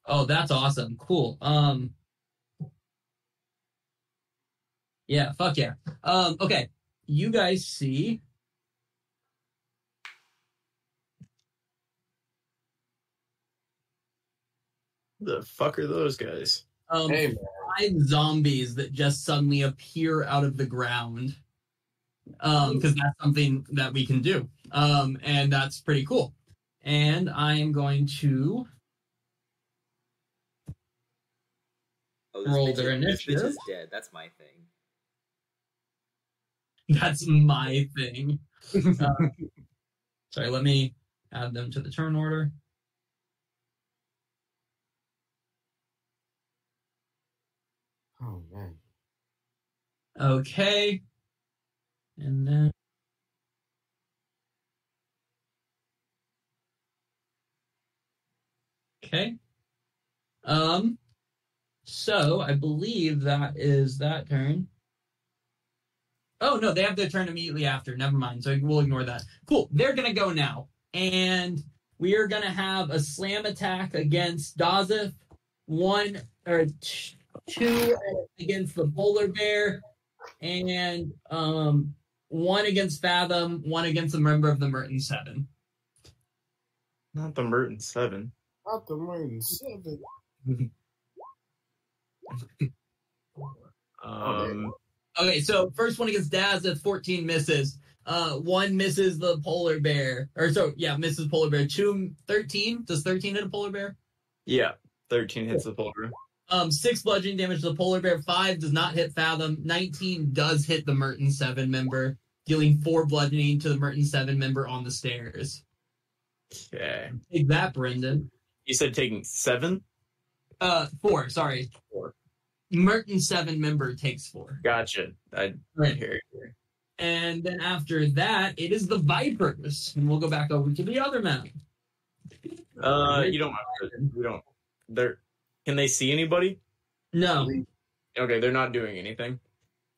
S3: Oh, that's awesome. Cool. Um. Yeah. Fuck yeah. Um. Okay. You guys see.
S6: the fuck are those guys?
S3: Um,
S1: Hey, man.
S3: five zombies that just suddenly appear out of the ground. Um, because that's something that we can do. Um, and that's pretty cool. And I am going to
S5: Oh,
S3: Roll
S5: bitch
S3: their
S5: is- this bitch
S3: initiative.
S5: is dead. That's my thing.
S3: that's my thing. Uh, Sorry, let me add them to the turn order.
S1: Oh man.
S3: Okay. And then. Okay. Um, so I believe that is that turn. Oh, no, they have their turn immediately after. Never mind. So we'll ignore that. Cool. They're going to go now. And we are going to have a slam attack against Dazif. One or t- two against the polar bear and um, one against Fathom, one against a member of the Merton Seven.
S6: Not the Merton Seven.
S1: Not the Martin Seven.
S6: Um,
S3: Okay, so first one against Daz at 14 misses. Uh, one misses the polar bear, or so yeah, misses polar bear. Two, 13. Does 13 hit a polar bear?
S6: yeah, thirteen hits the pulver.
S3: Um, six bludgeoning damage to the polar bear. Five does not hit Fathom. 19 does hit the Merton Seven member, dealing four bludgeoning to the Merton Seven member on the stairs.
S6: Okay.
S3: Take that, Brendan.
S6: You said taking seven.
S3: Uh, four. Sorry, four. Merton seven member takes four.
S6: Gotcha. I
S3: Right here.
S6: hear you.
S3: And then after that, it is the Vipers, and we'll go back over to the other map.
S6: Uh, you don't have to. We don't. They're. Can they see anybody?
S3: No.
S6: Okay, they're not doing anything.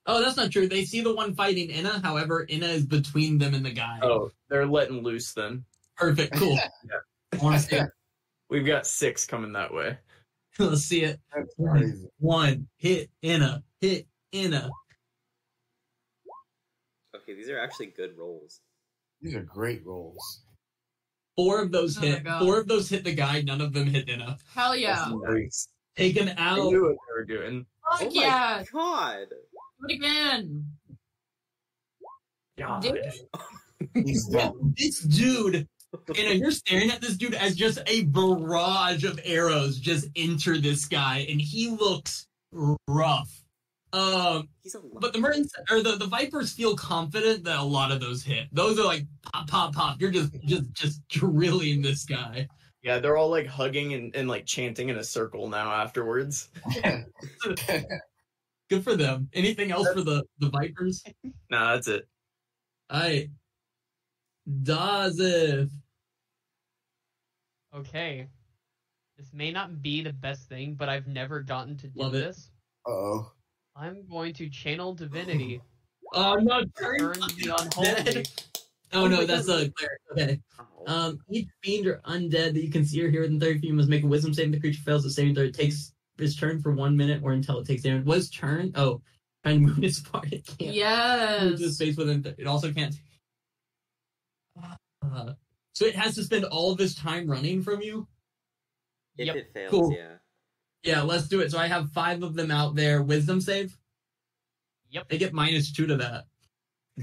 S3: Oh, that's not true. They see the one fighting Inna. However, Inna is between them and the guy.
S6: Oh, they're letting loose. Then
S3: perfect. Cool. I want to see. it.
S6: we've got six coming that way.
S3: Let's see it.
S1: That's crazy.
S3: One hit Inna. Hit Inna.
S5: Okay, these are actually good rolls.
S1: These are great rolls.
S3: Four of those
S2: Oh my
S3: hit.
S2: God.
S3: Four of those hit the guy. None of them hit Inna.
S2: Hell yeah.
S6: Nice.
S3: Taken
S6: I
S3: out.
S6: knew what they were doing.
S2: Fuck
S5: oh my
S2: yeah.
S5: god!
S2: Do it again.
S6: God.
S2: Dude.
S1: He's done.
S3: this dude and you're staring at this dude as just a barrage of arrows just enter this guy and he looks rough um
S5: He's a lot.
S3: but the Mertens or the, the vipers feel confident that a lot of those hit those are like pop pop pop you're just just just drilling this guy
S6: Yeah, they're all like hugging and, and like chanting in a circle now afterwards.
S3: good for them anything else for the the vipers
S6: Nah, that's it.
S3: all right Dazif.
S4: Okay. This may not be the best thing, but I've never gotten to do
S3: Love it.
S4: this.
S1: oh.
S4: I'm going to channel divinity.
S3: Oh, no.
S4: Burn the unholy.
S3: Oh, no, that's a cleric. Okay.
S5: Ow.
S3: Um, each fiend or undead that you can see or hear within 30 feet must make a wisdom saving. The creature fails the saving throw. It takes its turn for one minute or until it takes damage. What is turn? Oh, trying to move as far as it can. Move to the
S2: Yes.
S3: space within. Th- it also can't. Uh, so it has to spend all of its time running from you.
S5: if
S4: Yep.
S5: it fails,
S3: cool.
S5: yeah.
S3: Yeah, let's do it. So I have five of them out there. Wisdom save.
S4: Yep.
S3: They get minus two to that.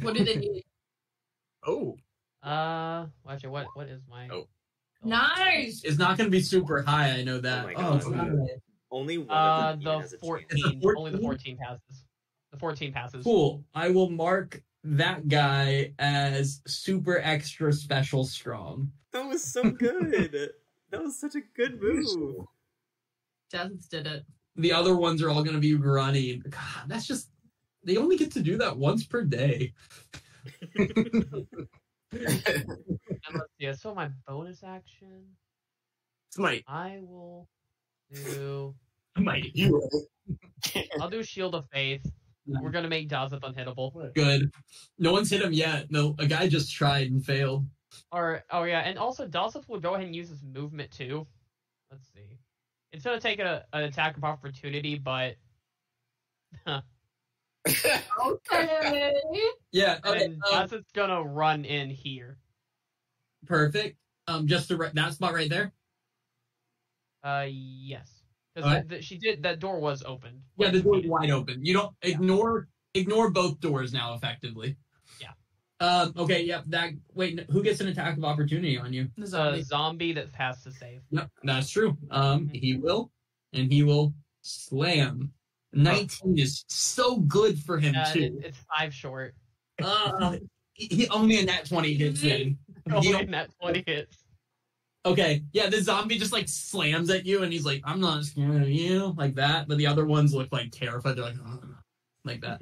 S2: What do they need?
S6: Oh,
S4: Uh, well, actually, what what is my?
S6: Oh.
S2: Nice.
S3: It's not going to be super high. I know that.
S5: my
S3: Oh, it's
S5: God.
S3: not high.
S5: Only one
S4: Uh,
S5: of them even
S4: the
S5: has a chance.
S4: fourteen.
S3: It's a
S4: Only the
S3: 14?
S4: fourteen passes. The fourteen passes.
S3: Cool. I will mark that guy as super extra special strong.
S5: That was so good. that was such a good move.
S2: Death did it.
S3: The other ones are all going to be running. God, that's just they only get to do that once per day.
S4: And let's see. So my bonus action,
S6: it's my
S4: I will do.
S3: Mighty
S1: You
S4: I'll do shield of faith. We're gonna make Dazip unhittable.
S3: good. No one's hit him yet. No, a guy just tried and failed.
S4: Or oh yeah, and also Dazip will go ahead and use his movement too. Let's see. It's gonna take a, an attack of opportunity, but
S2: Okay.
S3: Yeah. Okay.
S4: and
S3: um,
S4: Dazip's gonna run in here.
S3: perfect. Um, just to, right- that spot right there.
S4: Uh, yes. Because
S3: Alright.
S4: she did that door was opened.
S3: Yeah,
S4: Like,
S3: the door's
S4: she-
S3: wide open. You don't ignore ignore both doors now effectively.
S4: Yeah.
S3: Um, okay, yep, that wait, who gets an attack of opportunity on you?
S2: The
S4: a
S2: zombie.
S4: zombie that has to save.
S3: Yep, that's true. Um, he will, and he will slam. Nineteen is so good for him
S4: Uh, it-
S3: too.
S4: it's five short.
S3: Uh, he, he- only in that oh twenty hits in. Deal.
S4: rolling that 20 hits.
S3: Okay, yeah, the zombie just like slams at you, and he's like, "I'm not scared of you," like that. But the other ones look like terrified. They're like, "Ugh," like that.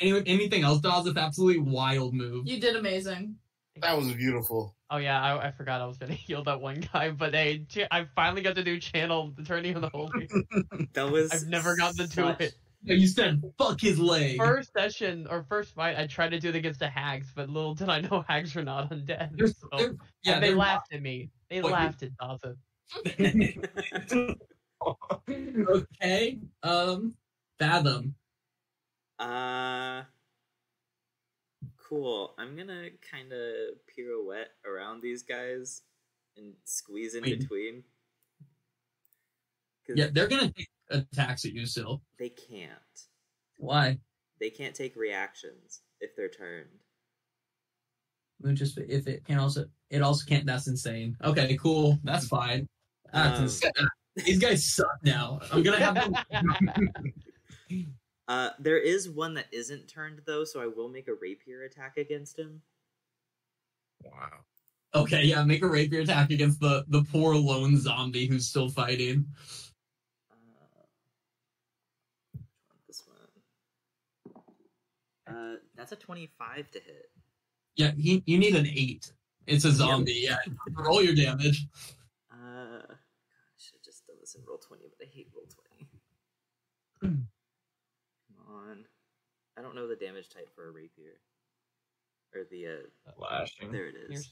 S3: Any, anything else, Dawes? It's absolutely wild move.
S2: You did amazing.
S1: That was beautiful.
S4: Oh yeah, I, I forgot I was gonna heal that one guy, but hey, ch- I finally got to do channel Attorney of the Holy.
S5: That was.
S4: I've never gotten to do
S5: such-
S4: it.
S3: No, You said, "Fuck his leg."
S4: First session or first fight, I tried to do it against the hags, but little did I know hags were not undead.
S3: They're-
S4: So-
S3: they're- yeah,
S4: and they
S3: they're-
S4: laughed at me. They
S3: What, you-
S4: laughed at Dawson.
S3: okay. Um, fathom.
S5: Uh, cool. I'm gonna kind of pirouette around these guys and squeeze in
S3: Wait.
S5: between. 'Cause
S3: Yeah, they're gonna take attacks at you still.
S5: they can't.
S3: Why?
S5: They can't take reactions if they're turned.
S3: We Just if it can also it also can't. That's insane. Okay, cool. That's fine. That's
S5: Um,
S3: insane. These guys suck now. I'm gonna have them.
S5: Uh, there is one that isn't turned though, so I will make a rapier attack against him.
S6: Wow.
S3: Okay, yeah, make a rapier attack against the the poor lone zombie who's still fighting.
S5: Uh, which one? Uh, this one. Uh, that's a twenty-five to hit.
S3: Yeah, he, you need an eight. It's a zombie. Yeah, roll your damage.
S5: Uh, God, I should have just done this in roll twenty, but I hate roll twenty. Come on, I don't know the damage type for a rapier, or the uh,
S6: Lashing.
S5: there it is.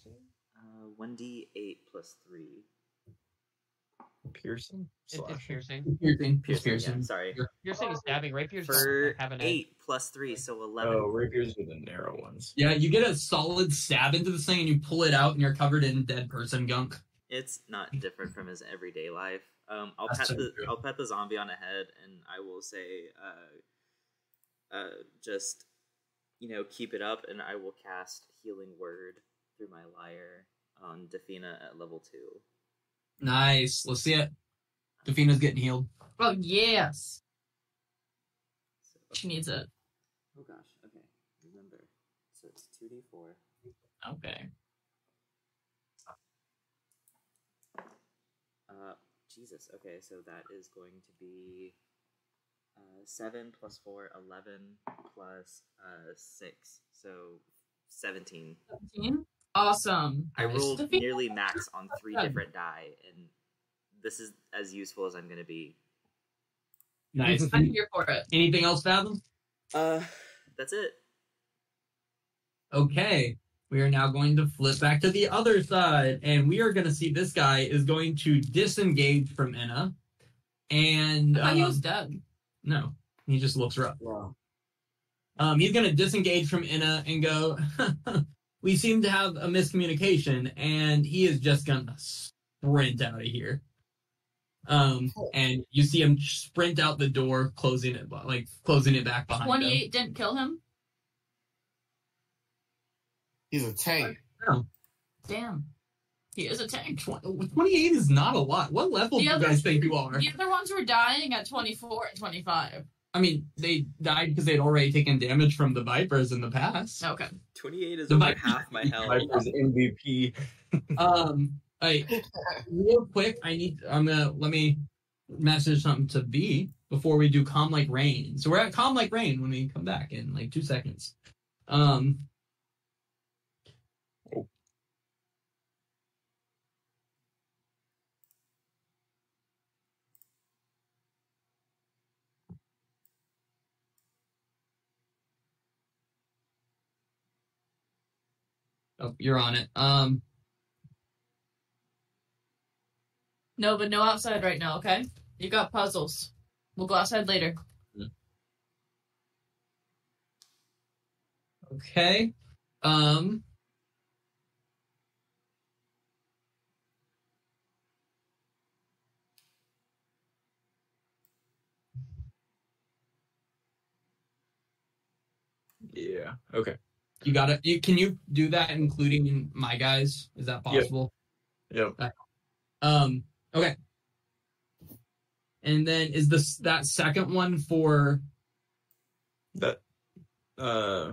S5: Uh, one d eight plus three.
S6: Piercing.
S4: It, it's
S6: Slashing.
S4: piercing.
S3: Piercing, piercing.
S5: yeah, sorry.
S4: Piercing is stabbing. Rapier's
S5: For
S4: have an
S5: eight plus three, so eleven.
S6: Oh, rapiers are the narrow ones.
S3: Yeah, you get a solid stab into this thing and you pull it out and you're covered in dead person gunk.
S5: It's not different from his everyday life. Um, I'll
S3: That's
S5: pat
S3: so
S5: the
S3: true.
S5: I'll pat the zombie on the head, and I will say, uh, uh, just you know, keep it up, and I will cast healing word through my lyre on Defina at level two.
S3: Nice. Let's see it. Defina's getting healed.
S2: Oh yes,
S5: So,
S2: she needs it.
S5: Oh gosh, okay, remember. So it's two d four.
S3: Okay.
S5: Uh, Jesus. Okay, so that is going to be uh, seven plus four, eleven plus uh six, so seventeen.
S2: 17. Awesome.
S5: I
S3: Nice.
S5: rolled
S2: Defeat-
S5: nearly max on three
S2: Done.
S5: different die, and this is as useful as I'm gonna be.
S3: Nice.
S2: I'm here for it.
S3: Anything else, Fathom?
S5: Uh, that's it.
S3: Okay. We are now going to flip back to the other side, and we are going to see this guy is going to disengage from Enna. And
S2: I thought he
S3: um,
S2: was dead.
S3: No, he just looks rough.
S6: Wow.
S3: Um, he's going to disengage from Inna and go, We seem to have a miscommunication, and he is just going to sprint out of here. Um, and you see him sprint out the door, closing it, bu- like closing it back behind him.
S2: 28 didn't kill him.
S1: He's a tank.
S2: Damn. He is a tank.
S3: Tw- 28 is not a lot. What level
S2: The
S3: do you
S2: other-
S3: guys think you are?
S2: The other ones were dying at 24 and 25.
S3: I mean, they died because they'd already taken damage from the Vipers in the past.
S2: Okay.
S5: Twenty-eight is
S3: The
S5: over
S3: mic-
S5: half my health.
S6: Vipers MVP.
S3: um I real quick i need i'm gonna let me message something to b before we do calm like rain so we're at calm like rain when we come back in like two seconds um Oh, you're on it. Um,
S2: No, but no outside right now, okay? You got puzzles. We'll go outside later.
S3: Okay. Um.
S6: Yeah. Okay.
S3: You gotta. You, can you do that, including my guys? Is that
S6: Yep.
S3: possible?
S6: Yep.
S3: Um. Okay. And then is this that second one for?
S6: That. Uh.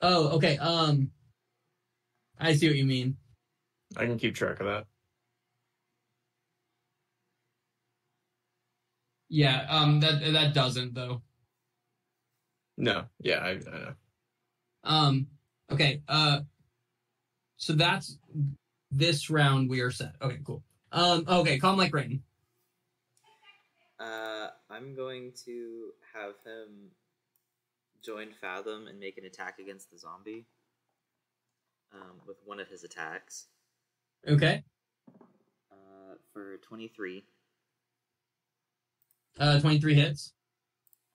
S3: Oh, okay. Um, I see what you mean.
S6: I can keep track of that.
S3: Yeah. Um, that that doesn't though.
S6: No, yeah, I, uh, I know.
S3: Um, okay. Uh, so that's this round. We are set. Okay, cool. Um, okay. Calm like rain.
S5: Uh, I'm going to have him join Fathom and make an attack against the zombie um, with one of his attacks
S3: Okay.
S5: uh, for 23.
S3: Uh, twenty three hits.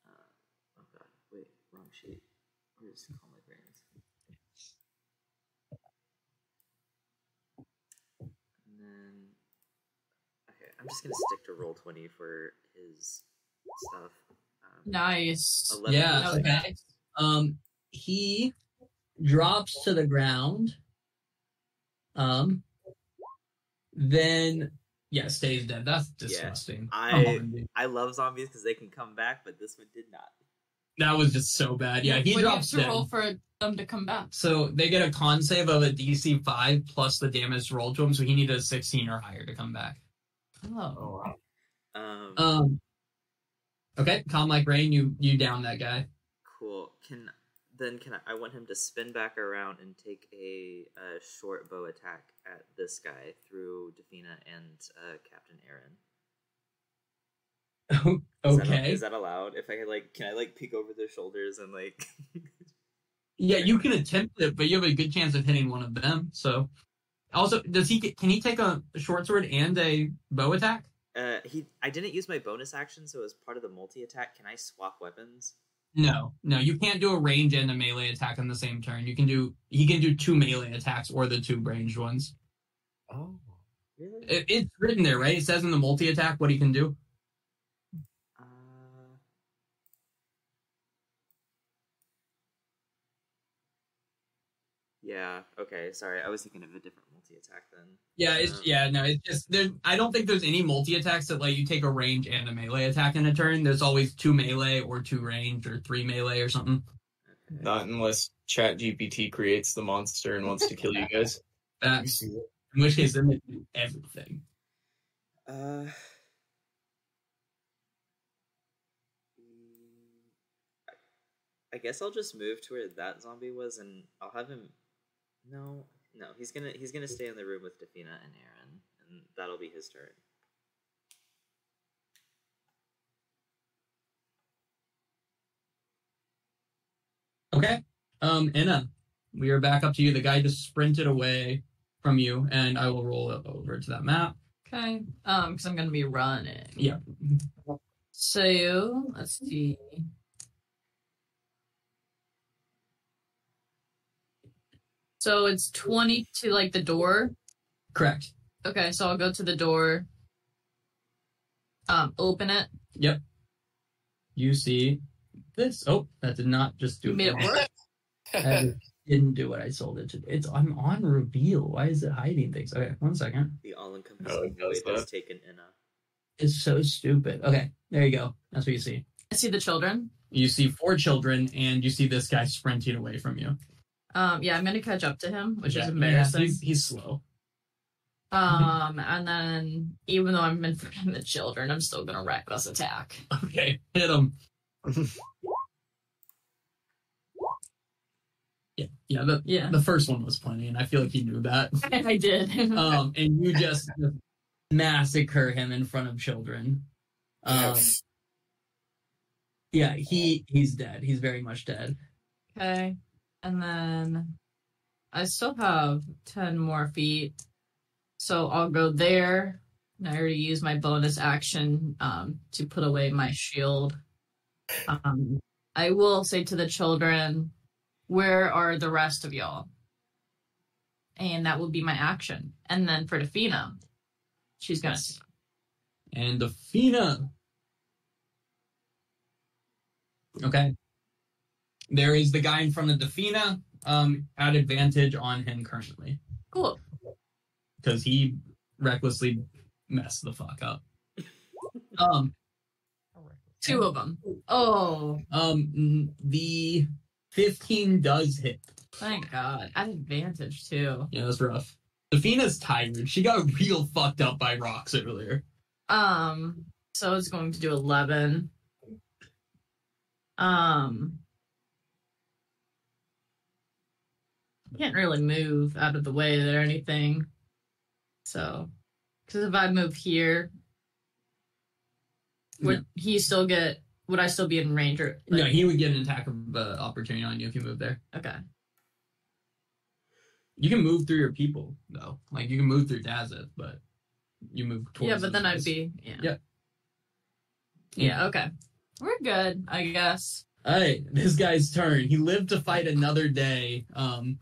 S5: Uh, oh god, wait, wrong sheet. Where's Calm Like Rains? And then, okay, I'm just gonna stick to roll 20 for his stuff. Um,
S2: Nice.
S5: 11
S3: Yeah,
S5: plus
S2: That was
S3: okay.
S2: nice.
S3: Um, he drops to the ground. Um, then yeah, stays dead. That's disgusting.
S5: I-
S3: Come on, dude.
S5: I love zombies because they can come back, but this one did not.
S3: that was just so bad. Yeah, he
S2: Would you have
S3: drops
S2: to
S3: dead.
S2: roll for them to come back.
S3: So they get a con save of a DC five plus the damage rolled to him. So he needed a sixteen or higher to come back.
S2: Oh.
S5: Um,
S3: Um. Okay, calm like rain. You you down that guy.
S5: cool. Can then can I, I want him to spin back around and take a, uh short bow attack at this guy through Defina and uh, Captain Aaron. Is that-
S3: Okay.
S5: is that allowed? If I could, like, can I like peek over their shoulders and like?
S3: Yeah, you can attempt it, but you have a good chance of hitting one of them. So, also, does he get, can he take a short sword and a bow attack?
S5: uh, he, I didn't use my bonus action, so as part of the multi attack, can I swap weapons?
S3: No, no, you can't do a range and a melee attack on the same turn. You can do he can do two melee attacks or the two ranged ones.
S1: Oh.
S5: Really?
S3: It, it's written there, right? It says in the multi attack what he can do.
S5: Uh, yeah. Okay. Sorry, I was thinking of a different multi-attack then.
S3: Yeah, it's yeah, no, it's just there. I don't think there's any multi attacks that let you take a range and a melee attack in a turn. There's always two melee or two range or three melee or something.
S5: Okay.
S6: Not unless Chat GPT creates the monster and wants to kill you guys.
S3: That,
S1: You see it.
S3: in which case, then they do everything.
S5: Uh. mm, I- I guess I'll just move to where that zombie was, and I'll have him. No, no, he's gonna he's gonna stay in the room with Defina and Aaron, and that'll be his turn.
S3: Okay. Um, Inna, we are back up to you. The guy just sprinted away from you, and I will roll it over to that map.
S2: Okay. Um, because I'm gonna be running.
S3: Yeah.
S2: So let's see. So it's twenty to like the door.
S3: Correct.
S2: Okay, so I'll go to the door. Um, open it.
S3: You see this. Oh, that did not just do
S2: Made it work.
S3: That just didn't do what I sold it to. do. It's I'm on reveal. Why is it hiding things? Okay, one second.
S5: The
S6: Oh,
S5: all-encompassing
S6: it
S5: void
S6: does
S5: has
S6: that.
S5: taken Inna.
S3: It's so stupid. Okay, there you go. That's what you see.
S2: I see the children.
S3: You see four children, and you see this guy sprinting away from you,
S2: Um, yeah, I'm gonna catch up to him, which
S3: Yeah,
S2: is
S3: yeah,
S2: embarrassing.
S3: he's, he's slow.
S2: Um, and then even though I'm in front of the children, I'm still gonna reckless attack.
S3: Okay, hit him. yeah, yeah. The,
S2: Yeah,
S3: The first one was plenty, and I feel like he knew that.
S2: I did.
S3: Um, and you just massacre him in front of children. Um, yeah, he he's dead. He's very much dead.
S2: Okay. And then I still have 10 more feet. So I'll go there. And I already used my bonus action um, to put away my shield. Um, I will say to the children, where are the rest of y'all? And that will be my action. And then for Defina, she's going to.
S3: And Athena. Okay. There is the guy in front of Defina um, at advantage on him currently
S2: Cool.
S3: because he recklessly messed the fuck up. Um,
S2: Two of them. Oh,
S3: um, the fifteen does hit.
S2: Thank God. At advantage too.
S3: Yeah, that's rough. Safina's tired. She got real fucked up by rocks earlier.
S2: Um, so it's going to do eleven. Um, can't really move out of the way there or anything. So, because if I move here, would he still get? Would I still be in ranger?
S3: no, he would get an attack of uh, opportunity on you if you move there.
S2: okay.
S3: You can move through your people though. Like you can move through Dazeth, but you move towards.
S2: Yeah, but then
S3: those
S2: I'd
S3: guys.
S2: be yeah.
S3: Yeah.
S2: Yeah. Okay. We're good, I guess.
S3: All right, this guy's turn. He lived to fight another day, um,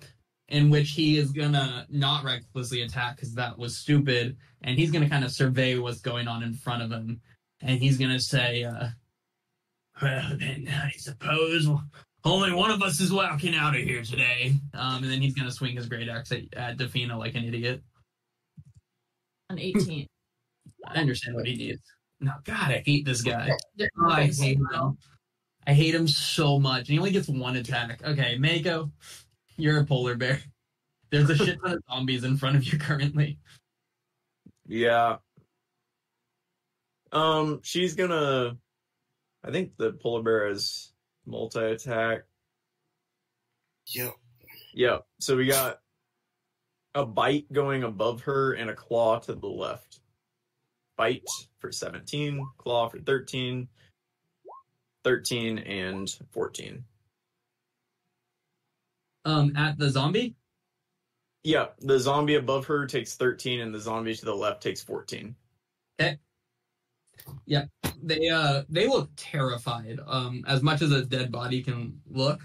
S3: in which he is gonna not recklessly attack because that was stupid, and he's gonna kind of survey what's going on in front of him, and he's gonna say, uh, "Well, then I suppose only one of us is walking out of here today." Um, and then he's gonna swing his great axe at, at Defina like an idiot.
S2: An eighteen.
S3: I understand what he needs. No, God, I hate this guy. Oh, I hate him. I hate him so much. And he only gets one attack. Okay, Mako, you're a polar bear. There's a shit ton of zombies in front of you currently.
S6: Yeah. Um, she's gonna. I think the polar bear is multi attack.
S1: Yo,
S6: Yeah. So we got a bite going above her and a claw to the left. Bite for 17, claw for 13, 13 and 14.
S3: Um, at the zombie,
S6: Yeah, the zombie above her takes 13 and the zombie to the left takes 14.
S3: they uh they look terrified. Um, as much as a dead body can look.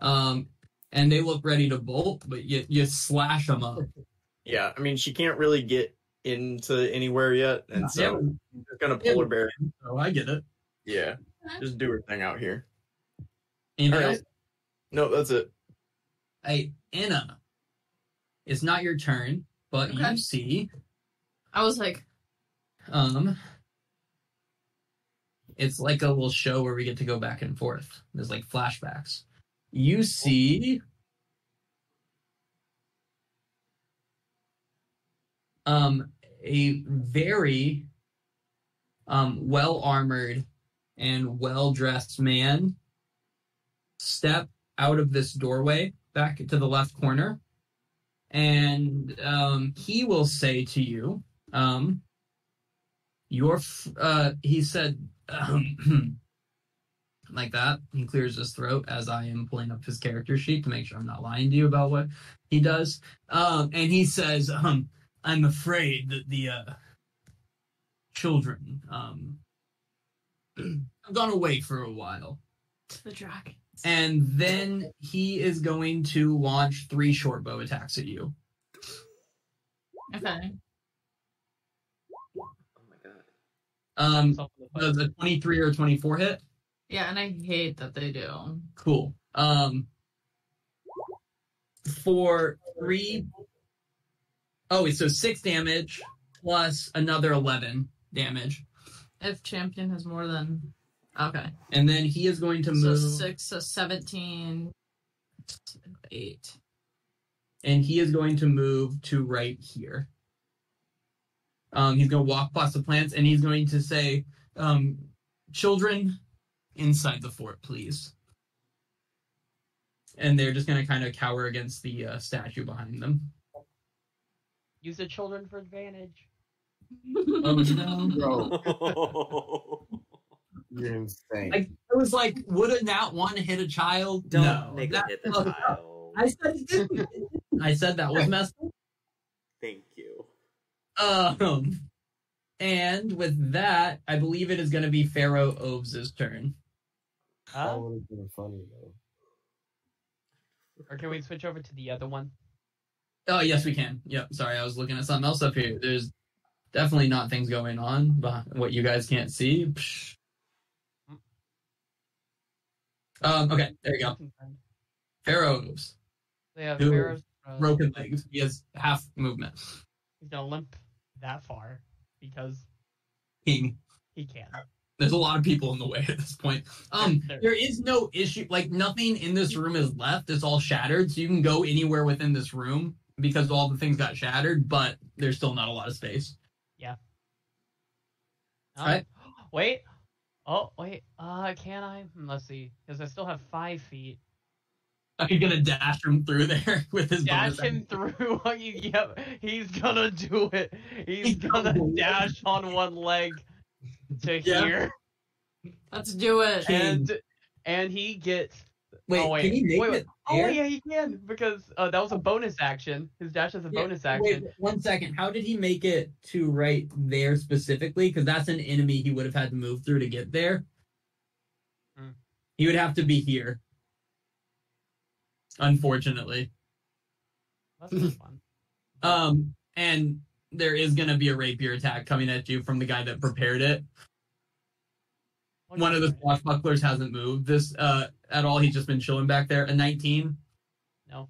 S3: Um, and they look ready to bolt, but you you slash them up.
S6: Yeah, I mean she can't really get into anywhere yet and so she's just going to polar bear.
S3: so Oh, I get it.
S6: Yeah. Just do her thing out here.
S3: Anybody
S6: All right.
S3: else?
S6: No, that's it.
S3: Hey, Anna, it's not your turn, but
S2: Okay.
S3: you see,
S2: I was like,
S3: um, it's like a little show where we get to go back and forth. There's like flashbacks. You see, um, a very, um, well armored and well dressed man step out of this doorway back to the left corner. And um, he will say to you, um, your, f- uh, he said, um, like that. He clears his throat as I am pulling up his character sheet to make sure I'm not lying to you about what he does. Um, and he says, um, I'm afraid that the uh, children um, have gone away for a while.
S2: the dragon.
S3: And then he is going to launch three short bow attacks at you.
S2: Okay.
S5: Oh my god.
S3: Um,
S4: Myself in the foot.
S3: does a 23 or 24 hit?
S2: Yeah, and I hate that they do.
S3: Cool. Um, for three oh wait, so six damage plus another 11 damage.
S2: If champion has more than okay,
S3: And then he is going to
S2: so
S3: move.
S2: six, so seventeen, eight.
S3: and he is going to move to right here. Um, he's going to walk past the plants, and he's going to say, um, "Children, inside the fort, please." And they're just going to kind of cower against the uh, statue behind them.
S4: Use the children for advantage.
S3: Oh no!
S1: bro,
S5: Don't
S1: you're insane.
S3: I, I was like, would a nat one hit a child? no,
S5: make
S3: that-
S5: it hit the
S3: no,
S5: tile.
S3: I said it didn't. I said that was messed
S5: Thank you.
S3: up. Um, and with that, I believe it is going to be Pharaoh Oves' turn.
S1: that
S4: Huh?
S5: Oh.
S1: would have been funny though.
S4: Or can we switch over to the other one?
S3: Oh yes, we can. Yep. Sorry, I was looking at something else up here. There's definitely not things going on, but what you guys can't see. Psh. Um. Okay. There you go. Pharaoh's
S4: They have
S3: Dude,
S4: Pharaoh's, uh,
S3: broken legs. He has half movement.
S4: He's gonna limp that far because
S3: King.
S4: he can.
S3: There's a lot of people in the way at this point. Um, there is no issue. Like nothing in this room is left. It's all shattered. So you can go anywhere within this room because all the things got shattered. But there's still not a lot of space.
S4: Um,
S3: Alright.
S4: Wait. Oh, wait. Uh, can I? Hmm, Let's see. Because I still have five feet.
S3: Are you gonna dash him through there with his
S4: Dash
S3: bonus
S4: him through. you, yep. He's gonna do it. He's
S3: He's
S4: gonna
S3: gonna
S4: dash on one leg to
S3: Yeah.
S4: here.
S2: Let's do it.
S3: Can-
S4: And and he gets.
S3: Wait,
S4: oh, wait.
S3: can he make
S4: wait, wait.
S3: it?
S4: Oh,
S3: there?
S4: yeah, he can. Because uh, that was a bonus action. His dash is a
S3: Yeah,
S4: bonus
S3: Wait,
S4: action.
S3: one second. How did he make it to right there specifically? Because that's an enemy he would have had to move through to get there.
S4: Hmm.
S3: He would have to be here. Unfortunately.
S4: That's not fun.
S3: Um, and there is going to be a rapier attack coming at you from the guy that prepared it. One of the swashbucklers hasn't moved this uh, at all. He's just been chilling back there. A 19.
S4: No.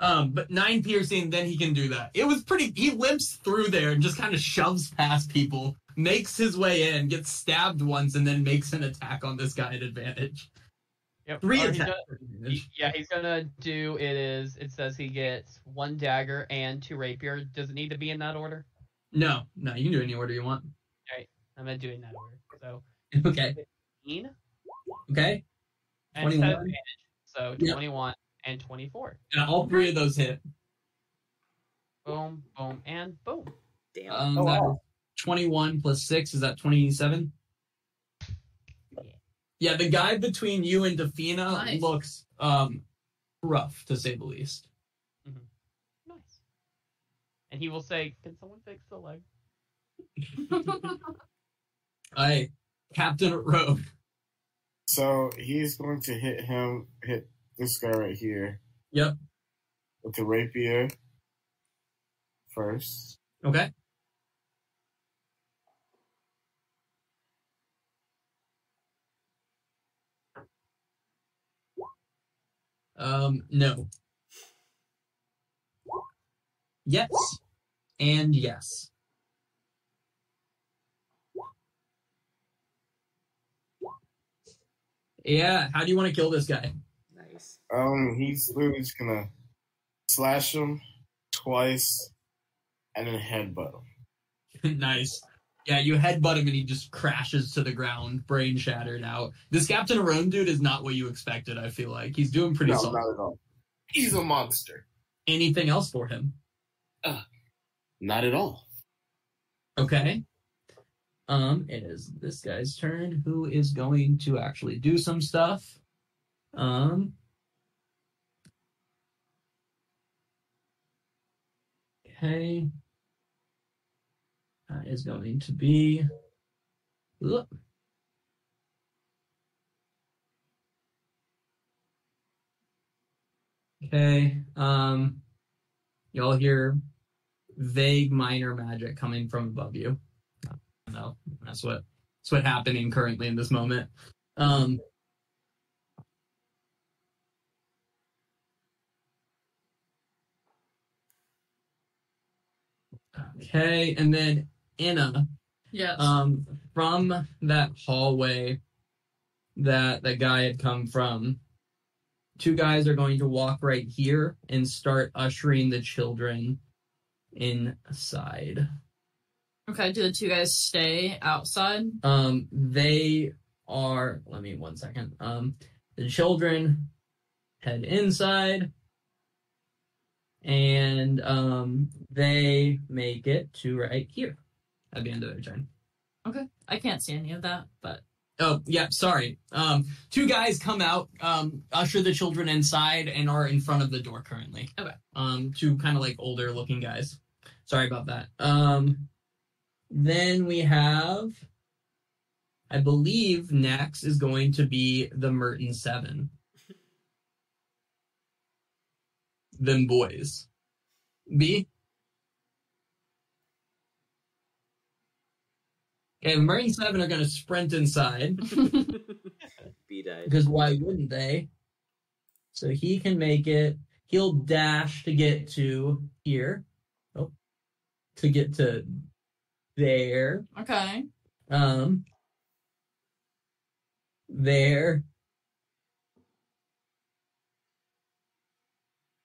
S3: Um, but nine piercing, then he can do that. It was pretty. He limps through there and just kind of shoves past people, makes his way in, gets stabbed once, and then makes an attack on this guy at advantage.
S4: Yep. uh,
S3: Three
S4: or he's
S3: attacks.
S4: gonna- Yeah, he's gonna do it is it says he gets one dagger and two rapier. Does it need to be in that order?
S3: No, no, you can do any order you want.
S4: I'm gonna do it in that order. So
S3: Okay,
S4: 15
S3: okay.
S4: and it's at
S3: 21.
S4: advantage. So
S3: Yep.
S4: twenty one and twenty four.
S3: And all three of those hit.
S4: Boom, boom, and boom.
S5: Damn.
S3: Um,
S6: Oh,
S3: that
S6: wow.
S3: is 21 plus 6, is that 27? Yeah, the guy between you and Defina
S2: Nice.
S3: looks um, rough, to say the least.
S4: Nice. And he will say, Can someone fix the leg?
S3: I, Captain Rogue.
S1: So he's going to hit him, hit this guy right here.
S3: Yep.
S1: With the rapier first.
S3: Okay. Um, no. Yes. And yes. Yeah, how do you want to kill this guy?
S5: Nice.
S1: Um, he's literally just gonna slash him twice and then headbutt him.
S3: nice. Yeah, you headbutt him and he just crashes to the ground, brain shattered out. This Captain Rome dude is not what you expected, I feel like. He's doing pretty
S1: No,
S3: solid.
S1: not at all. He's a monster.
S3: Anything else for him?
S1: Not at all.
S3: Okay. Um, it is this guy's turn who is going to actually do some stuff. Um Okay. That is going to be Ugh. Okay. Um y'all hear vague minor magic coming from above you. No, that's what that's what happening currently in this moment. Um, okay, and then Inna,
S2: yes.
S3: um, from that hallway that that guy had come from. Two guys are going to walk right here and start ushering the children inside.
S2: okay. Do the two guys stay outside?
S3: Um, they are. Let me one second. Um, the children head inside, and um, they make it to right here at the end of their turn.
S2: Okay. I can't see any of that, but
S3: Oh, yeah, sorry. Um, two guys come out, um, usher the children inside, and are in front of the door currently.
S2: Okay.
S3: Um, two kind of like older looking guys. Sorry about that. Um, then we have, I believe, next is going to be the Merton Seven. Them boys. B. Okay, the Merton Seven are going to sprint inside.
S5: B died.
S3: Because why wouldn't they? So he can make it. He'll dash to get to here. Oh, to get to there.
S2: okay.
S3: Um, there,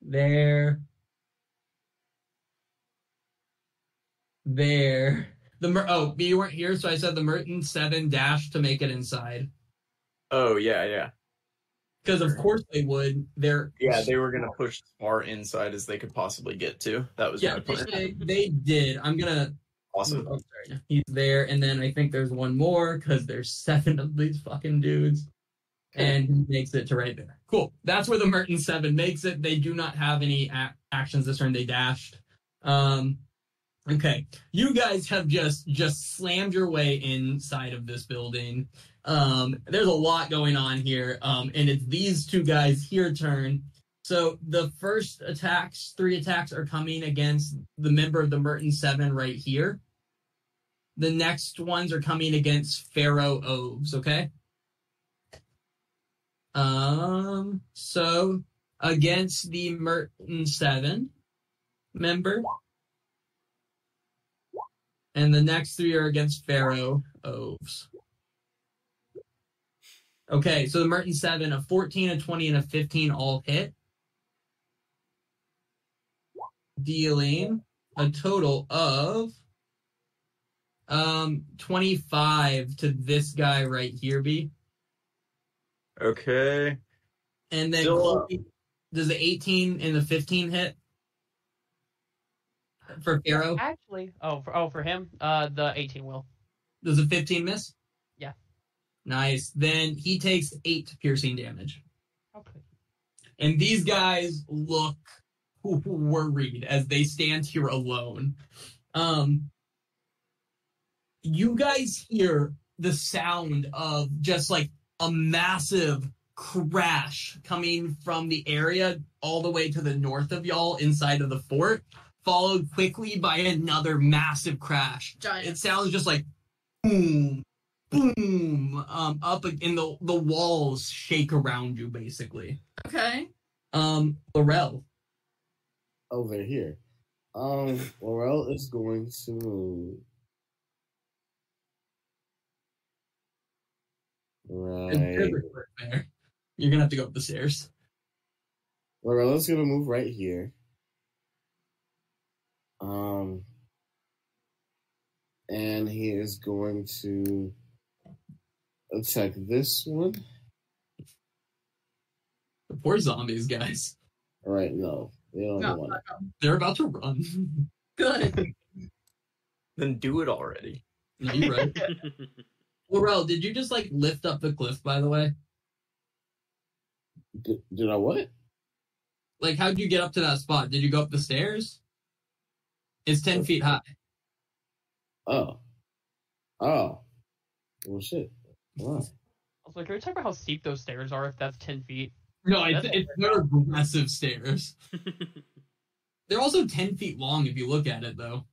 S3: there, there. The Mer- oh, but you weren't here, so I said the Merton seven dash to make it inside.
S6: Oh yeah, yeah,
S3: Because of course they would. They're
S6: yeah. They were gonna push as far inside as they could possibly get to. That was
S3: yeah.
S6: my plan.
S3: They, they did. I'm gonna.
S6: Awesome.
S3: oh, sorry. He's there, and then I think there's one more because there's seven of these fucking dudes, and he makes it to right there. Cool. That's where the Merton seven makes it. They do not have any ac actions this turn. They dashed. Um, okay, you guys have just just slammed your way inside of this building. Um, there's a lot going on here, um, and it's these two guys here turn. So the first attacks, three attacks, are coming against the member of the Merton Seven right here. The next ones are coming against Pharaoh Oves. Okay. Um. So against the Merton Seven member, and the next three are against Pharaoh Oves. Okay, so the Merton Seven, a fourteen, a twenty, and a fifteen all hit, dealing a total of um twenty five to this guy right here, B,
S6: Okay.
S3: and then
S6: Still up.
S3: Colby- does the eighteen and the fifteen hit for Pharaoh?
S4: Actually, oh, for, oh, for him, uh, the 18 will.
S3: Does a 15 miss?
S4: Yeah.
S3: Nice. Then he takes eight piercing damage.
S4: Okay.
S3: And these guys look worried as they stand here alone. Um, you guys hear the sound of just like a massive crash coming from the area all the way to the north of y'all inside of the fort, followed quickly by another massive crash
S2: Giant.
S3: it sounds just like boom, boom, um, up in the the walls shake around you basically.
S2: okay.
S3: Um, Laurel,
S1: over here. Um, Laurel is going to move.
S3: it's
S1: Right.
S3: everywhere there. You're gonna have to go up the stairs.
S1: Laurel is gonna move right here. Um, and he is going to attack this one.
S3: The poor zombies, guys.
S1: All right, no, they don't
S2: No,
S1: want.
S2: no,
S1: it.
S2: no.
S3: They're about to run.
S2: Good.
S6: Then do it already.
S3: no, you're right. Laurel, did you just like lift up the cliff? By the way,
S1: Did, did I what?
S3: like how'd you get up to that spot? Did you go up the stairs? It's ten feet high.
S1: Oh, oh, well, shit. Wow.
S4: Also, can we talk about how steep those stairs are if that's 10 feet?
S3: No, it's,
S4: That's-
S3: it's they're massive stairs. They're also ten feet long if you look at it, though.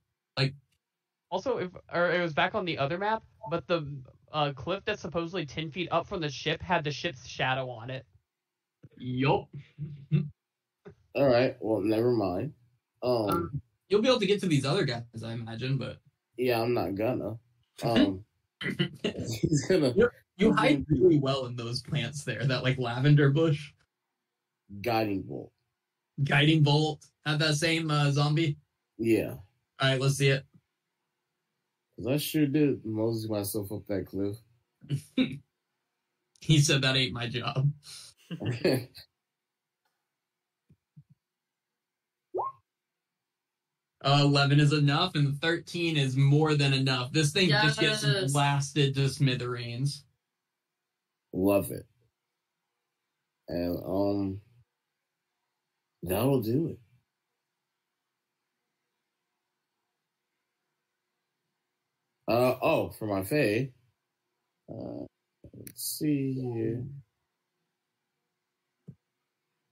S4: Also, if or it was back on the other map, but the uh, cliff that's supposedly 10 feet up from the ship had the ship's shadow on it.
S3: Yup.
S1: All right. Well, never mind. um
S3: Um, You'll be able to get to these other guys, I imagine, but
S1: Yeah, I'm not gonna. Um, he's gonna
S3: you hide really well in those plants there. That like lavender bush,
S1: guiding bolt.
S3: guiding bolt, at that same uh, zombie.
S1: Yeah,
S3: All right, let's see it.
S1: 'cause I sure did mosey myself up that cliff.
S3: He said that ain't my job. Uh, Eleven is enough, and thirteen is more than enough. This thing just
S2: Yes.
S3: gets blasted to smithereens.
S1: Love it. And um, that'll do it. Uh oh, for my fade. Uh, let's see here.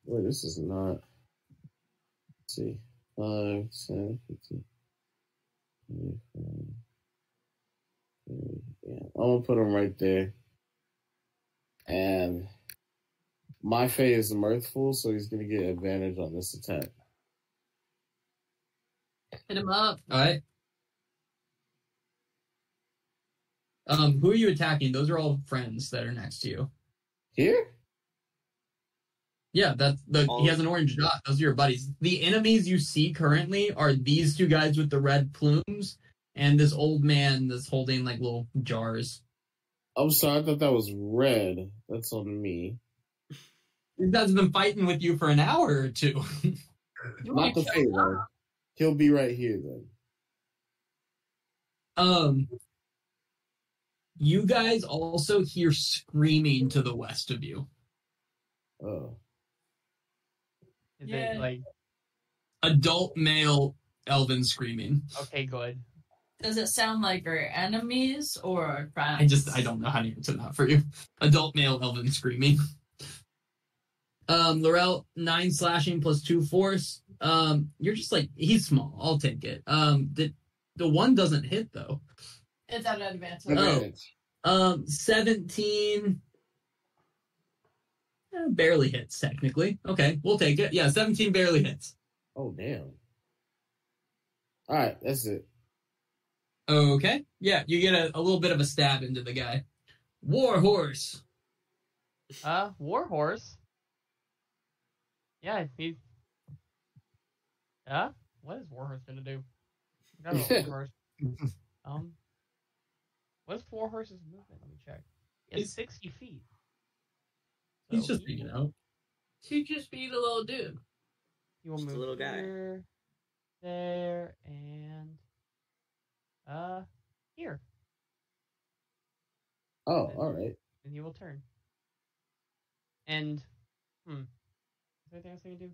S1: Wait, this is not. Let's see. 5, 10, 15. 25, 30, Yeah, I'm gonna put them right there. And my Fae is mirthful, so he's gonna get advantage on this attack.
S2: Hit him up.
S3: All right. Um, who are you attacking? Those are all friends that are next to you.
S1: Here?
S3: Yeah, that's the
S5: All
S3: he
S5: of-
S3: has an orange dot. Those are your buddies. The enemies you see currently are these two guys with the red plumes and this old man that's holding like little jars.
S1: Oh, sorry. I thought that was red. That's on me.
S3: These guys have been fighting with you for an hour or two.
S1: Not the favor. He'll be right here then.
S3: Um you guys also hear screaming to the west of you.
S1: Oh.
S4: Is
S2: Yay.
S4: it like
S3: Adult male elven screaming.
S4: okay, good?
S2: Does it sound like our enemies or our friends?
S3: I just I don't know how to answer that for you. Adult male elven screaming. Um, Laurel nine slashing plus two force. Um, you're just like he's small. I'll take it. Um, the the one doesn't hit though.
S2: It's at an advantage.
S6: Oh.
S1: Advantage.
S3: Um, seventeen. eh, barely hits technically. Okay, we'll take it. Yeah, seventeen barely hits.
S1: Oh, damn. All right, that's it.
S3: Okay. Yeah, you get a, a little bit of a stab into the guy. War horse.
S4: Uh, Warhorse. Yeah, he. Yeah, what is Warhorse gonna do? I forgot about Warhorse. um, what's Warhorse's movement? Let me check. It's
S3: He's-
S4: sixty feet.
S3: He's
S4: So
S3: just
S4: he,
S3: hanging out.
S2: She just beat a little dude.
S4: he will
S5: Just a
S4: move
S5: little guy.
S4: here, there, and uh, here,
S1: Oh, all right.
S4: and he will turn. And hmm, is there anything else I can do?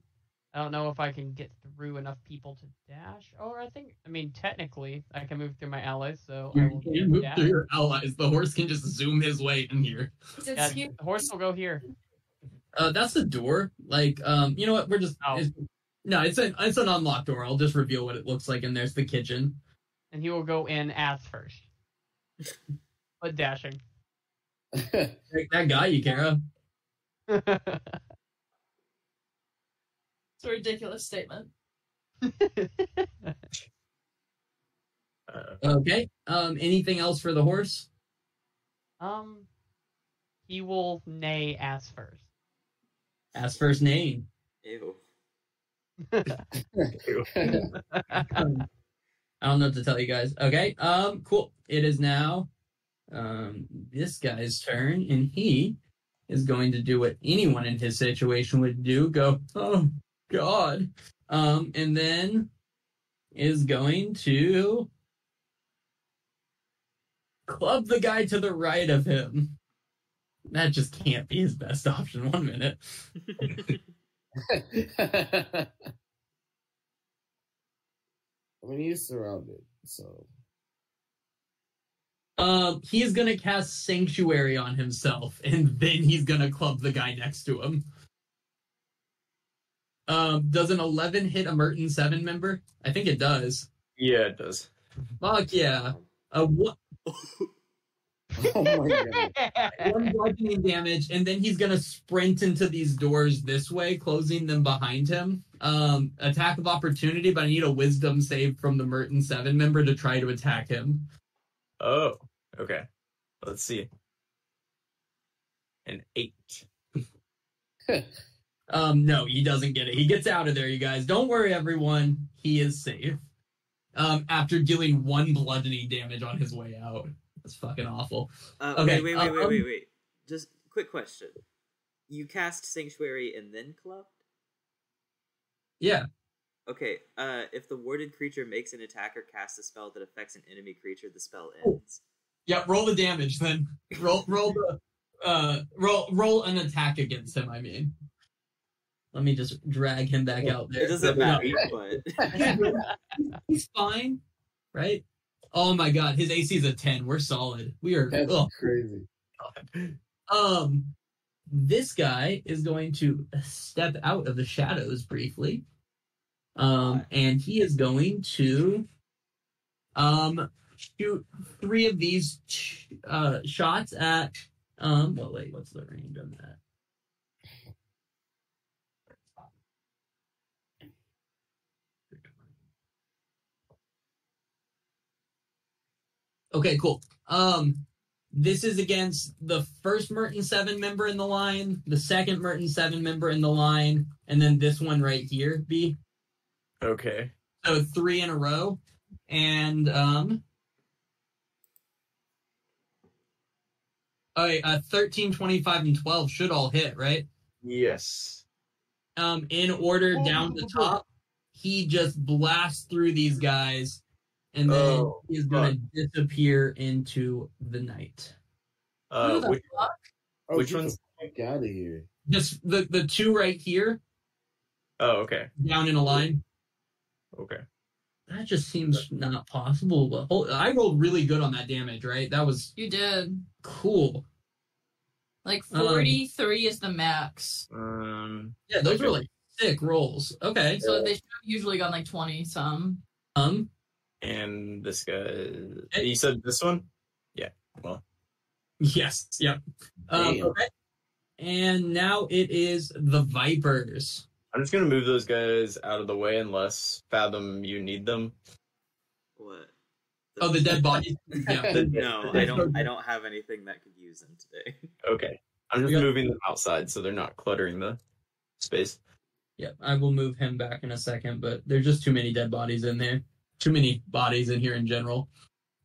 S4: I don't know if I can get through enough people to dash. Or I think, I mean, technically, I can move through my allies, so I will
S3: You move
S4: dash.
S3: through your allies. The horse can just zoom his way in here.
S4: Yeah, the horse will go here.
S3: Uh, that's the door. Like, um, you know what? We're just
S4: Oh.
S3: it's, no. It's an it's an unlocked door. I'll just reveal what it looks like, and there's the kitchen.
S4: and he will go in ass first. but dashing.
S3: Like that guy, you Kara.
S4: I
S2: It's a ridiculous statement.
S6: Uh,
S3: Okay. Um, anything else for the horse?
S4: um, he will neigh ass first.
S3: Ask first name.
S5: Ew.
S3: Um, I don't know what to tell you guys. Okay. Um, cool. It is now, um, this guy's turn, and he is going to do what anyone in his situation would do: go, oh God, um, and then is going to club the guy to the right of him. That just can't be his best option. One minute.
S1: I mean, he's surrounded, so
S3: Um, he's gonna cast Sanctuary on himself, and then he's gonna club the guy next to him. Um, does an eleven hit a Merton Seven member? I think it does.
S6: yeah, it does.
S3: Fuck yeah! A one,
S1: oh my god,
S3: one bludgeoning damage, and then he's gonna sprint into these doors this way, closing them behind him. Um, attack of opportunity, but I need a Wisdom save from the Merton Seven member to try to attack him.
S6: Oh, okay. Let's see. An eight.
S3: Um, no, he doesn't get it. He gets out of there, you guys. Don't worry, everyone. He is safe. Um, after dealing one bludgeoning damage on his way out. That's fucking awful.
S5: Uh,
S3: Okay,
S5: Wait, wait, wait, wait,
S3: um,
S5: wait, wait. Just quick question. You cast Sanctuary and then clubbed?
S3: Yeah.
S5: Okay, uh, if the warded creature makes an attack or casts a spell that affects an enemy creature, the spell
S3: Oh.
S5: ends.
S3: Yeah, roll the damage then. Roll roll the uh roll roll an attack against him, I mean. Let me just drag him back out there.
S5: It doesn't
S3: No,
S5: matter, but
S3: he's fine, right? Oh my god, his AC is a 10. We're solid. We are
S1: that's
S3: ugh.
S1: crazy.
S3: Um, this guy is going to step out of the shadows briefly, um, and he is going to um shoot three of these ch- uh shots at um. Well, wait, what's the range on that? Okay, cool. Um, This is against the first Merton 7 member in the line, the second Merton 7 member in the line, and then this one right here, B.
S6: Okay.
S3: So three in a row. And um all right, uh, 13, 25, and 12 should all hit, right?
S6: Yes.
S3: Um, in order down the top, he just blasts through these guys, and then
S6: Oh,
S3: he's gonna disappear into the night.
S6: Uh,
S2: Who the
S6: which,
S2: fuck?
S7: Oh,
S6: Which
S7: get
S6: one's-
S7: the fuck out of here?
S3: Just the the two right here
S6: oh, okay.
S3: down in a line.
S6: Okay.
S3: That just seems not possible. But hol- I rolled really good on that damage, right? That was
S2: You did.
S3: cool.
S2: Like
S3: Um,
S2: 43 is the max.
S6: Um.
S3: Yeah, those were like sick rolls. Okay.
S2: So they should have usually gone like 20 some.
S3: Um.
S6: And this guy. You said this one.
S3: Yes. Yep. Um,
S6: Damn.
S3: okay. And now it is the Vipers.
S6: I'm just gonna move those guys out of the way unless Fathom you need them.
S5: What?
S3: Oh, the dead bodies. Yeah.
S5: No, I don't. I don't have anything that could use them today.
S6: Okay. I'm just
S3: Yeah.
S6: moving them outside so they're not cluttering the space.
S3: Yep, I will move him back in a second, but there's just too many dead bodies in there. Too many bodies in here in general.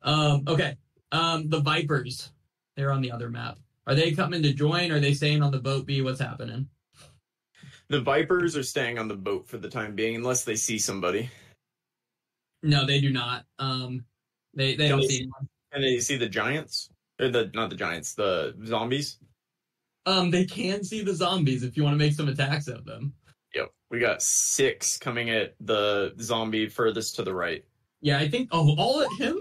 S3: Um, okay. Um, the Vipers. They're on the other map. Are they coming to join? Are they staying on the boat B? What's happening?
S6: The Vipers are staying on the boat for the time being unless they see somebody.
S3: No, they do not. Um they they
S6: Can
S3: don't
S6: they
S3: see
S6: see-
S3: anyone.
S6: And they see the giants. Or the not the giants, the zombies.
S3: Um they can see the zombies if you want to make some attacks of them.
S6: Yep. We got six coming at the zombie furthest to the right.
S3: Yeah, I think oh all at him?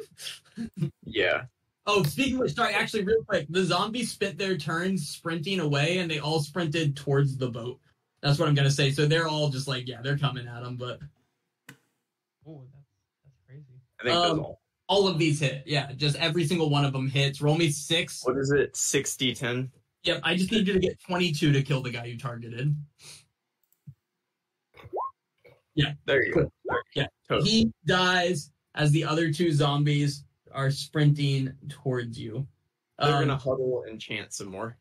S6: Yeah.
S3: Oh, speaking of which, sorry, actually real quick, the zombies spent their turns sprinting away and they all sprinted towards the boat. That's what I'm gonna say. So they're all just like, yeah, they're coming at them, but
S4: Ooh, that's, that's crazy.
S6: I think
S3: Um,
S6: those all.
S3: all of these hit. Yeah, just every single one of them hits. Roll me six.
S6: What is it? Sixty ten?
S3: Yep, I just need you to get 22 to kill the guy you targeted.
S6: There you go. Totally.
S3: He dies as the other two zombies are sprinting towards you.
S6: They're
S3: Um,
S6: gonna huddle and chant some more.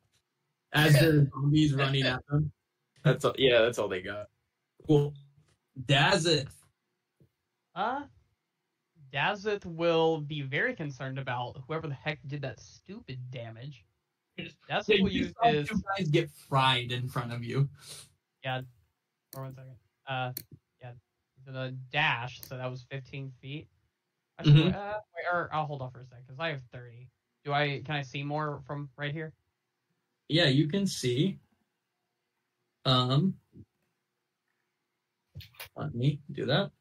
S3: As the zombies running at them.
S6: That's all, yeah, that's all they got.
S3: Cool. Dazit.
S4: Uh, Dazith will be very concerned about whoever the heck did that stupid damage. Dazith
S3: Yeah,
S4: will
S3: you
S4: use
S3: saw
S4: his.
S3: two guys get fried in front of you.
S4: Or one second. Uh, yeah, the dash. So that was 15 feet. Actually,
S3: Mhm.
S4: uh, wait, or I'll hold off for a second because I have 30. Do I? Can I see more from right here?
S3: Yeah, you can see. Um, let me do that.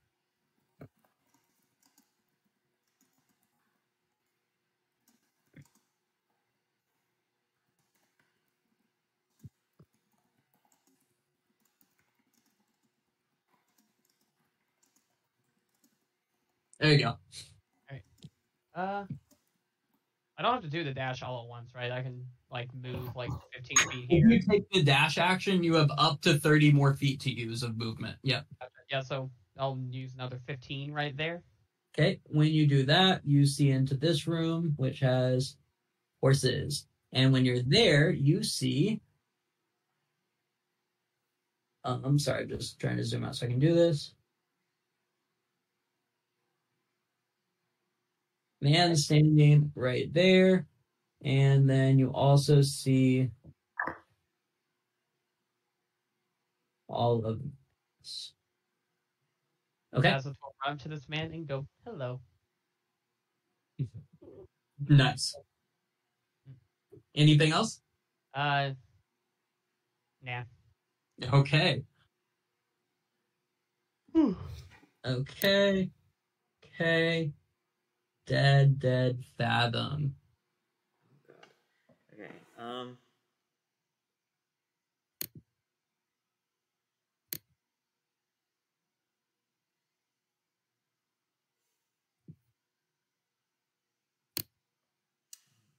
S3: There you go.
S4: Uh, I don't have to do the dash all at once, right? I can like move like 15 feet
S3: If
S4: here.
S3: you take the dash action, you have up to 30 more feet to use of movement. Yep.
S4: Yeah, so I'll use another 15 right there.
S3: Okay, when you do that, you see into this room, which has horses. And when you're there, you see. Um, I'm sorry, I'm just trying to zoom out so I can do this. Man standing right there. And then you also see all of this. Okay.
S4: Dazith will run up to this man and go, "Hello."
S3: Nice. Anything else?
S4: Uh, nah.
S3: Okay. Okay. Okay. Dead, dead, fathom.
S5: God. Okay. Um.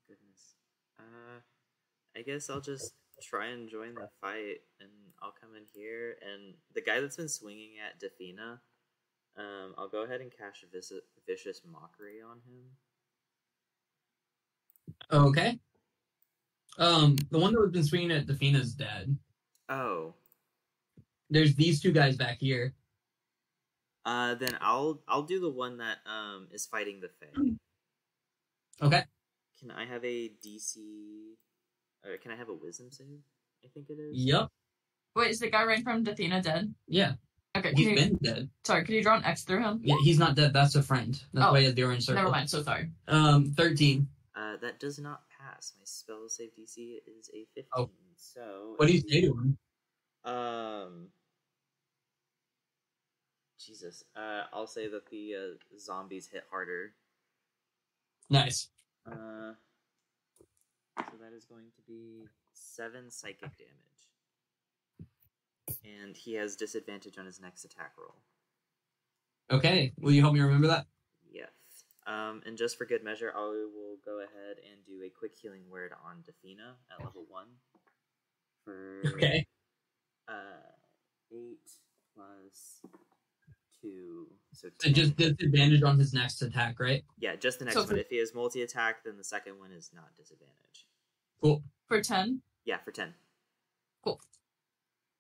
S5: Goodness. Uh, I guess I'll just try and join the fight, and I'll come in here. And the guy that's been swinging at Defina, um, I'll go ahead and cash a visi- vicious mockery on him.
S3: Okay. Um, the one that was been swinging at Defina's dead.
S5: Oh.
S3: There's these two guys back here.
S5: Uh, then I'll I'll do the one that um is fighting the Fae.
S3: Okay.
S5: Can I have a DC? Or can I have a Wisdom save? I think it is.
S3: Yep.
S2: Wait, is the guy right from Dathina dead?
S3: Yeah.
S2: Okay, can
S3: He's
S2: you,
S3: been dead.
S2: sorry, could you draw an X through him?
S3: Yeah, he's not dead. That's a friend. That's
S2: Oh.
S3: why he had the orange circle.
S2: Never mind, so sorry.
S3: Um, thirteen.
S5: Uh, that does not pass. My spell save DC is a fifteen.
S3: Oh.
S5: So
S3: What do you
S5: it'd
S3: say
S5: be-
S3: to him?
S5: Um. Jesus. Uh, I'll say that the uh, zombies hit harder.
S3: Nice.
S5: Uh, so that is going to be seven psychic damage. And he has disadvantage on his next attack roll.
S3: Okay. Will you help me remember that?
S5: Yeah. Um, and just for good measure, I will go ahead and do a quick healing word on Defina at level one. For
S3: Okay.
S5: uh, eight plus two, so
S3: So just
S5: 10.
S3: disadvantage on his next attack, right?
S5: yeah, just the next
S2: So
S5: one.
S2: for-
S5: If he has multi attack, then the second one is not disadvantage.
S3: Cool.
S2: For 10,
S5: Yeah, for ten.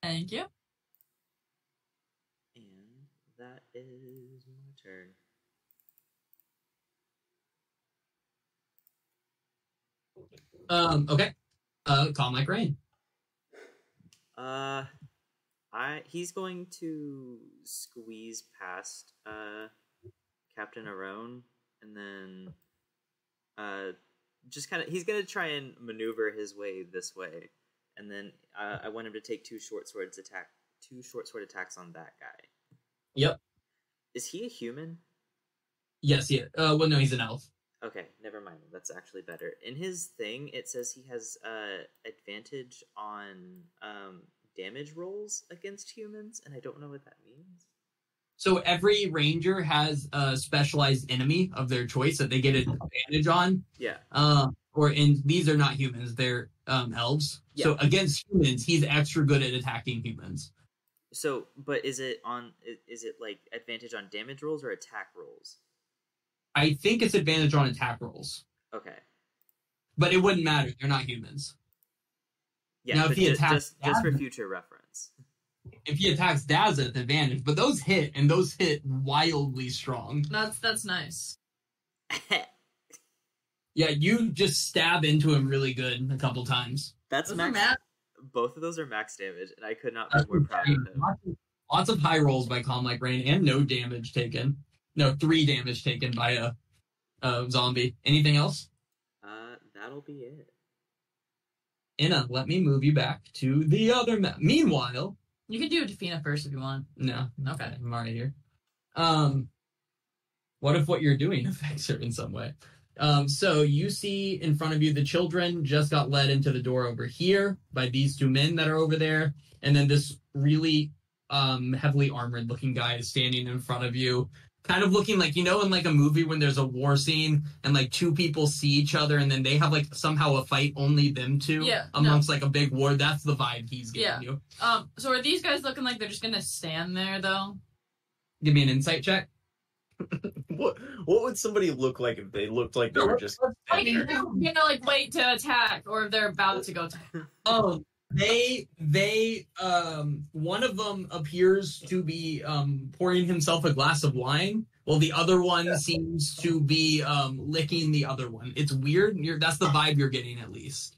S2: thank you.
S5: And that is my turn.
S3: Um, okay. Uh, calm like rain.
S5: Uh, I he's going to squeeze past uh Captain Arone and then uh just kind of he's gonna try and maneuver his way this way, and then uh, I want him to take two short swords attack two short sword attacks on that guy.
S3: Yep.
S5: Is he a human?
S3: Yes, yeah. Uh, well, no, he's an elf.
S5: Okay, never mind. That's actually better. In his thing, it says he has uh, advantage on um, damage rolls against humans, and I don't know what that means.
S3: So every ranger has a specialized enemy of their choice that they get advantage on.
S5: Yeah.
S3: Uh, or and these are not humans; they're um, elves. So against humans, he's extra good at attacking humans.
S5: So, but is it on? i- Is it like advantage on damage rolls or attack rolls?
S3: I think it's advantage on attack rolls,
S5: Okay.
S3: but it wouldn't matter; they're not humans.
S5: Yeah.
S3: Now, if
S5: but
S3: he
S5: ju-
S3: attacks
S5: just, just for
S3: Adam-
S5: future reference.
S3: If he attacks Daz at advantage, but those hit and those hit wildly strong.
S2: That's that's nice.
S3: Yeah, you just stab into him really good a couple times.
S5: That's
S2: Those are
S5: max.
S2: mad-
S5: Both of those are max damage, and I could not be more proud of him.
S3: Lots of- Lots of high rolls by Calm Like Rain and no damage taken. No, three damage taken by a, a zombie. Anything else?
S5: Uh, that'll be it.
S3: Inna, let me move you back to the other map. Meanwhile,
S2: You can do Defina first if you want.
S3: no,
S2: Okay.
S3: I'm already here. Um, what if what you're doing affects her in some way? Um, so you see in front of you the children just got led into the door over here by these two men that are over there, and then this really um heavily armored looking guy is standing in front of you, kind of looking like you know in like a movie when there's a war scene and like two people see each other and then they have like somehow a fight only them two
S2: Yeah, no.
S3: amongst like a big war. That's the vibe he's giving
S2: Yeah.
S3: you.
S2: Um, so are these guys looking like they're just gonna stand there though?
S3: Give me an insight check.
S6: What what would somebody look like if they looked like they were just
S2: Wait, you
S6: standing there?
S2: know, like wait to attack, or if they're about to go attack.
S3: Oh, they they um one of them appears to be um pouring himself a glass of wine, while the other one seems to be um licking the other one. It's weird. You're, that's the vibe you're getting at least.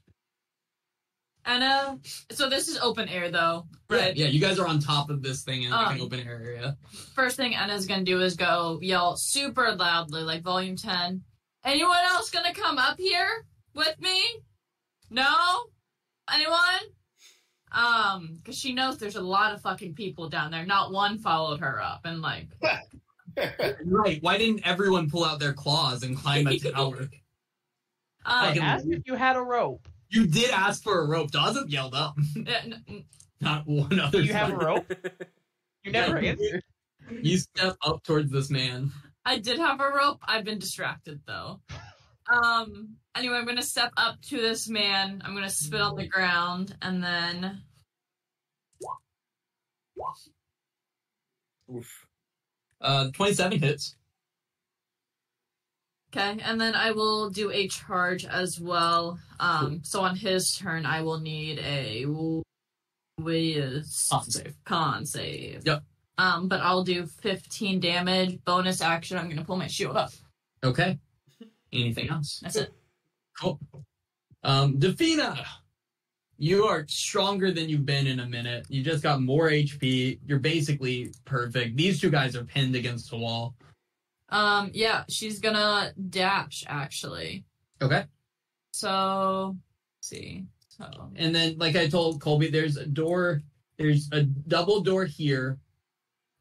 S2: And uh, so this is open air though, right?
S3: Yeah, you guys are on top of this thing in like, an
S2: Um,
S3: open air area.
S2: first thing Anna's gonna do is go yell super loudly, like volume 10. Anyone else gonna come up here with me? No? Anyone? Um, because she knows there's a lot of fucking people down there. Not one followed her up, and like,
S3: Right? Why didn't everyone pull out their claws and climb a tower?
S2: um,
S3: Like
S4: I asked if you had a rope.
S3: you did ask for a rope. Dawson yelled up.
S2: yeah, n- n-
S3: Not one other.
S4: Do you have a
S3: time.
S4: rope? You never
S3: Yeah.
S4: answered.
S3: You step up towards this man.
S2: I did have a rope. I've been distracted though. Um, anyway, I'm gonna step up to this man. I'm gonna spit on the ground, and then
S3: Uh, twenty-seven hits.
S2: Okay, and then I will do a charge as well. Um, so on his turn, I will need a whiz
S3: Con save.
S2: con save.
S3: Yep.
S2: Um, but I'll do 15 damage. Bonus action, I'm gonna pull my shield up.
S3: Okay. Anything else?
S2: That's it.
S3: Cool. Um, Defina, you are stronger than you've been in a minute. You just got more HP. You're basically perfect. These two guys are pinned against the wall.
S2: Um, yeah, she's gonna dash actually.
S3: Okay.
S2: So, let's see. So
S3: And then, like I told Colby, there's a door. There's a double door here.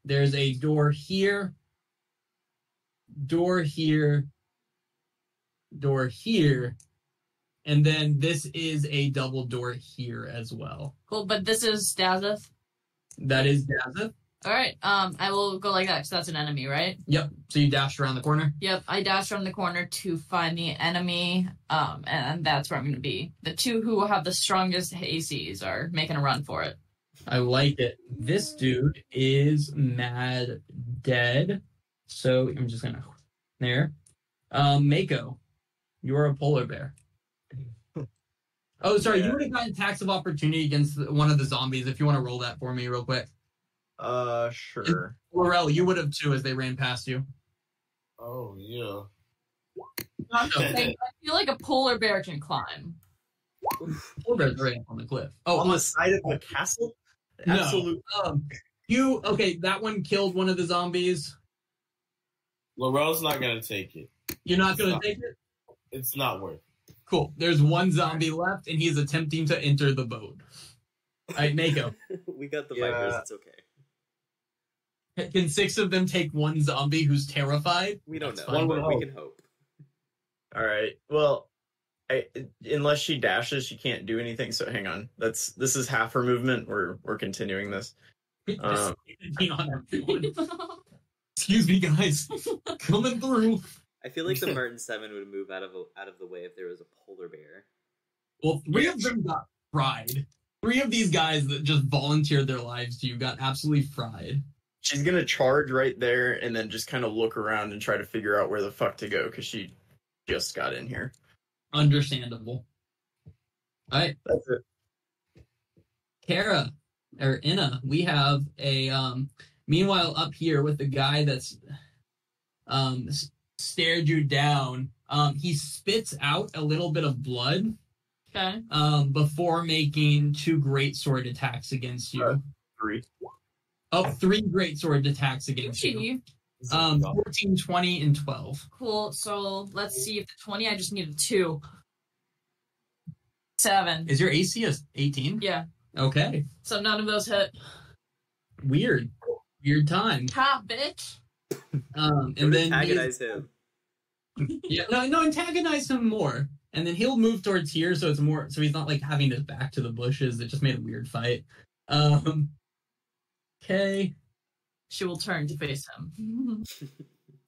S3: There's a door here. Door here. Door here. And then this is a double door here as well.
S2: cool, but this is Dazeth.
S3: That is Dazeth.
S2: All right. Um, I will go like that because that's an enemy, right?
S3: Yep. So you dashed around the corner.
S2: Yep, I dashed around the corner to find the enemy, um, and that's where I'm going to be. The two who have the strongest ACs are making a run for it.
S3: I like it. This dude is mad dead. So I'm just gonna there. Um, Mako, you're a polar bear. Oh, sorry. You
S6: Yeah.
S3: would have gotten tax of opportunity against one of the zombies if you want to roll that for me real quick.
S6: Uh, sure.
S3: Laurel, you would have too as they ran past you.
S1: Oh yeah.
S2: I feel like a polar bear can climb.
S3: Polar bears are right up on the cliff. Oh,
S6: On the side of the castle?
S3: No.
S6: Absolute.
S3: um, you okay? That one killed one of the zombies.
S1: Laurel's not gonna take it.
S3: You're not gonna
S1: Stop.
S3: take it.
S1: It's not worth.
S3: Cool. There's one zombie left, and he's attempting to enter the boat. All right, Mako.
S5: we got the
S6: Yeah.
S5: vipers. It's okay.
S3: Can six of them take one zombie who's terrified?
S5: We don't
S3: That's
S5: know,
S3: fine.
S5: but
S6: One
S5: we
S6: would
S5: can hope.
S6: All right. Well, I, unless she dashes, she can't do anything. So hang on. That's this is half her movement. We're we're continuing this. Um,
S3: Be on everyone. Excuse me, guys. Coming through.
S5: I feel like the Merton Seven would move out of out of the way if there was a polar bear.
S3: Well, three of them got fried. Three of these guys that just volunteered their lives to you got absolutely fried.
S6: she's gonna charge right there and then just kind of look around and try to figure out where the fuck to go because she just got in here.
S3: Understandable. All right,
S6: That's it.
S3: Kara or Inna, we have a. Um, meanwhile, up here with the guy that's um, s- stared you down, um, he spits out a little bit of blood.
S2: Okay.
S3: um, before making two great sword attacks against you.
S6: Uh. Three.
S3: oh, three great sword attacks against you.
S2: Gee,
S3: Um, 14, 20, and 12.
S2: Cool. So let's see if the 20, I just need a 2. 7.
S3: Is your AC a 18?
S2: Yeah.
S3: Okay.
S2: So none of those hit.
S3: Weird. Weird time.
S2: Ha, bitch.
S3: Um,
S5: Don't
S3: and then
S5: antagonize him.
S3: he's- yeah, no, no, antagonize him more. And then he'll move towards here, so it's more, so he's not like having his back to the bushes. It just made a weird fight. Um, okay,
S2: She will turn to face him.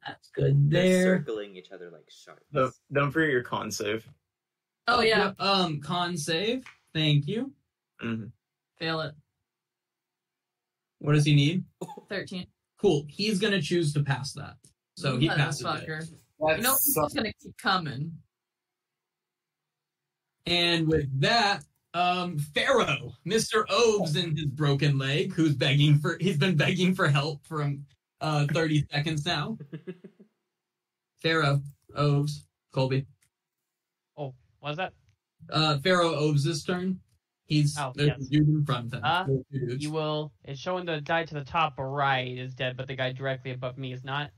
S3: that's good
S5: They're
S3: there.
S5: circling each other like sharks.
S6: Don't, don't forget your con save.
S2: oh, yeah.
S3: Um, con save. Thank you.
S6: hmm
S2: Fail it.
S3: What does he need?
S2: 13.
S3: Cool. He's gonna choose to pass that. So he passes it.
S2: Motherfucker. You know, he's just going to keep coming.
S3: And with that, um, Pharaoh, Mr. Oves and his broken leg, who's begging for he's been begging for help from uh 30 seconds now. Pharaoh, Oves, Colby.
S4: Oh, was that?
S3: Uh Pharaoh Oves' turn. He's
S4: Oh,
S3: there's
S4: yes.
S3: a dude in front of him.
S4: Uh,
S3: There's two dudes.
S4: You will. It's showing the guy to the top right is dead, but the guy directly above me is not.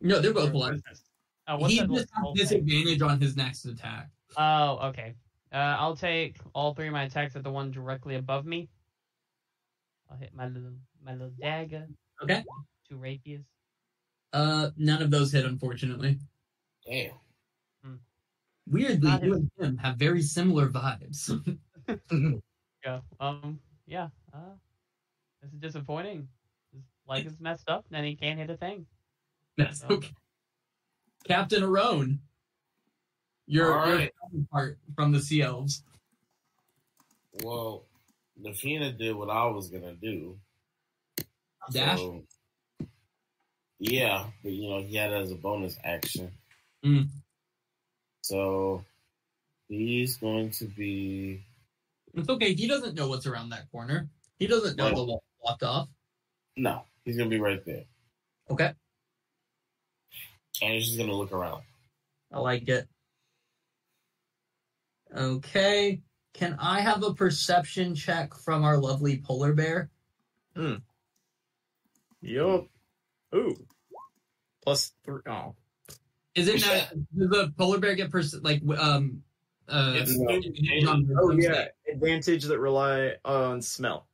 S3: no, they're
S4: Or
S3: both
S4: what
S3: blind.
S4: is this? Oh, what's
S3: he
S4: that
S3: just
S4: little
S3: has
S4: thing?
S3: disadvantage on his next attack.
S4: Oh, okay. Uh, I'll take all three of my attacks at the one directly above me. I'll hit my little my little dagger.
S3: Okay.
S4: Two rapiers.
S3: Uh none of those hit, unfortunately.
S1: Damn.
S3: Weirdly,
S4: Not
S3: you and him have very similar vibes.
S4: Yeah. Um. Yeah. Uh, this is disappointing. His leg is messed up, and he can't hit a thing.
S3: That's
S4: So-
S3: okay. Captain Arone, your,
S1: All
S3: your
S1: right.
S3: counterpart from the Sea Elves.
S1: Well, Nafina did what I was gonna do.
S3: Dash?
S1: So, yeah, but you know he had it as a bonus action.
S3: Mm.
S1: So he's going to be
S3: It's okay. He doesn't know what's around that corner. He doesn't know
S1: Right.
S3: the wall blocked off.
S1: no, he's gonna be right there,
S3: Okay.
S1: and he's just gonna look around.
S3: I like it. Okay. Can I have a perception check from our lovely polar bear?
S6: Yup. Ooh. Plus three. Oh.
S3: Isn't that does the polar bear get pers- like w- um uh
S1: It's-
S6: Oh yeah. Advantage that rely on smell.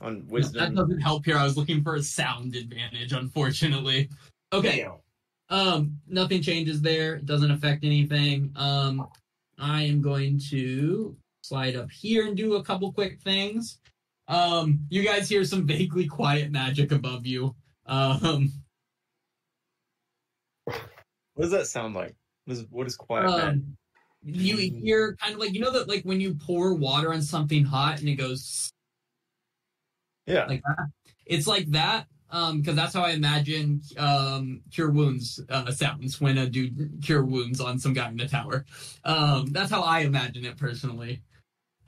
S6: On
S3: No, that
S6: wisdom.
S3: doesn't help here. I was looking for a sound advantage, unfortunately. Okay.
S1: Damn.
S3: Um, nothing changes there. It doesn't affect anything. Um, I am going to slide up here and do a couple quick things. Um, you guys hear some vaguely quiet magic above you. Um,
S6: What does that sound like? What is, what is quiet man?
S3: um, you hear kind of like you know that like when you pour water on something hot and it goes
S6: Yeah.
S3: like that. It's like that um because that's how I imagine um cure wounds uh, sounds when a dude cure wounds on some guy in the tower. Um, that's how I imagine it personally.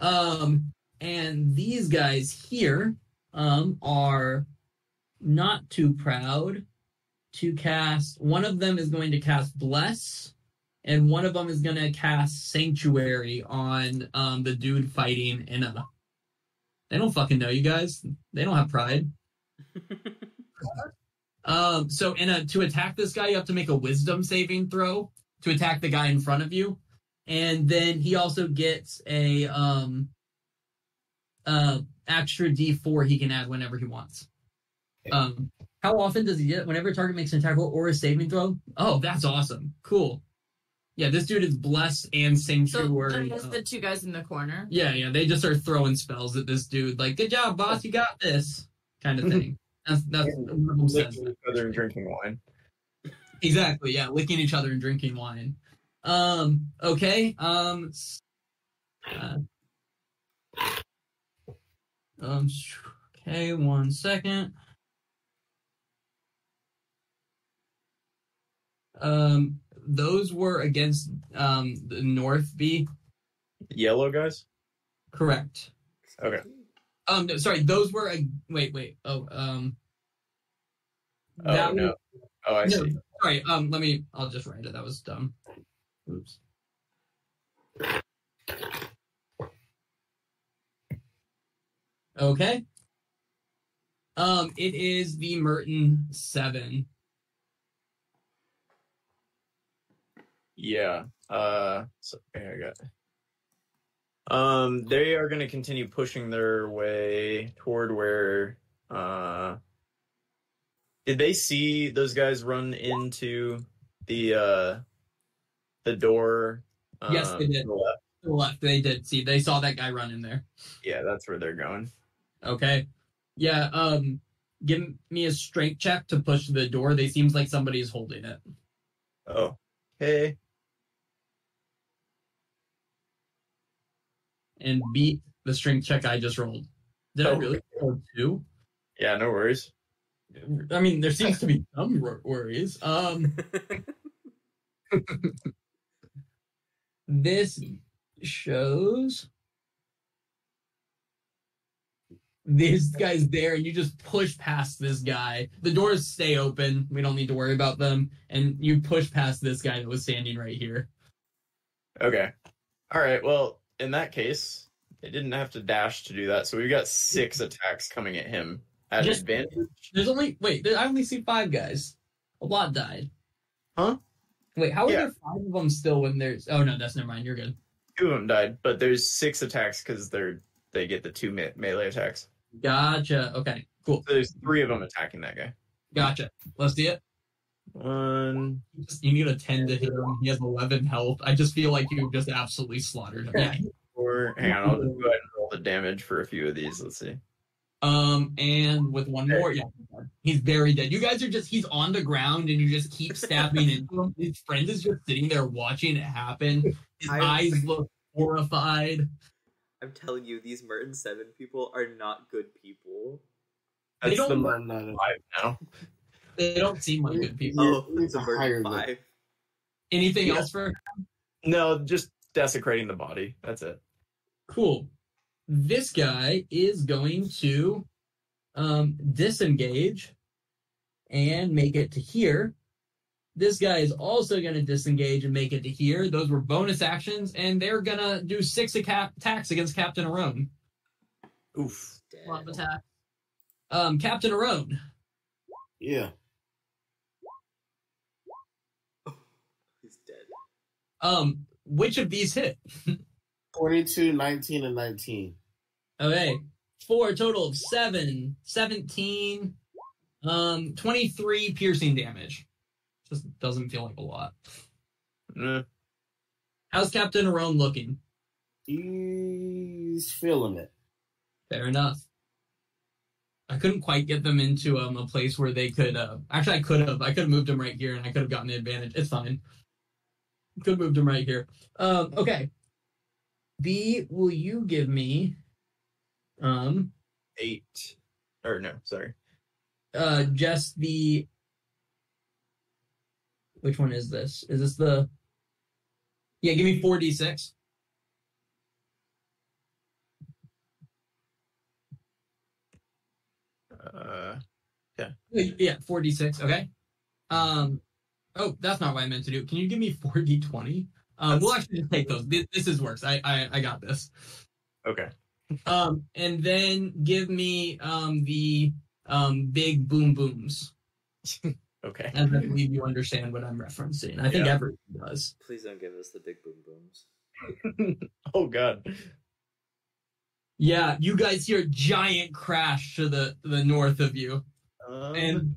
S3: Um, and these guys here um are not too proud to cast. One of them is going to cast bless and one of them is gonna cast sanctuary on um the dude fighting Inna. They don't fucking know you guys. They don't have pride. Um, so Inna, to attack this guy, you have to make a wisdom saving throw to attack the guy in front of you, and then he also gets a um uh extra D four he can add whenever he wants. Um, how often does he get? it? Whenever a target makes an attack roll or a saving throw. Oh, that's awesome. Cool. Yeah, this dude is blessed and
S2: So
S3: sanctuary.
S2: there's
S3: uh,
S2: the two guys in the corner.
S3: yeah, yeah. They just are throwing spells at this dude. Like, good job, boss. You got this. Kind of thing. That's that's
S6: Hmm. Yeah.
S3: one of them says
S6: Licking each other and drinking wine.
S3: exactly. Yeah, licking each other and drinking wine. Um. Okay. Um. s- uh, um. sh- Okay. One second. Um. Those were against um the North B.
S6: Yellow guys?
S3: Correct.
S6: Okay.
S3: Um, no, sorry, those were a wait, wait. Oh, um,
S6: Oh
S3: that
S6: no.
S3: was-
S6: Oh I
S3: no,
S6: see.
S3: sorry. Um, let me. I'll just write it. That was dumb. Oops. Okay. Um, it is the Merton Seven.
S6: Yeah. Uh so okay, I got it. Um they are gonna continue pushing their way toward where uh did they see those guys run into the uh the door
S3: Yes, they
S6: um,
S3: did.
S6: to the left?
S3: To the left, they did see. They saw that guy run in there.
S6: Yeah, that's where they're going.
S3: Okay. Yeah. Um, give me a strength check to push the door. They seems like somebody's holding it.
S6: Oh. Hey.
S3: and beat the strength check I just rolled. Did I
S6: Oh.
S3: really roll two?
S6: Yeah, no worries.
S3: I mean, there seems to be some wor- worries. Um, this shows this guy's there, and you just push past this guy. The doors stay open; we don't need to worry about them. And you push past this guy that was standing right here.
S6: Okay. All right. Well, in that case, they didn't have to dash to do that. So we've got six attacks coming at him at
S3: Just-
S6: advantage.
S3: There's only wait. there- I only see five guys. A lot died.
S6: Huh?
S3: Wait, how are
S6: Yeah.
S3: there five of them still when there's? Oh no, that's never mind. You're good.
S6: Two of them died, but there's six attacks because they're they get the two me- melee attacks.
S3: Gotcha. Okay. Cool.
S6: So there's three of them attacking that guy.
S3: Gotcha. Let's do it.
S6: One.
S3: You need a ten to hit him. He has eleven health. I just feel like you just absolutely slaughtered him. Yeah.
S6: Four. Hang on. I'll just go ahead and roll the damage for a few of these. Let's see.
S3: Um, and with one more, yeah, he's very dead. You guys are just—he's on the ground, and you just keep stabbing into him. His friend is just sitting there watching it happen. His
S5: I-
S3: eyes look horrified.
S5: I'm telling you, these Merton Seven people are not good people.
S3: They
S6: That's
S3: don't
S6: the
S1: Not- not-
S6: five now.
S3: They don't seem like good people.
S5: Oh,
S1: it's
S5: the
S1: higher
S5: Merton
S1: than-
S5: Five.
S3: Anything
S6: Yeah.
S3: else for
S6: No, just desecrating the body. That's it.
S3: cool? This guy is going to um, disengage and make it to here. This guy is also going to disengage and make it to here. Those were bonus actions, and they're going to do six aca- attacks against Captain Arone.
S6: Oof.
S5: Dead.
S2: Love attack.
S3: Um, Captain Arone,
S1: Yeah.
S5: He's dead.
S3: um, which of these hit?
S7: 22, 19, and 19.
S3: Okay. For a total of seven, 17, um, 23 piercing damage. Just doesn't feel like a lot.
S6: Mm.
S3: How's Captain Arone looking?
S7: He's feeling it.
S3: Fair enough. I couldn't quite get them into um, a place where they could. Uh, actually, I could have. I could have moved them right here, and I could have gotten an advantage. It's fine. Could have moved them right here. Um, okay. B, will you give me um,
S6: Eight. Or no, sorry.
S3: uh just the which one is this is this the yeah give me 4d6
S6: Uh,
S3: yeah 4d6 okay um oh that's not what i meant to do can you give me 4d20 um we'll actually just take those this, this is worse I, I i got this
S6: okay.
S3: um and then give me um the um big boom booms
S6: Okay.
S3: and i believe you understand what i'm referencing i think
S6: Yeah.
S3: everyone does
S5: Please don't give us the big boom booms.
S6: Oh, God.
S3: Yeah, you guys hear a giant crash to the to the north of you,
S6: Um,
S3: and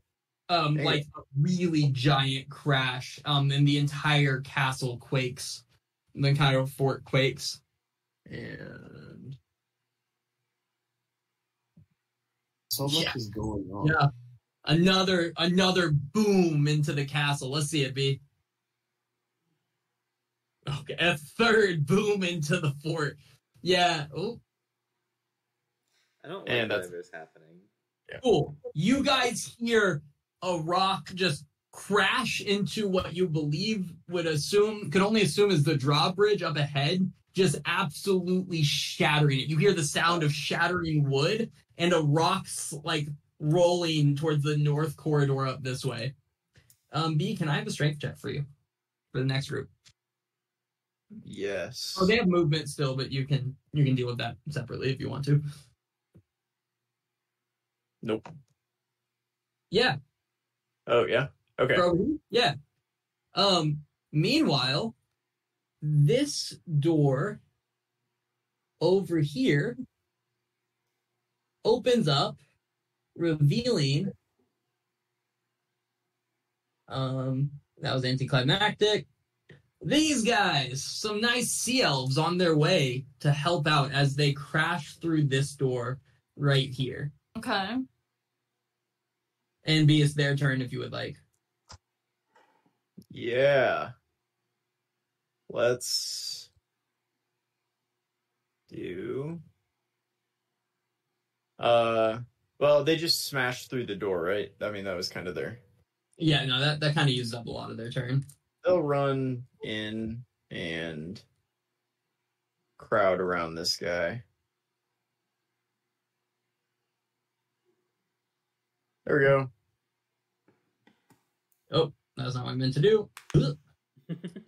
S3: um,
S6: dang
S3: like a really giant crash. Um, and the entire castle quakes, the entire fort quakes.
S6: and
S7: So much
S3: Yeah.
S7: is going on.
S3: Yeah, another another boom into the castle. Let's see it be. Okay, a third boom into the fort. Yeah. Oh,
S5: I don't like
S6: And that's-
S5: whatever's happening.
S3: cool. You guys hear a rock just crash into what you believe would assume could only assume is the drawbridge up ahead, just absolutely shattering it. You hear the sound of shattering wood and a rock's like rolling towards the north corridor up this way. Um, B, can I have a strength check for you for the next group?
S6: yes.
S3: Oh, they have movement still, but you can you can deal with that separately if you want to.
S6: Nope.
S3: Yeah,
S6: Oh, yeah. Okay.
S3: Probably, Yeah. Um. Meanwhile, this door over here opens up, revealing. Um. That was anticlimactic. These guys, some nice sea elves on their way to help out as they crash through this door right here.
S2: Okay.
S3: And B, it's their turn if you would like.
S6: Yeah. Let's do. Uh, well, they just smashed through the door, right? I mean, that was kind of their.
S3: Yeah, no, that, that kind of used up a lot of their turn.
S6: They'll run in and crowd around this guy. There we go.
S3: That's not what I meant to do.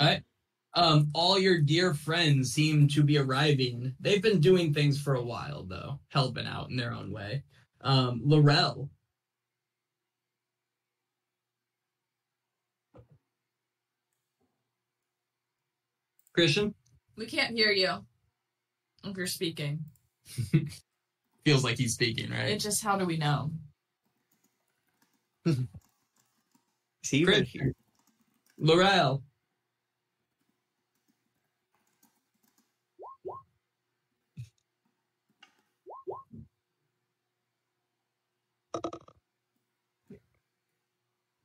S3: Alright. Um, all your dear friends seem to be arriving. They've been doing things for a while though, helping out in their own way. Um, Laurel. Christian
S2: We can't hear you if you're speaking.
S3: feels like he's speaking,
S2: It
S3: right?
S2: just how do we know?
S6: Is he even
S3: Great.
S6: here?
S3: Laurel.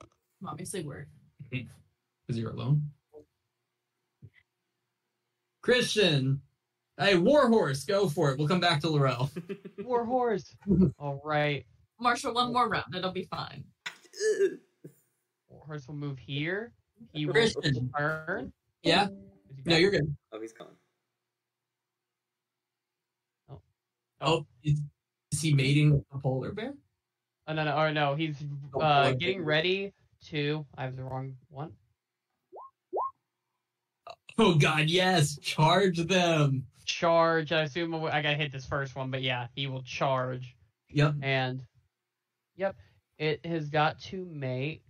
S2: I'm obviously we're
S3: Because you're alone. Christian. Hey, Warhorse, go for it. We'll come back to Laurel.
S4: War horse. All right.
S2: Marshall, one more round, it'll be fine.
S5: Ugh.
S4: War horse will move here. He will
S3: Christian.
S4: turn.
S3: Yeah.
S4: Is he
S3: No,
S4: back?
S3: you're good.
S5: Oh, he's gone.
S3: Oh, is, is he mating with a polar bear?
S4: Oh, no, no, or no. He's uh, getting ready to. I have the wrong one.
S3: Oh God, yes! Charge them.
S4: Charge. I assume I gotta hit this first one, but yeah, he will charge.
S3: Yep.
S4: And yep, it has got to make.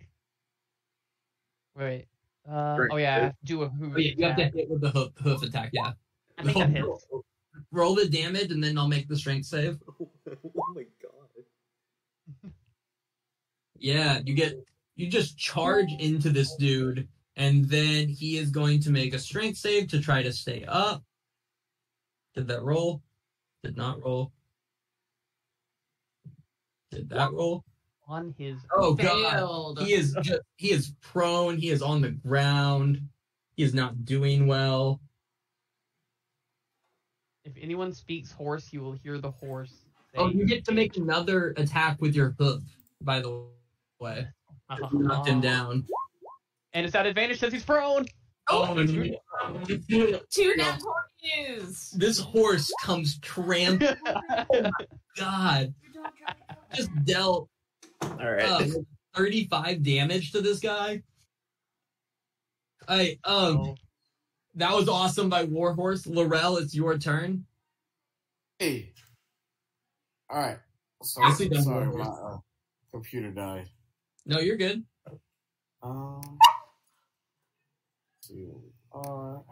S4: Wait. Uh,
S6: Great.
S4: oh yeah, I have to do a hoof
S3: Oh, yeah, you have to
S4: attack.
S3: hit with the hoof, hoof attack. Yeah.
S4: I think that hits.
S3: Roll the damage, and then I'll make the strength save.
S5: oh my god.
S3: Yeah, you get you just charge into this dude, and then he is going to make a strength save to try to stay up. Did that roll? Did not roll. Did that roll?
S4: on his.
S3: Oh god.
S2: Failed.
S3: He is just, he is prone, he is on the ground. He is not doing well.
S4: If anyone speaks horse, you will hear the horse. Say,
S3: Oh, you get to make another attack with your hoof, by the way. You knocked him down.
S4: And it's at advantage since he's prone.
S3: Oh, and
S2: Two nat 20s.
S3: this horse comes tramping God, just dealt
S6: All right.
S3: uh, 35 damage to this guy. I um,
S4: Oh.
S3: that was awesome by Warhorse. Laurel, it's your turn.
S7: Hey. All right. Sorry,
S3: Nicely done,
S7: sorry my
S3: Warhorse.
S7: uh, computer died.
S3: No, you're good.
S7: Um, see what we are.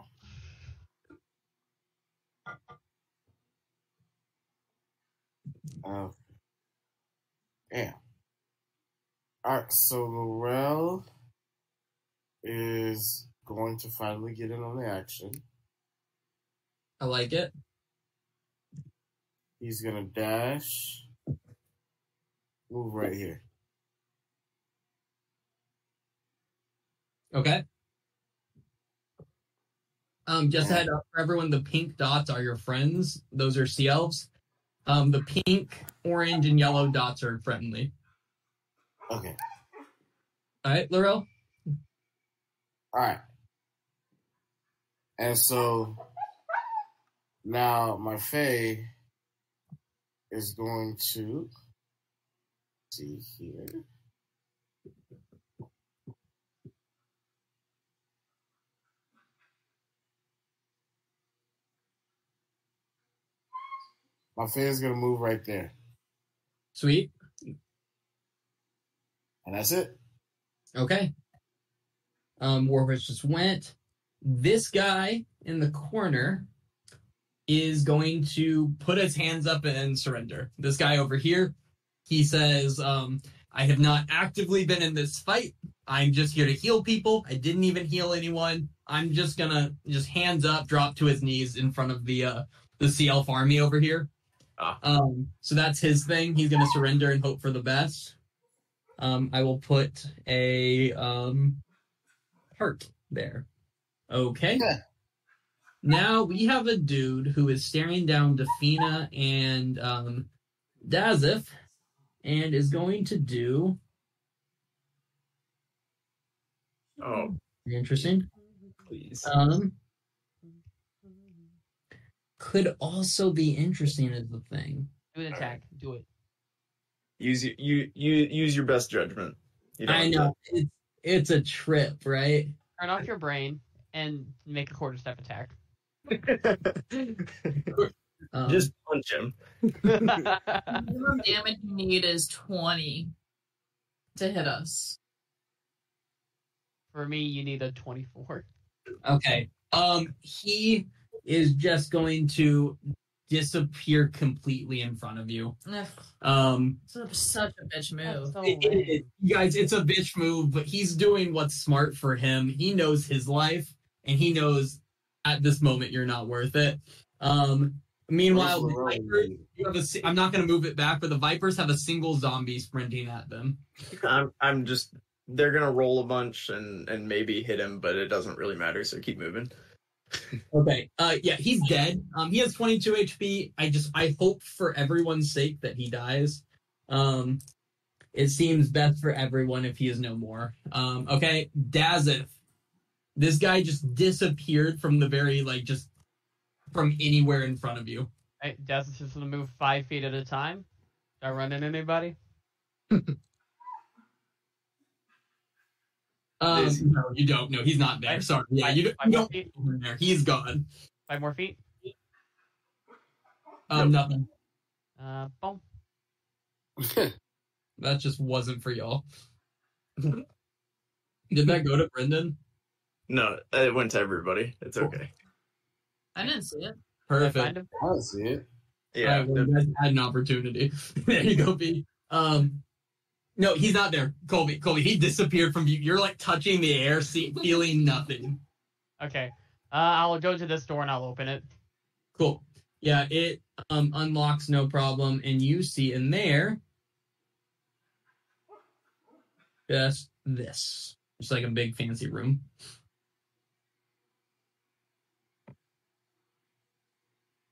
S7: Oh. Yeah. Alright, so Laurel is going to finally get in on the action.
S3: I like it.
S7: He's gonna dash. Move right here.
S3: Okay. Um, just a head up for everyone. The pink dots are your friends. Those are sea elves. Um, the pink, orange, and yellow dots are friendly.
S7: Okay.
S3: All right, Laurel.
S7: Alright. And so now my Fae is going to see here. My Fae is gonna move right there.
S3: Sweet.
S7: And that's it.
S3: Okay. Um, Warhorse just went. This guy in the corner is going to put his hands up and surrender. This guy over here, he says, um, I have not actively been in this fight. I'm just here to heal people. I didn't even heal anyone. I'm just gonna just hands up, drop to his knees in front of the uh the sea elf army over here.
S6: Ah.
S3: Um, so that's his thing. He's gonna surrender and hope for the best. Um, I will put a um, heart there. Okay.
S7: Yeah.
S3: Now we have a dude who is staring down Dafina and um, Dazif and is going to do
S6: oh,
S3: interesting.
S6: please.
S3: Um, could also be interesting is the thing.
S4: Do an attack. Do it.
S6: Use your, you you use your best judgment. You don't
S3: I
S6: have to-
S3: know it's it's a trip, right?
S4: Turn off your brain and make a quarter step attack.
S3: Um,
S6: Just punch him.
S2: Minimum damage you need is 20 to hit us.
S4: For me, you need a 24.
S3: Okay. Um, he is just going to disappear completely in front of you.
S2: Ugh,
S3: Um,
S2: Such such a bitch move.
S4: So
S3: it- it- it- you guys, it's a bitch move, but he's doing what's smart for him. He knows his life, and he knows at this moment you're not worth it. Um, meanwhile, the
S7: Where's
S3: Vipers,
S7: Laurel?
S3: you have a, si- I'm not going to move it back, but the Vipers have a single zombie sprinting at them.
S6: I'm I'm just they're gonna roll a bunch and and maybe hit him, but it doesn't really matter. So keep moving.
S3: Okay. Uh, yeah, he's dead. Um, he has 22 HP. I just I hope for everyone's sake that he dies. Um, it seems best for everyone if he is no more. Um, okay, Dazif This guy just disappeared from the very like just from anywhere in front of you.
S4: Hey, Death's just gonna move five feet at a time. Did I run into anybody?
S3: Um,
S6: Is-
S3: no, you don't. No, he's not there. Sorry. Yeah, you don't.
S4: Five
S3: You
S4: more
S3: don't
S4: feet.
S3: know him there. He's gone.
S4: Five more feet.
S3: Um, nothing.
S4: Uh, boom.
S3: That just wasn't for y'all. Did that go to Brendan?
S6: No, it went to everybody. It's okay.
S2: I didn't see it.
S4: Did I
S3: Perfect.
S4: find him?
S7: I don't see it.
S6: Yeah.
S3: All right, well, you guys had an opportunity. there you go, B. Um, no, he's not there, Colby. Colby, he disappeared from you. You're like touching the air, see, feeling nothing.
S4: Okay. Uh, I'll go to this door and I'll open it.
S3: Cool. Yeah, it um, unlocks no problem, and you see in there just this. It's like a big fancy room.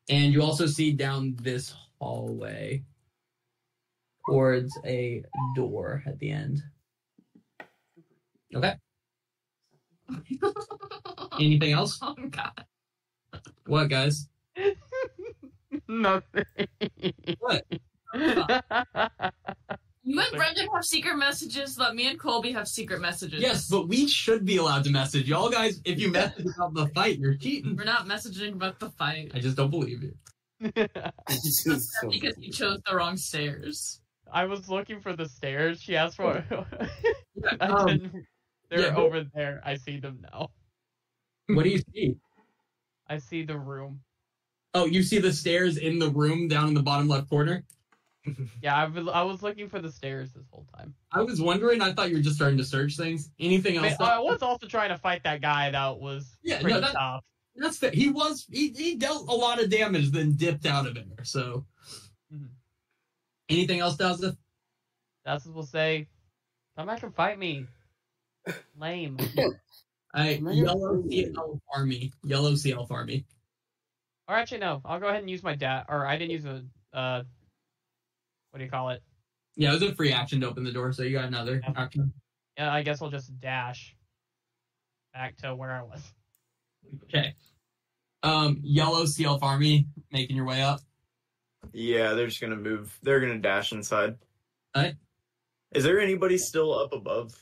S3: And you also see down this hallway towards a door at the end. Okay. Anything else?
S2: Oh god.
S3: What, guys?
S4: Nothing.
S3: What?
S2: You and Brendan have secret messages, but me and Colby have secret messages.
S3: Yes, but we should be allowed to message y'all guys. If you message about the fight, you're cheating.
S2: We're not messaging about the fight
S3: I just don't believe you.
S7: It's just so
S2: because you chose the wrong stairs.
S4: I was looking for the stairs. She asked for. I
S3: Um,
S4: didn't. They're
S3: yeah, but-
S4: over there. I see them now.
S3: What do you see?
S4: I see the room.
S3: Oh, you see the stairs in the room down in the bottom left corner.
S4: Yeah, I was, I was looking for the stairs this whole time.
S3: I was wondering. I thought you were just starting to search things. Anything
S4: I,
S3: else?
S4: mean, I was also trying to fight that guy that was
S3: Yeah, no,
S4: pretty
S3: that-
S4: tough.
S3: That's fair. He was. He, he dealt a lot of damage, then dipped out of there. So,
S4: Mhm.
S3: anything else, Dazda?
S4: That's what we'll say. Come back and fight me. Lame.
S3: I
S7: Man,
S3: yellow
S7: thank
S3: sea
S7: you.
S3: elf army. Yellow sea elf army.
S4: Or actually, no. I'll go ahead and use my dad. Or I didn't use a. Uh, what do you call it?
S3: Yeah, it was a free action to open the door, so you got another
S4: Yeah.
S3: action.
S4: Yeah, I guess I'll just dash back to where I was.
S3: Okay. Um, yellow sea elf army making your way up.
S6: Yeah, they're just gonna move. They're gonna dash inside.
S3: Alright.
S6: Is there anybody still up above?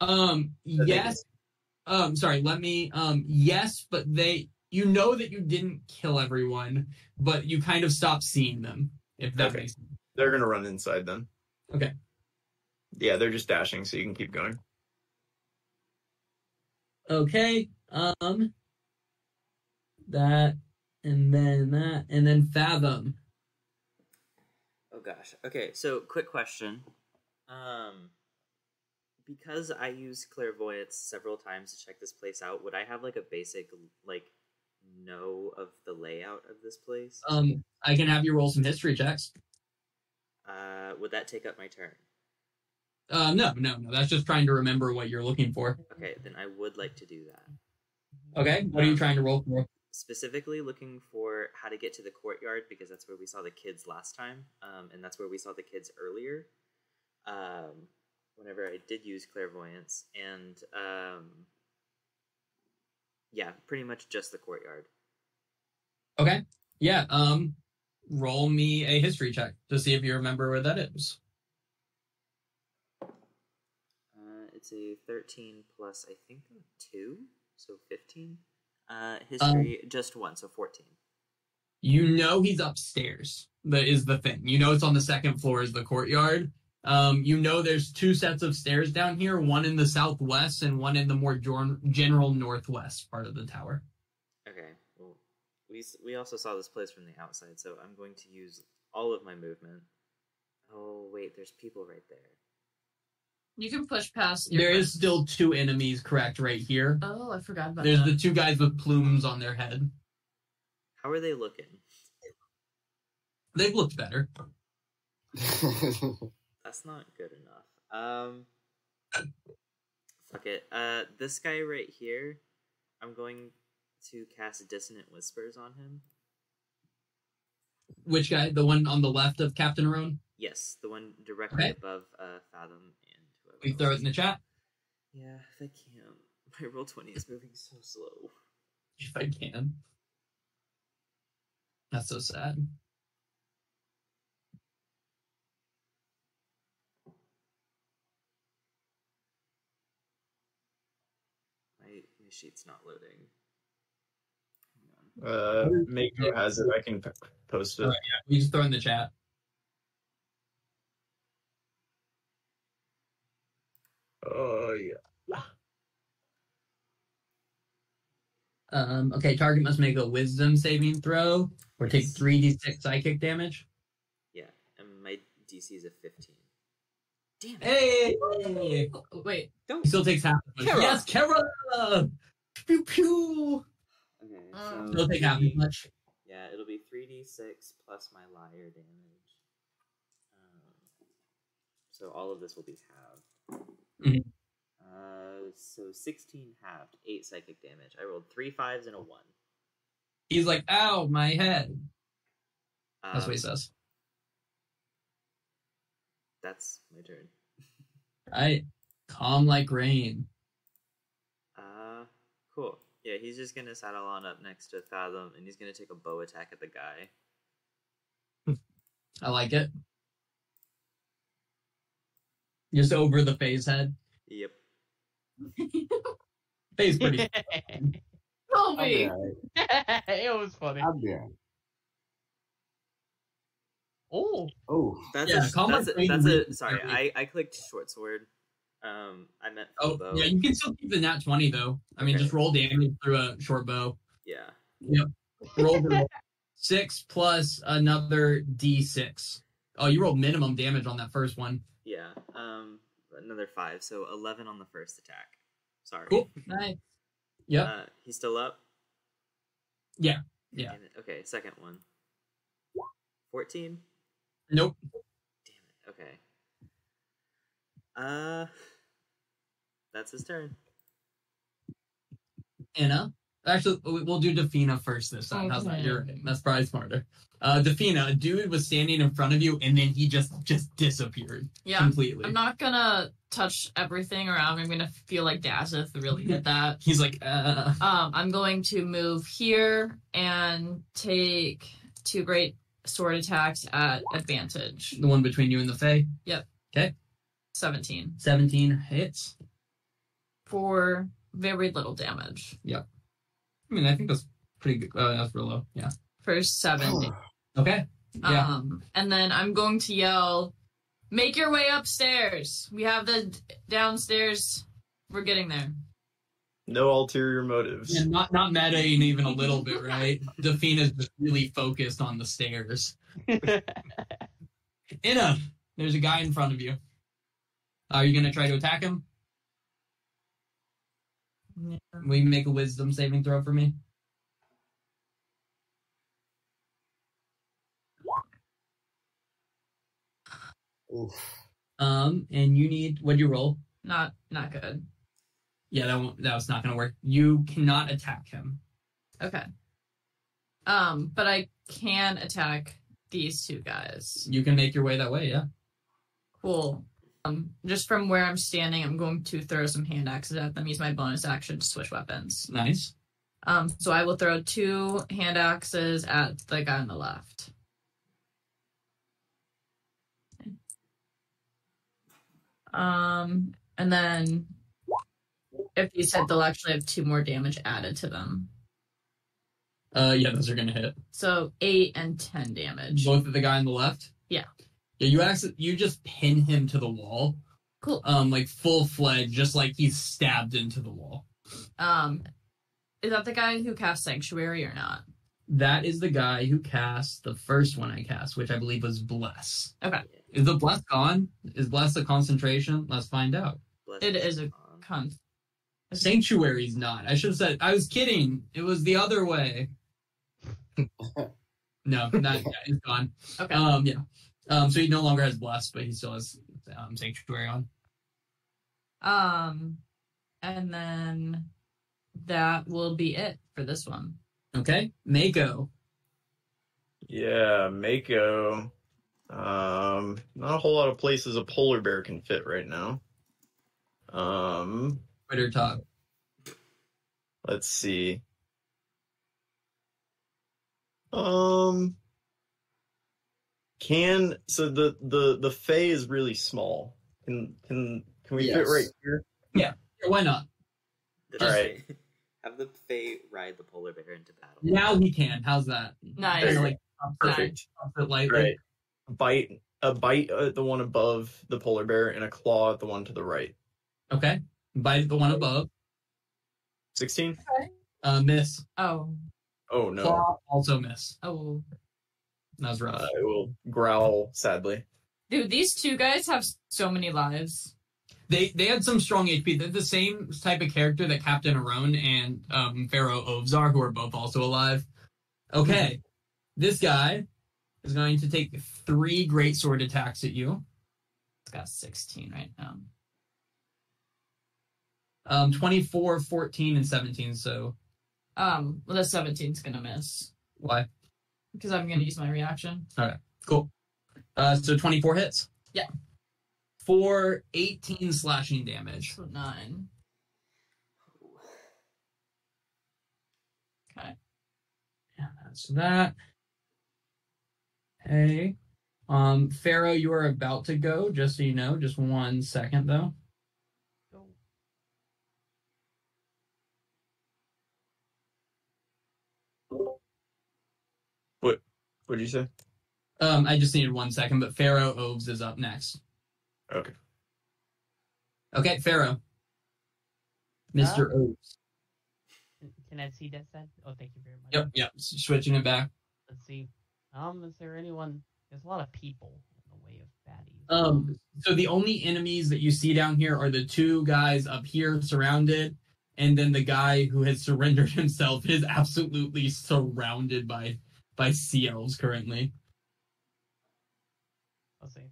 S3: Um,
S6: they did.
S3: yes. Um, sorry, let me. Um, yes, but they, you know that you didn't kill everyone, but you kind of stopped seeing them, if that
S6: Okay.
S3: makes sense.
S6: They're gonna run inside then.
S3: Okay.
S6: Yeah, they're just dashing, so you can keep going.
S3: Okay. Um, that, and then that, and then Fathom.
S5: Oh gosh. Okay, so quick question. Um because I used clairvoyance several times to check this place out, would I have like a basic like know of the layout of this place?
S3: Um, I can have you roll some history checks.
S5: Uh would that take up my turn?
S3: Uh, no, no, no. That's just trying to remember what you're looking for.
S5: Okay, then I would like to do that.
S3: Okay. What are you trying to roll for?
S5: Specifically looking for how to get to the courtyard because that's where we saw the kids last time. Um and that's where we saw the kids earlier. Um whenever I did use clairvoyance and um yeah, pretty much just the courtyard.
S3: Okay. Yeah. Um, roll me a history check to see if you remember where that is.
S5: Uh, it's a 13 plus, I think, a 2, so 15. Uh,
S3: Um,
S5: history, just 1, so 14.
S3: You know he's upstairs. That is the thing. You know it's on the second floor is the courtyard. Um, you know there's two sets of stairs down here, one in the southwest and one in the more jor- general northwest part of the tower.
S5: Okay, well, we, s- we also saw this place from the outside, so I'm going to use all of my movement. Oh, wait, there's people right there.
S2: You can push past. your
S3: There is
S2: friends.
S3: still two enemies, correct, right here.
S2: Oh, I forgot about
S3: There's
S2: that.
S3: the two guys with plumes on their head.
S5: How are they looking?
S3: They've looked better.
S5: That's not good enough. Um, fuck it. Uh, this guy right here, I'm going to cast Dissonant Whispers on him.
S3: Which guy? The one on the left of Captain Roan?
S5: Yes, the one directly
S3: Okay.
S5: above uh, Fathom and whoever.
S3: We
S5: else
S3: throw it
S5: is
S3: in the chat.
S5: Yeah, if I can. My roll twenty is moving so slow.
S3: if I can. That's so sad.
S5: My my sheet's not loading. Hang on.
S6: Uh, Mako has it. I can p- post it.
S3: Alright. We just throw in the chat.
S6: Oh yeah.
S3: Um, okay, target must make a wisdom saving throw or take 3d6 psychic damage.
S5: Yeah, and my DC is a fifteen. Damn it!
S3: Hey!
S2: Oh, Wait,
S5: Don't.
S3: He still takes half. as much.
S5: Kara.
S3: Yes, Kara! Pew pew!
S5: Okay,
S2: Um,
S5: so
S3: Still take half as much.
S5: yeah, it'll be three d six plus my liar damage. Um, so all of this will be halved.
S3: Mhm.
S5: Uh, so sixteen halved, eight psychic damage. I rolled three fives and a one.
S3: He's like, ow, my head.
S5: Um,
S3: That's what he says.
S5: That's my turn.
S3: I calm like rain.
S5: Uh, cool. Yeah, he's just gonna saddle on up next to Fathom, and he's gonna take a bow attack at the guy.
S3: I like it. Just over the phase head.
S5: Yep.
S3: Phase pretty.
S4: it
S7: I'll
S2: tell
S7: be
S2: me.
S7: alright.
S4: was funny.
S7: I'll be alright.
S4: Oh,
S7: Oh,
S5: That's
S3: Yeah,
S5: a,
S3: call
S5: that's
S3: my
S5: a,
S3: brain
S5: that's a
S3: reads
S5: sorry.
S3: every-
S5: I, I clicked short sword. Um, I meant full
S3: oh,
S5: bow.
S3: yeah, you can still keep the nat 20, though. I mean,
S5: Okay.
S3: just roll damage through a short bow.
S5: Yeah.
S3: Roll the roll. six plus another d6. Oh, you rolled minimum damage on that first one.
S5: Yeah. Um, another five, so eleven on the first attack. Sorry.
S3: Cool. Nice. Yep.
S5: Uh, he's still up.
S3: Yeah, yeah.
S5: And- okay, second one. Fourteen.
S3: nope.
S5: Damn it. Okay. Uh, that's his turn.
S3: Anna. Actually, we- we'll do Defina first this time. How's that?
S2: Okay.
S3: You're, that's probably smarter. Uh, Defina, a dude was standing in front of you, and then he just just disappeared
S2: Yeah,
S3: completely.
S2: I'm not gonna touch everything around. I'm gonna feel like Dazeth really did that.
S3: He's like, uh,
S2: Um, I'm going to move here and take two great sword attacks at advantage.
S3: the one between you and the Fae.
S2: 17
S3: Seventeen hits.
S2: for very little damage.
S3: I mean, I think that's pretty good. Uh, that's real low. Yeah.
S2: For seven.
S3: Okay. Yeah.
S2: Um, and then I'm going to yell, "Make your way upstairs. We have the d- downstairs. We're getting there."
S6: No ulterior motives.
S3: Yeah, not not metaing even a little bit, right? Defina's just really focused on the stairs.
S4: Oh,
S3: Inna, there's a guy in front of you. Are you gonna try to attack him? Will you make a wisdom saving throw for me?
S7: oof.
S3: Um, and you need what'd you roll?
S2: Not not good.
S3: Yeah, that won't, that was not gonna work. You cannot attack him.
S2: Okay. Um, but I can attack these two guys.
S3: You can make your way that way. Yeah.
S2: Cool. Um, just from where I'm standing, I'm going to throw some hand axes at them. Use my bonus action to switch weapons.
S3: Nice.
S2: Um, so I will throw two hand axes at the guy on the left. Um, and then if these hit, they'll actually have two more damage added to them.
S3: Uh, yeah, those are gonna hit.
S2: So eight and ten damage.
S3: Both of the guy on the left.
S2: Yeah.
S3: Yeah, you actually you just pin him to the wall,
S2: Cool.
S3: um, like full fledged, just like he's stabbed into the wall.
S2: Um, is that the guy who cast Sanctuary or not?
S3: That is the guy who cast the first one I cast, which I believe was Bless.
S2: Okay.
S3: Is the Bless gone? Is Bless a concentration? Let's find out.
S5: Bless
S2: It
S5: you,
S2: is a-
S5: Fathom.
S2: Con-
S3: Sanctuary's not. I should have said I was kidding. It was the other way. no, not yeah, it's gone.
S2: Okay.
S3: Um, yeah. Um, so he no longer has Bless, but he still has um, Sanctuary on.
S2: Um, and then that will be it for this one.
S3: Okay. Mako.
S6: Yeah, Mako. Um, not a whole lot of places a polar bear can fit right now. Um,
S3: Twitter talk.
S6: Let's see. Um can so the the the fey is really small. Can can can we fit
S7: Yes.
S6: right here?
S3: Why not?
S5: The
S6: All
S5: Fae- Have the Fae ride the polar bear into battle.
S3: Now he can. How's that?
S2: Nice.
S3: Kinda like up it-
S6: Perfect.
S3: up it lightly.
S6: Right. A bite a bite at the one above the polar bear and a claw at the one to the right.
S3: Okay. Bite the one above.
S6: 16?
S3: Uh, miss.
S2: Oh,
S6: Oh no.
S3: Claw also miss.
S2: oh.
S3: That was rough.
S6: I will growl sadly.
S2: Dude, these two guys have so many lives.
S3: They they had some strong HP. They're the same type of character that Captain Aron and um, Pharaoh Oves are, who are both also alive. Okay, this guy is going to take three great sword attacks at you.
S2: It's got 16 right now.
S3: Um, 24, 14, and 17. So
S2: Um, well, the 17's gonna miss
S3: why?
S2: because I'm gonna use my reaction.
S3: Cool. Uh, so 24 hits.
S2: Yeah.
S3: For 18 slashing damage.
S2: So nine.
S3: Yeah, that's that. Hey, um, Pharaoh, you are about to go. Just so you know, just one second though.
S6: What did you say?
S3: Um, I just needed one second, but Pharaoh Oves is up next.
S6: Okay.
S3: Okay, Pharaoh. Mr. Oves.
S4: Can I see that side? Oh, thank you very much.
S3: Yep, yep. s- Switching it back.
S4: Let's see. Um, is there anyone? There's a lot of people in the way of baddies.
S3: Um, so the only enemies that you see down here are the two guys up here surrounded, and then the guy who has surrendered himself is absolutely surrounded by by sea elves currently.
S4: I'll see.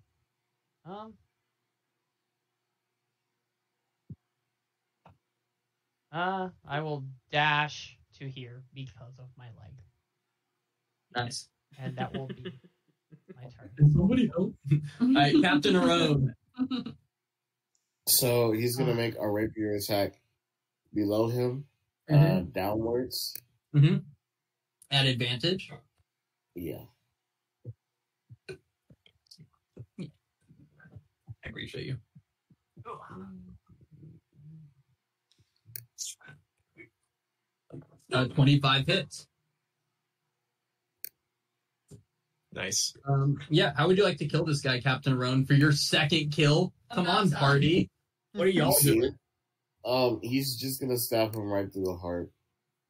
S4: Um. Uh, I will dash to here because of my leg,
S3: Nice.
S4: and that will be my turn.
S3: Somebody help. All right, Captain Arone.
S1: So he's
S3: Uh-huh.
S1: gonna make a rapier attack below him, uh,
S3: Mm-hmm.
S1: downwards.
S3: At advantage.
S1: Yeah.
S3: I appreciate you. Uh, 25 hits.
S6: Nice.
S3: Um, yeah, how would you like to kill this guy, Captain Roan, for your second kill? Come on,
S2: Amazing.
S3: party. What are y'all doing?
S1: Um, he's just gonna stab him right through the heart.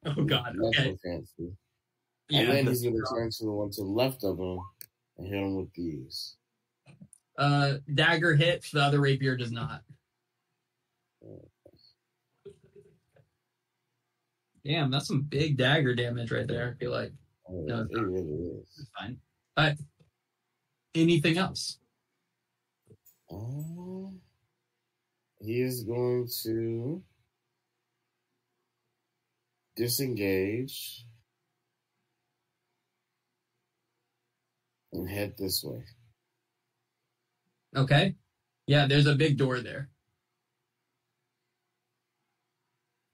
S3: Oh, God.
S1: Nothing
S3: Okay.
S1: fancy. and
S3: Yeah.
S1: then he's gonna turn to the one to the left of him and hit him with these.
S3: Uh, dagger hits, the other rapier does not. Damn, that's some big dagger damage right there. I feel like
S1: Oh,
S3: No,
S1: it
S3: it's not.
S1: really is.
S3: it's fine. But anything else?
S1: Um, he is going to disengage and head this way.
S3: Okay. Yeah, there's a big door there.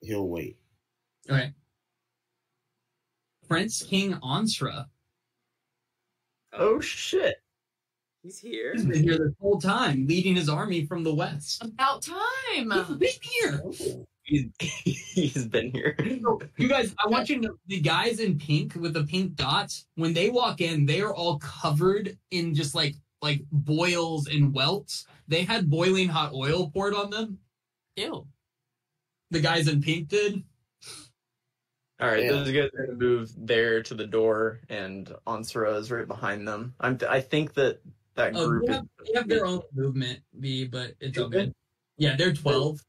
S1: He'll wait.
S3: All right. Prince King Onsra.
S6: Oh shit.
S5: he's here.
S3: He's been here this whole time, leading his army from the west.
S2: About
S3: He's
S2: time.
S3: been here.
S6: He's, he's been here.
S3: You guys, I want you to know the guys in pink with the pink dots, when they walk in, they are all covered in just like like boils and welts. They had boiling hot oil poured on them.
S2: Ew.
S3: The guys in pink did.
S6: All right,
S1: Yeah.
S6: those guys are gonna move there to the door, and Ansara is right behind them. I'm. I think that that
S3: Oh,
S6: group.
S3: they,
S6: is-
S3: have, they have their own movement, B, but it's all good. Yeah, they're twelve.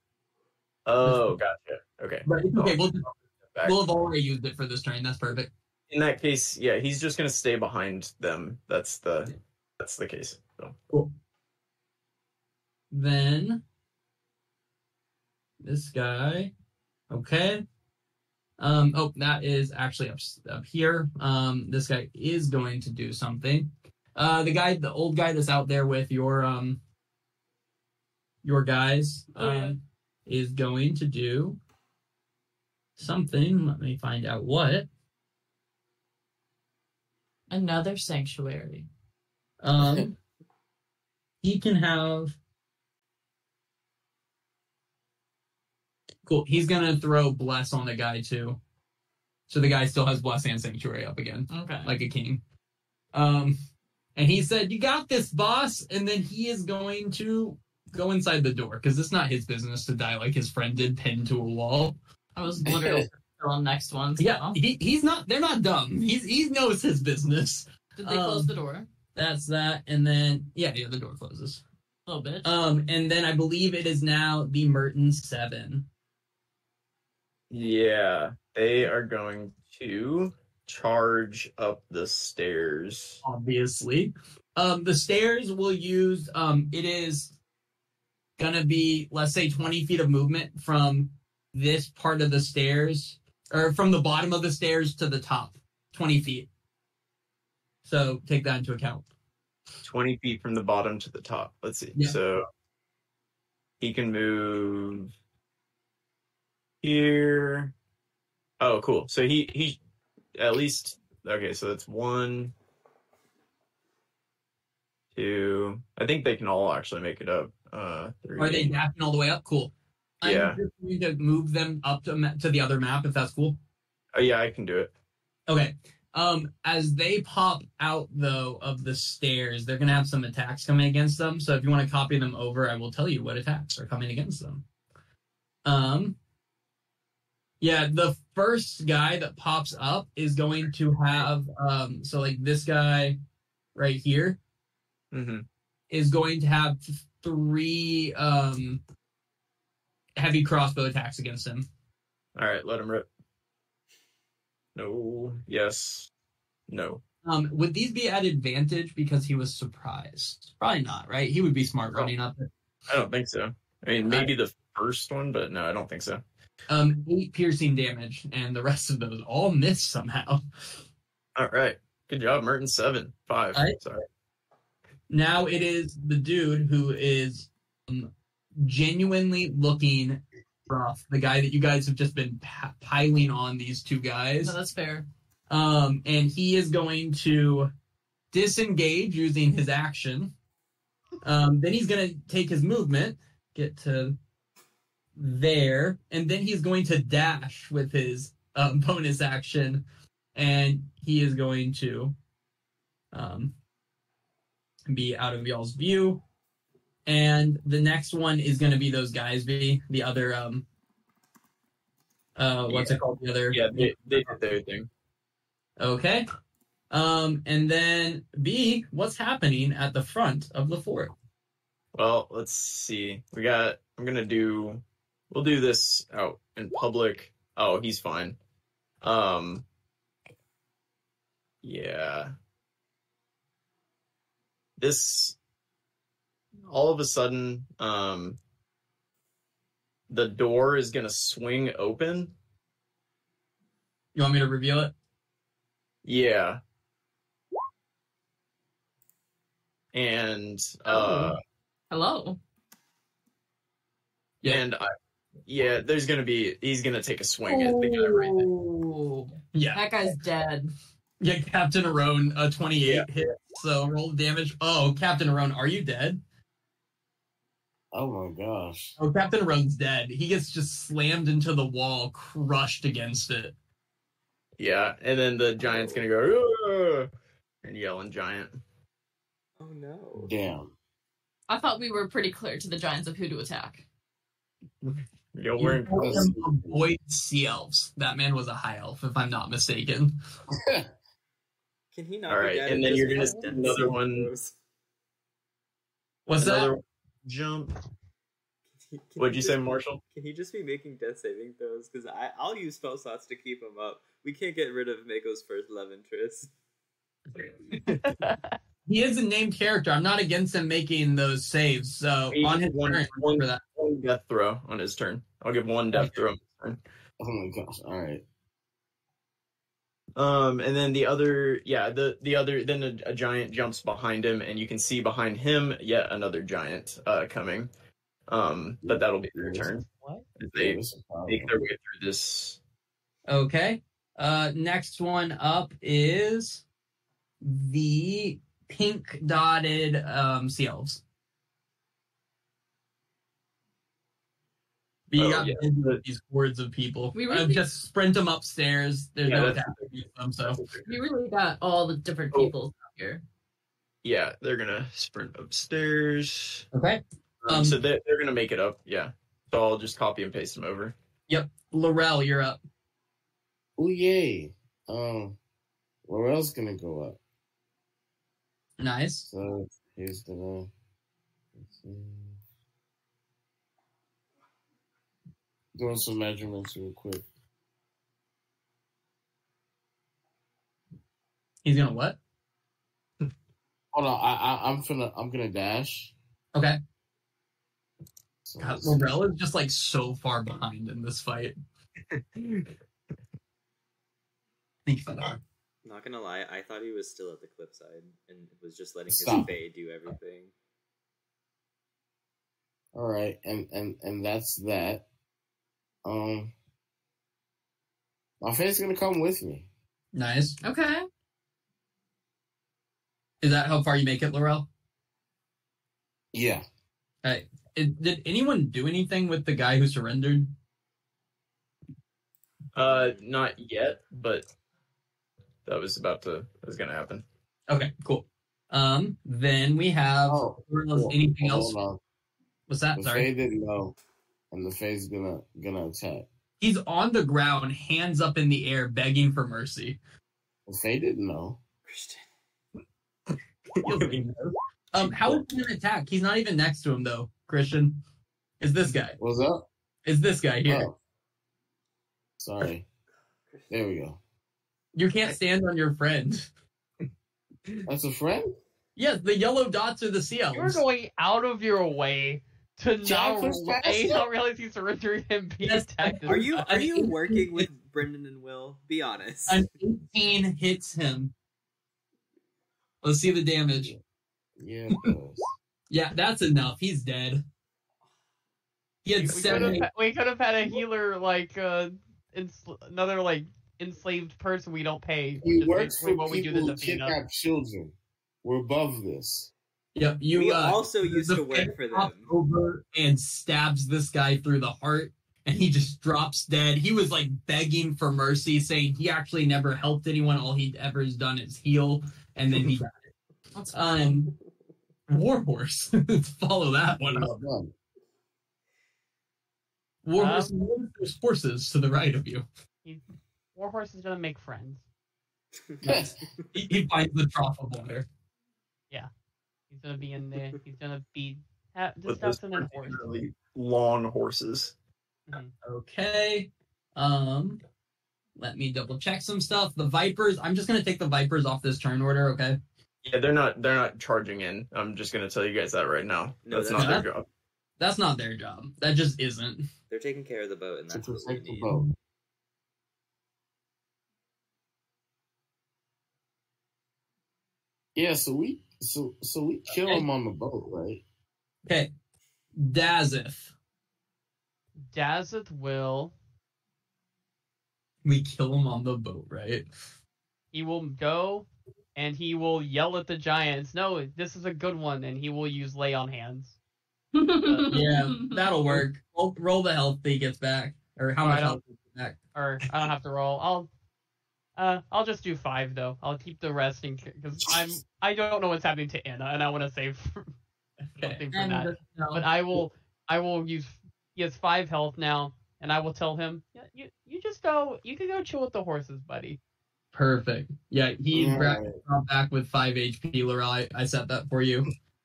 S6: oh, gotcha. Okay.
S3: But it's okay, we'll,
S6: Back.
S3: we'll have already used it for this turn. That's perfect.
S6: In that case, yeah, he's just gonna stay behind them. That's the. That's the case. So,
S3: then this guy okay um oh that is actually up up here um this guy is going to do something uh the guy the old guy that's out there with your um your guys uh,
S2: Oh, yeah.
S3: um is going to do something. Let me find out what.
S2: Another sanctuary.
S3: Um, he can have. Cool. He's gonna throw bless on the guy too, so the guy still has bless and sanctuary up again,
S2: Okay.
S3: like a king. Um, and he said, "You got this, boss." And then he is going to go inside the door because it's not his business to die like his friend did, pinned to a wall.
S2: I was literally on next one. so-
S3: Yeah, he, he's not. They're not dumb. He's he knows his business.
S2: Did they close
S3: Um,
S2: the door?
S3: That's that. And then yeah, yeah, the door closes.
S2: little bit.
S3: Um, and then I believe it is now the Merton Seven.
S6: Yeah, they are going to charge up the stairs.
S3: obviously. Um, the stairs will use, um, it is going to be, let's say, 20 feet of movement from this part of the stairs, or from the bottom of the stairs to the top, 20 feet. So take that into account.
S6: 20 feet from the bottom to the top. Let's see.
S3: Yeah.
S6: So he can move here. Oh, cool. So he he at least okay, so that's one two. I think they can all actually make it up. Uh three.
S3: Are they napping all the way up? Cool.
S6: Yeah.
S3: I'm just going to move them up to, ma- to the other map if that's cool.
S6: Oh yeah, I can do it.
S3: Okay. Um, as they pop out though of the stairs, they're gonna have some attacks coming against them. So if you want to copy them over, I will tell you what attacks are coming against them. Um, yeah, the first guy that pops up is going to have um, so like this guy right here
S6: Mhm.
S3: is going to have three um heavy crossbow attacks against him.
S6: All right, let him rip. No. Yes. No.
S3: Um, would these be at advantage because he was surprised? Probably not, right? He would be smart
S6: No.
S3: running up.
S6: I don't think so. I mean, maybe the first one, but no, I don't think so.
S3: Um, eight piercing damage, and the rest of those all miss somehow.
S6: All right. Good job, Merton. Seven, five.
S3: All right.
S6: Sorry.
S3: Now it is the dude who is um, genuinely looking rough. The guy that you guys have just been p- piling on these two guys.
S2: No, that's fair.
S3: Um, and he is going to disengage using his action. Um, then he's going to take his movement, get to there, and then he's going to dash with his um, bonus action, and he is going to um, be out of y'all's view. And the next one is going to be those guys, be the other um, uh, what's it called? The other
S6: Yeah, they, they did their thing.
S3: Okay. Um, and then B, what's happening at the front of the fort?
S6: Well, let's see. We got. I'm gonna do. We'll do this out in public. Oh, he's fine. Um. Yeah. This. All of a sudden, um. The door is gonna swing open.
S3: You want me to reveal it?
S6: Yeah. And uh
S2: Hello.
S3: Yeah.
S6: and I, yeah, there's gonna be he's gonna take a swing at the guy right there.
S2: Ooh.
S3: Yeah.
S2: That guy's dead.
S3: Yeah, Captain Arone, uh, 28 hit. So roll damage. Oh, Captain Arone, are you dead?
S7: Oh my gosh.
S3: Oh, Captain Arone's dead. He gets just slammed into the wall, crushed against it.
S6: Yeah, and then the giant's gonna go "Ugh," and yelling giant.
S5: Oh no.
S7: Damn.
S2: I thought we were pretty clear to the giants of who to attack.
S6: Yo, we're in
S3: You told him to avoid sea elves. That man was a high elf, if I'm not mistaken.
S5: Can he not?
S6: all right, and then you're gonna
S5: just
S6: see another one
S3: What's
S6: another
S3: that?
S6: one jump. What'd you say, Marshall?
S5: Can he just be making death saving throws? Because I I'll use spell slots to keep him up. We can't get rid of Mako's first love interest.
S3: He is a named character. I'm not against him making those saves. So
S6: He-
S3: on his
S6: one-
S3: turn,
S6: one-
S3: for that.
S6: One death throw on his turn. I'll give one death throw.
S7: Oh my gosh. All right.
S6: Um, and then the other, yeah, the the other, then a, a giant jumps behind him, and you can see behind him yet another giant uh, coming. Um, but that'll be their turn.
S4: What?
S6: as
S7: Yeah,
S6: They
S7: this is a problem.
S6: make their way through this
S3: Okay. Uh, next one up is the pink dotted um, sea elves. But you
S6: Oh,
S3: got
S6: yeah.
S3: busy with these hordes of people.
S2: We
S3: We
S2: really-
S3: just sprint them upstairs. There's
S6: Yeah,
S3: no
S6: that's-
S3: tap to beat them, so
S2: You really got all the different
S6: Oh.
S2: people here.
S6: Yeah, they're gonna sprint upstairs.
S3: okay.
S6: Um,
S3: Um,
S6: so they're, they're gonna make it up. Yeah. So I'll just copy and paste them over.
S3: Laurel, you're up.
S1: Ooh, yay. Um, Laurel's gonna go up.
S3: Nice.
S1: So here's the one. Let's see. Doing some measurements real quick.
S3: He's gonna what?
S1: Hold on, I, I I'm gonna I'm gonna dash.
S3: Okay.
S1: So
S3: God,
S1: let's-
S3: Laurel is just like so far behind in this fight. Think about that.
S5: Not gonna lie, I thought he was still at the cliffside and was just letting his
S1: Stop.
S5: fae do everything.
S1: All right, and and and that's that. Um, my faith's gonna come with me.
S3: Nice.
S2: Okay.
S3: Is that how far you make it, Laurel?
S1: Yeah.
S3: It, did anyone do anything with the guy who surrendered?
S6: Uh, not yet, but that was about to that was gonna happen.
S3: Okay, cool. Um, then we have
S1: Oh,
S3: Laurel's
S1: cool.
S3: anything
S1: Hold
S3: else?
S1: on.
S3: What's
S4: Ah,
S3: that?
S1: The
S3: Sorry.
S1: Fae didn't know, and the Fae's gonna gonna attack.
S3: He's on the ground, hands up in the air, begging for mercy.
S1: The Fae didn't know.
S5: Christian.
S3: um, how is he gonna attack? He's not even next to him though, Christian. Is this guy?
S1: What's up?
S3: Is this guy here?
S1: Oh. Sorry. There we go.
S3: You can't stand on your friend.
S1: That's a friend.
S3: Yes, the yellow dots are the sea
S4: You're
S3: elves.
S4: going out of your way to not,
S1: Jack was
S4: re-
S1: faster.
S4: A, not realize you surrendered and B,
S3: Yes,
S4: attacked
S5: Are you
S3: I
S5: are you
S3: think-
S5: working with Brendan and Will? Be honest.
S3: An 18 hits him. Let's see the damage.
S1: Yeah. it does.
S3: Yeah, that's enough. He's dead. He had
S4: We could
S3: seven.
S4: have we could have had a healer like uh, ins- another like enslaved person we don't pay.
S1: we
S4: which is
S1: work for
S4: basically
S1: people
S4: what we do
S1: who
S4: to Athena.
S1: kidnap children. We're above this.
S3: Yep, you.
S5: We
S3: uh,
S5: also used
S3: the
S5: to work
S3: fan
S5: for
S3: hops
S5: them.
S3: Over and stabs this guy through the heart, and he just drops dead. He was like begging for mercy, saying he actually never helped anyone. All he ever has done is heal, and then he died.
S2: That's
S3: Um, Warhorse, follow that one up.
S1: We're done.
S3: Warhorse, there's horses to the right of you.
S4: Warhorse is gonna make friends.
S3: He, he finds the trough of water.
S4: He's gonna be in there. He's gonna be ha-
S6: With
S4: just have
S6: those
S4: some horse.
S6: particularly long horses.
S3: Okay. Um, let me double check some stuff. The vipers. I'm just gonna take the vipers off this turn order. Okay.
S6: Yeah, they're not they're not charging in. I'm just gonna tell you guys that right now.
S5: No,
S6: That's
S5: they're
S6: not their
S3: not.
S6: job.
S3: That's not their job. That just isn't.
S5: They're taking care of the boat, and
S1: To
S5: that's what we
S1: protect the
S5: need.
S1: boat. Yeah. So we so so we kill
S3: Okay.
S1: him on the boat, right?
S3: Okay. Dazith.
S4: Dazeth will
S3: We kill him on the boat, right?
S4: he will go and he will yell at the giants. No, this is a good one, and he will use lay on hands.
S3: Yeah, that'll work. Roll, roll the health that he gets back. Or how
S4: Oh, I
S3: much
S4: don't-
S3: health he gets back.
S4: Or I don't have to roll. I'll uh I'll just do five though. I'll keep the rest because I'm I don't know what's happening to Anna, and I want to save something for
S3: And
S4: that.
S3: the- no.
S4: But I will I will use he has five health now, and I will tell him "Yeah, you you just go you can go chill with the horses, buddy.
S3: Perfect. Yeah, he
S1: Yeah.
S3: brought brought back with 5 HP, Laurel. I, I set that for you.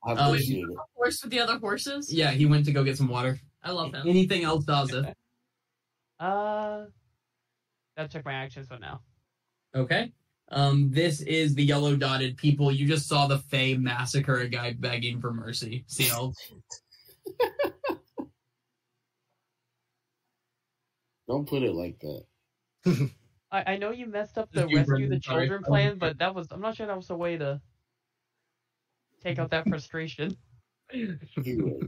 S1: I
S3: Oh, wait.
S1: appreciate it.
S2: horse with the other horses.
S3: Yeah, he went to go get some water.
S2: I love him.
S3: Anything else, Dazith?
S4: Uh, gotta check my actions for now.
S3: Okay. Um, this is the yellow dotted people. You just saw the Fae massacre a guy begging for mercy. See how
S1: Don't put it like that.
S4: I, I know you messed up
S3: Just
S4: the
S3: you,
S4: rescue the
S3: Brendan, sorry.
S4: children plan, but that was I'm not sure that was a way to take out that frustration.
S1: Anyway,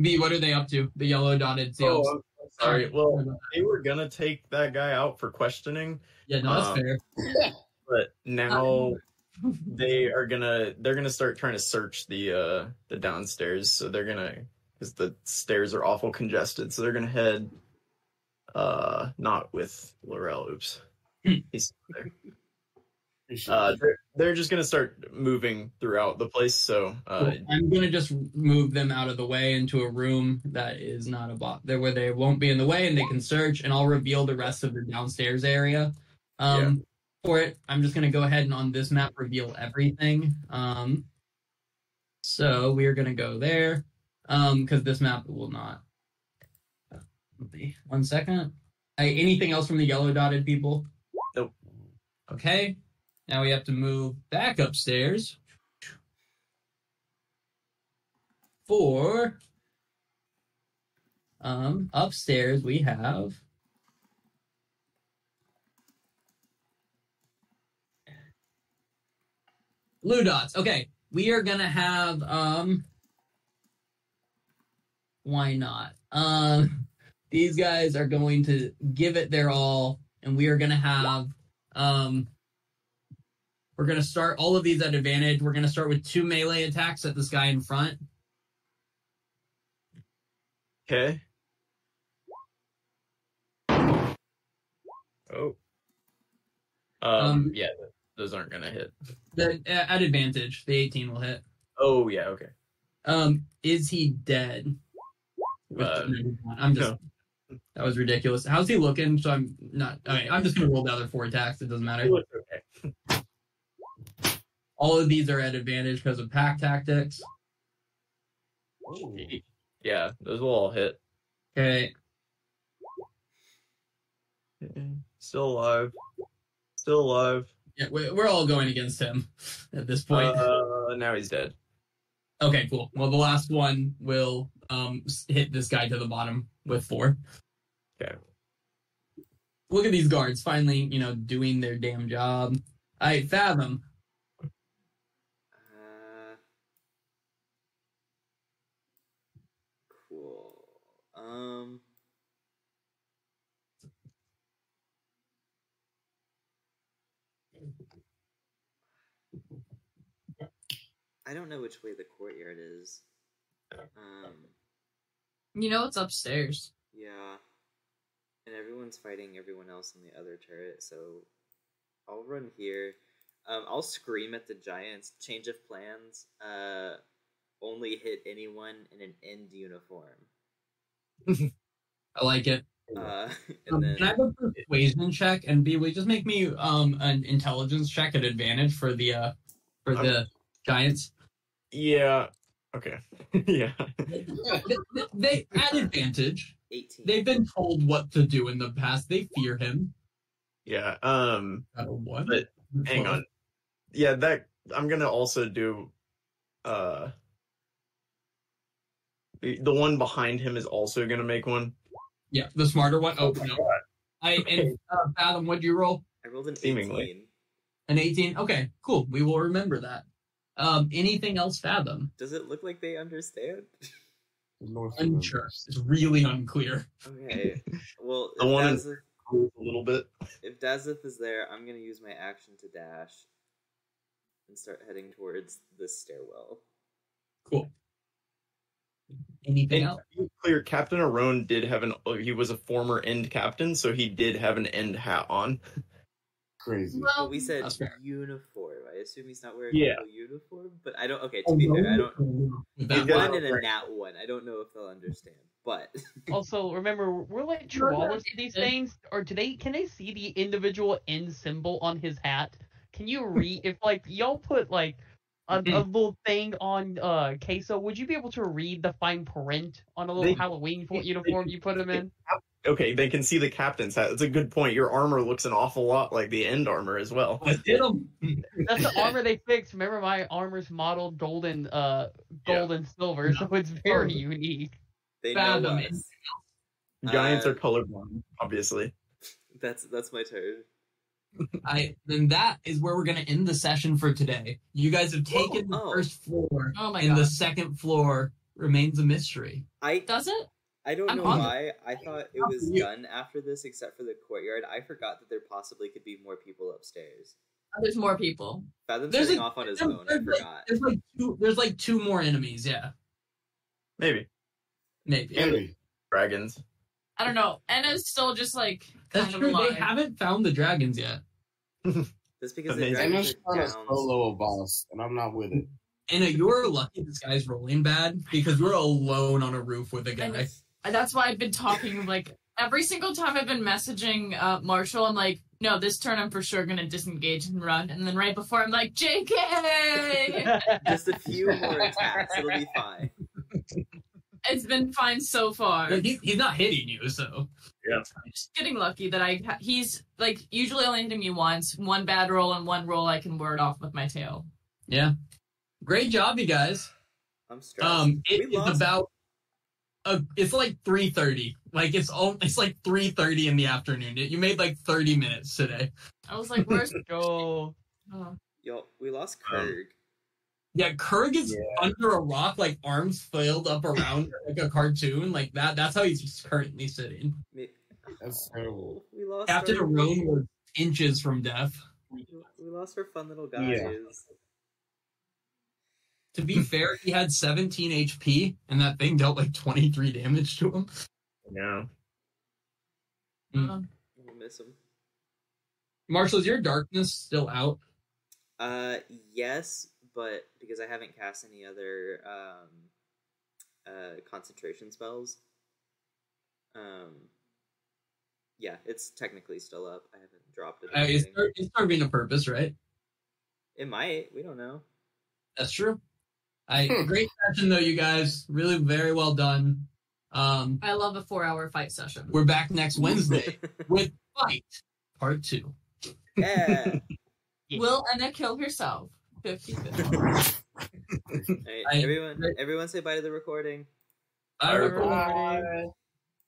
S3: B, what are they up to? The yellow dotted seals.
S6: Oh, I'm Sorry. Well, they were gonna take that guy out for questioning,
S3: Yeah, no, that's
S6: Um,
S3: fair.
S6: but now they are gonna they're gonna start trying to search the uh the downstairs. So they're gonna because the stairs are awful congested. So they're gonna head uh not with Laurel. Oops, he's still there. Uh, they're, they're just gonna start moving throughout the place. So uh,
S3: Well, I'm gonna just move them out of the way into a room that is not a bot there where they won't be in the way and they can search and I'll reveal the rest of the downstairs area. Um for it, I'm just gonna go ahead and on this map reveal everything. Um so we are gonna go there. Um because this map will not one second. I, anything else from the yellow dotted people?
S6: Nope.
S3: Okay. Now we have to move back upstairs for um upstairs we have blue dots okay we are gonna have um why not um these guys are going to give it their all and we are gonna have um we're gonna start all of these at advantage we're gonna start with two melee attacks at this guy in front
S6: okay. Oh.
S3: Um,
S6: um yeah, th- those aren't gonna hit.
S3: The, uh, at advantage, the 18 will hit.
S6: Oh yeah, okay.
S3: Um, is he dead? With
S6: Uh,
S3: the- I'm just. That was ridiculous. How's he looking? So I'm not. Okay, I'm just gonna roll the other four attacks. It doesn't matter.
S6: He looks okay.
S3: All of these are at advantage because of pack tactics.
S6: Yeah, those will all hit.
S3: Okay.
S6: Still alive. Still alive.
S3: Yeah, we- we're all going against him at this point.
S6: Uh, now he's dead.
S3: okay, cool. Well, the last one will um s- hit this guy to the bottom with four.
S6: Okay.
S3: Look at these guards finally, you know, doing their damn job. I fathom.
S5: Uh, cool. Um. I don't know which way the courtyard is. Um.
S2: You know it's upstairs.
S5: Yeah. And everyone's fighting everyone else in the other turret, so I'll run here. Um, I'll scream at the giants. Change of plans. Uh, only hit anyone in an end uniform.
S3: I like it.
S5: Uh,
S3: Um,
S5: and then
S3: can I have a persuasion check and be just make me um an intelligence check at advantage for the uh for the giants?
S6: Yeah. Okay. yeah.
S3: They, they at advantage.
S5: eighteen.
S3: They've been told what to do in the past. They fear him.
S6: Yeah. Um.
S3: Got a one.
S6: But, Hang on. Yeah. That I'm gonna also do. Uh. The the one behind him is also gonna make one.
S3: Yeah, the smarter one. Oh no. I and uh, Fathom, what'd you roll?
S5: I rolled an
S6: Seemingly.
S5: eighteen.
S3: An eighteen. Okay, cool. We will remember that. Um, anything else, Fathom?
S5: Does it look like they understand?
S3: Unsure. It's really unclear.
S5: okay. Well,
S6: The
S5: if
S6: one in-
S5: Dazeth-
S6: A little bit.
S5: if Dazeth is there, I'm gonna use my action to dash and start heading towards this stairwell.
S3: Cool. Anything
S6: And
S3: else?
S6: to be clear, Captain Arone did have an. oh, He was a former end captain, so he did have an end hat on.
S7: Crazy.
S5: But
S2: Well,
S5: we said
S3: That's fair.
S5: uniform. I assume he's not wearing
S6: Yeah.
S5: a uniform, but I don't. Okay, to be fair, I don't.
S3: That
S6: Yeah.
S5: One and a nat one. I don't know if they'll understand, but
S4: Also, remember, we're like
S2: Sure,
S4: chihuahuas to
S2: it
S4: these
S2: is.
S4: things. Or do they? Can they see the individual N symbol on his hat? Can you read if like y'all put like a, a
S3: Mhm.
S4: little thing on uh queso? Would you be able to read the fine print on a little
S6: They-
S4: Halloween fo-
S6: they-
S4: uniform you put him in?
S6: Okay, they can see the captain's hat. That's a good point. Your armor looks an awful lot like the end armor as well.
S3: I did 'em.
S4: That's the armor they fixed. Remember, my armor's modeled gold and uh gold and silver, so it's very unique.
S5: they know
S3: Fathom
S5: us.
S3: is-
S6: Giants
S5: Uh,
S6: are colorblind, obviously.
S5: That's that's my turn.
S3: I then that is where we're gonna end the session for today. You guys have taken the
S5: Oh.
S3: first floor,
S2: Oh my
S3: and
S2: god.
S3: the second floor remains a mystery.
S5: I
S2: Does it? Oh,
S5: I I don't
S2: I'm
S5: know
S2: on it.
S5: why. I thought it was
S3: you.
S5: done after this, except for the courtyard. I forgot that there possibly could be more people upstairs.
S2: There's more people.
S5: Fathom
S3: There's
S5: setting
S3: a-
S5: off on his
S3: there's
S5: own. I
S3: like-
S5: forgot.
S3: There's like two. There's like two more enemies. Yeah,
S6: Maybe
S3: maybe.
S1: Anyway,
S6: dragons.
S2: I don't know. Anna's still just like
S3: That's
S2: kind of
S3: true. They
S2: alive.
S3: haven't found the dragons yet.
S5: That's because the
S6: Amazing.
S5: dragons
S1: Anna's
S5: are
S1: trying to
S5: towns.
S1: solo a boss, and I'm not with it.
S3: Anna, you're lucky this guy's rolling bad because we're alone on a roof with a
S2: And
S3: guy.
S2: And that's why I've been talking like every single time I've been messaging uh, Marshall. I'm like, no, this turn I'm for sure gonna disengage and run. And then right before I'm like, JK.
S5: Just a few more attacks. It'll be fine.
S2: it's been fine so far.
S3: Like, he's, he's not hitting you, so
S2: I'm just getting lucky that I ha- he's like usually only hitting me once. One bad roll and one roll I can ward off with my tail.
S3: yeah. Great job, you guys.
S5: I'm stressed.
S3: Um,
S5: we
S3: it is
S5: lost.
S3: about. Uh, it's like three thirty. Like it's all. It's like three thirty in the afternoon. You made like thirty minutes today.
S2: I was like, where's
S4: Go.
S2: oh,
S5: Yo, we lost
S6: Um,
S5: Kurg.
S3: Yeah, Kurg is
S6: Yeah.
S3: under a rock, like arms flailed up around like a cartoon, like that. That's how he's currently sitting.
S5: Me-
S1: That's terrible.
S5: We lost
S3: Captain
S5: our,
S3: Arone was inches from death.
S5: We lost our fun little guys.
S1: Yeah.
S3: To be fair, he had 17 HP, and that thing dealt like 23 damage to him.
S6: No.
S2: oh.
S5: We'll miss him.
S3: Marshall, is your darkness still out?
S5: Uh, yes, but because I haven't cast any other um, uh, concentration spells, um, yeah, it's technically still up. I haven't dropped it. or
S3: Uh, it's,
S5: anything.
S3: it's serving a purpose, right?
S5: It might. We don't know.
S3: That's true. I great session though, you guys. Really, very well done. Um,
S2: I love a four-hour fight session.
S3: we're back next Wednesday with Fight Part Two.
S5: yeah.
S2: Will Anna kill herself? 50-50.
S5: All right,
S3: I-
S5: everyone, everyone, say bye to the recording.
S3: Bye, everyone.
S6: Bye.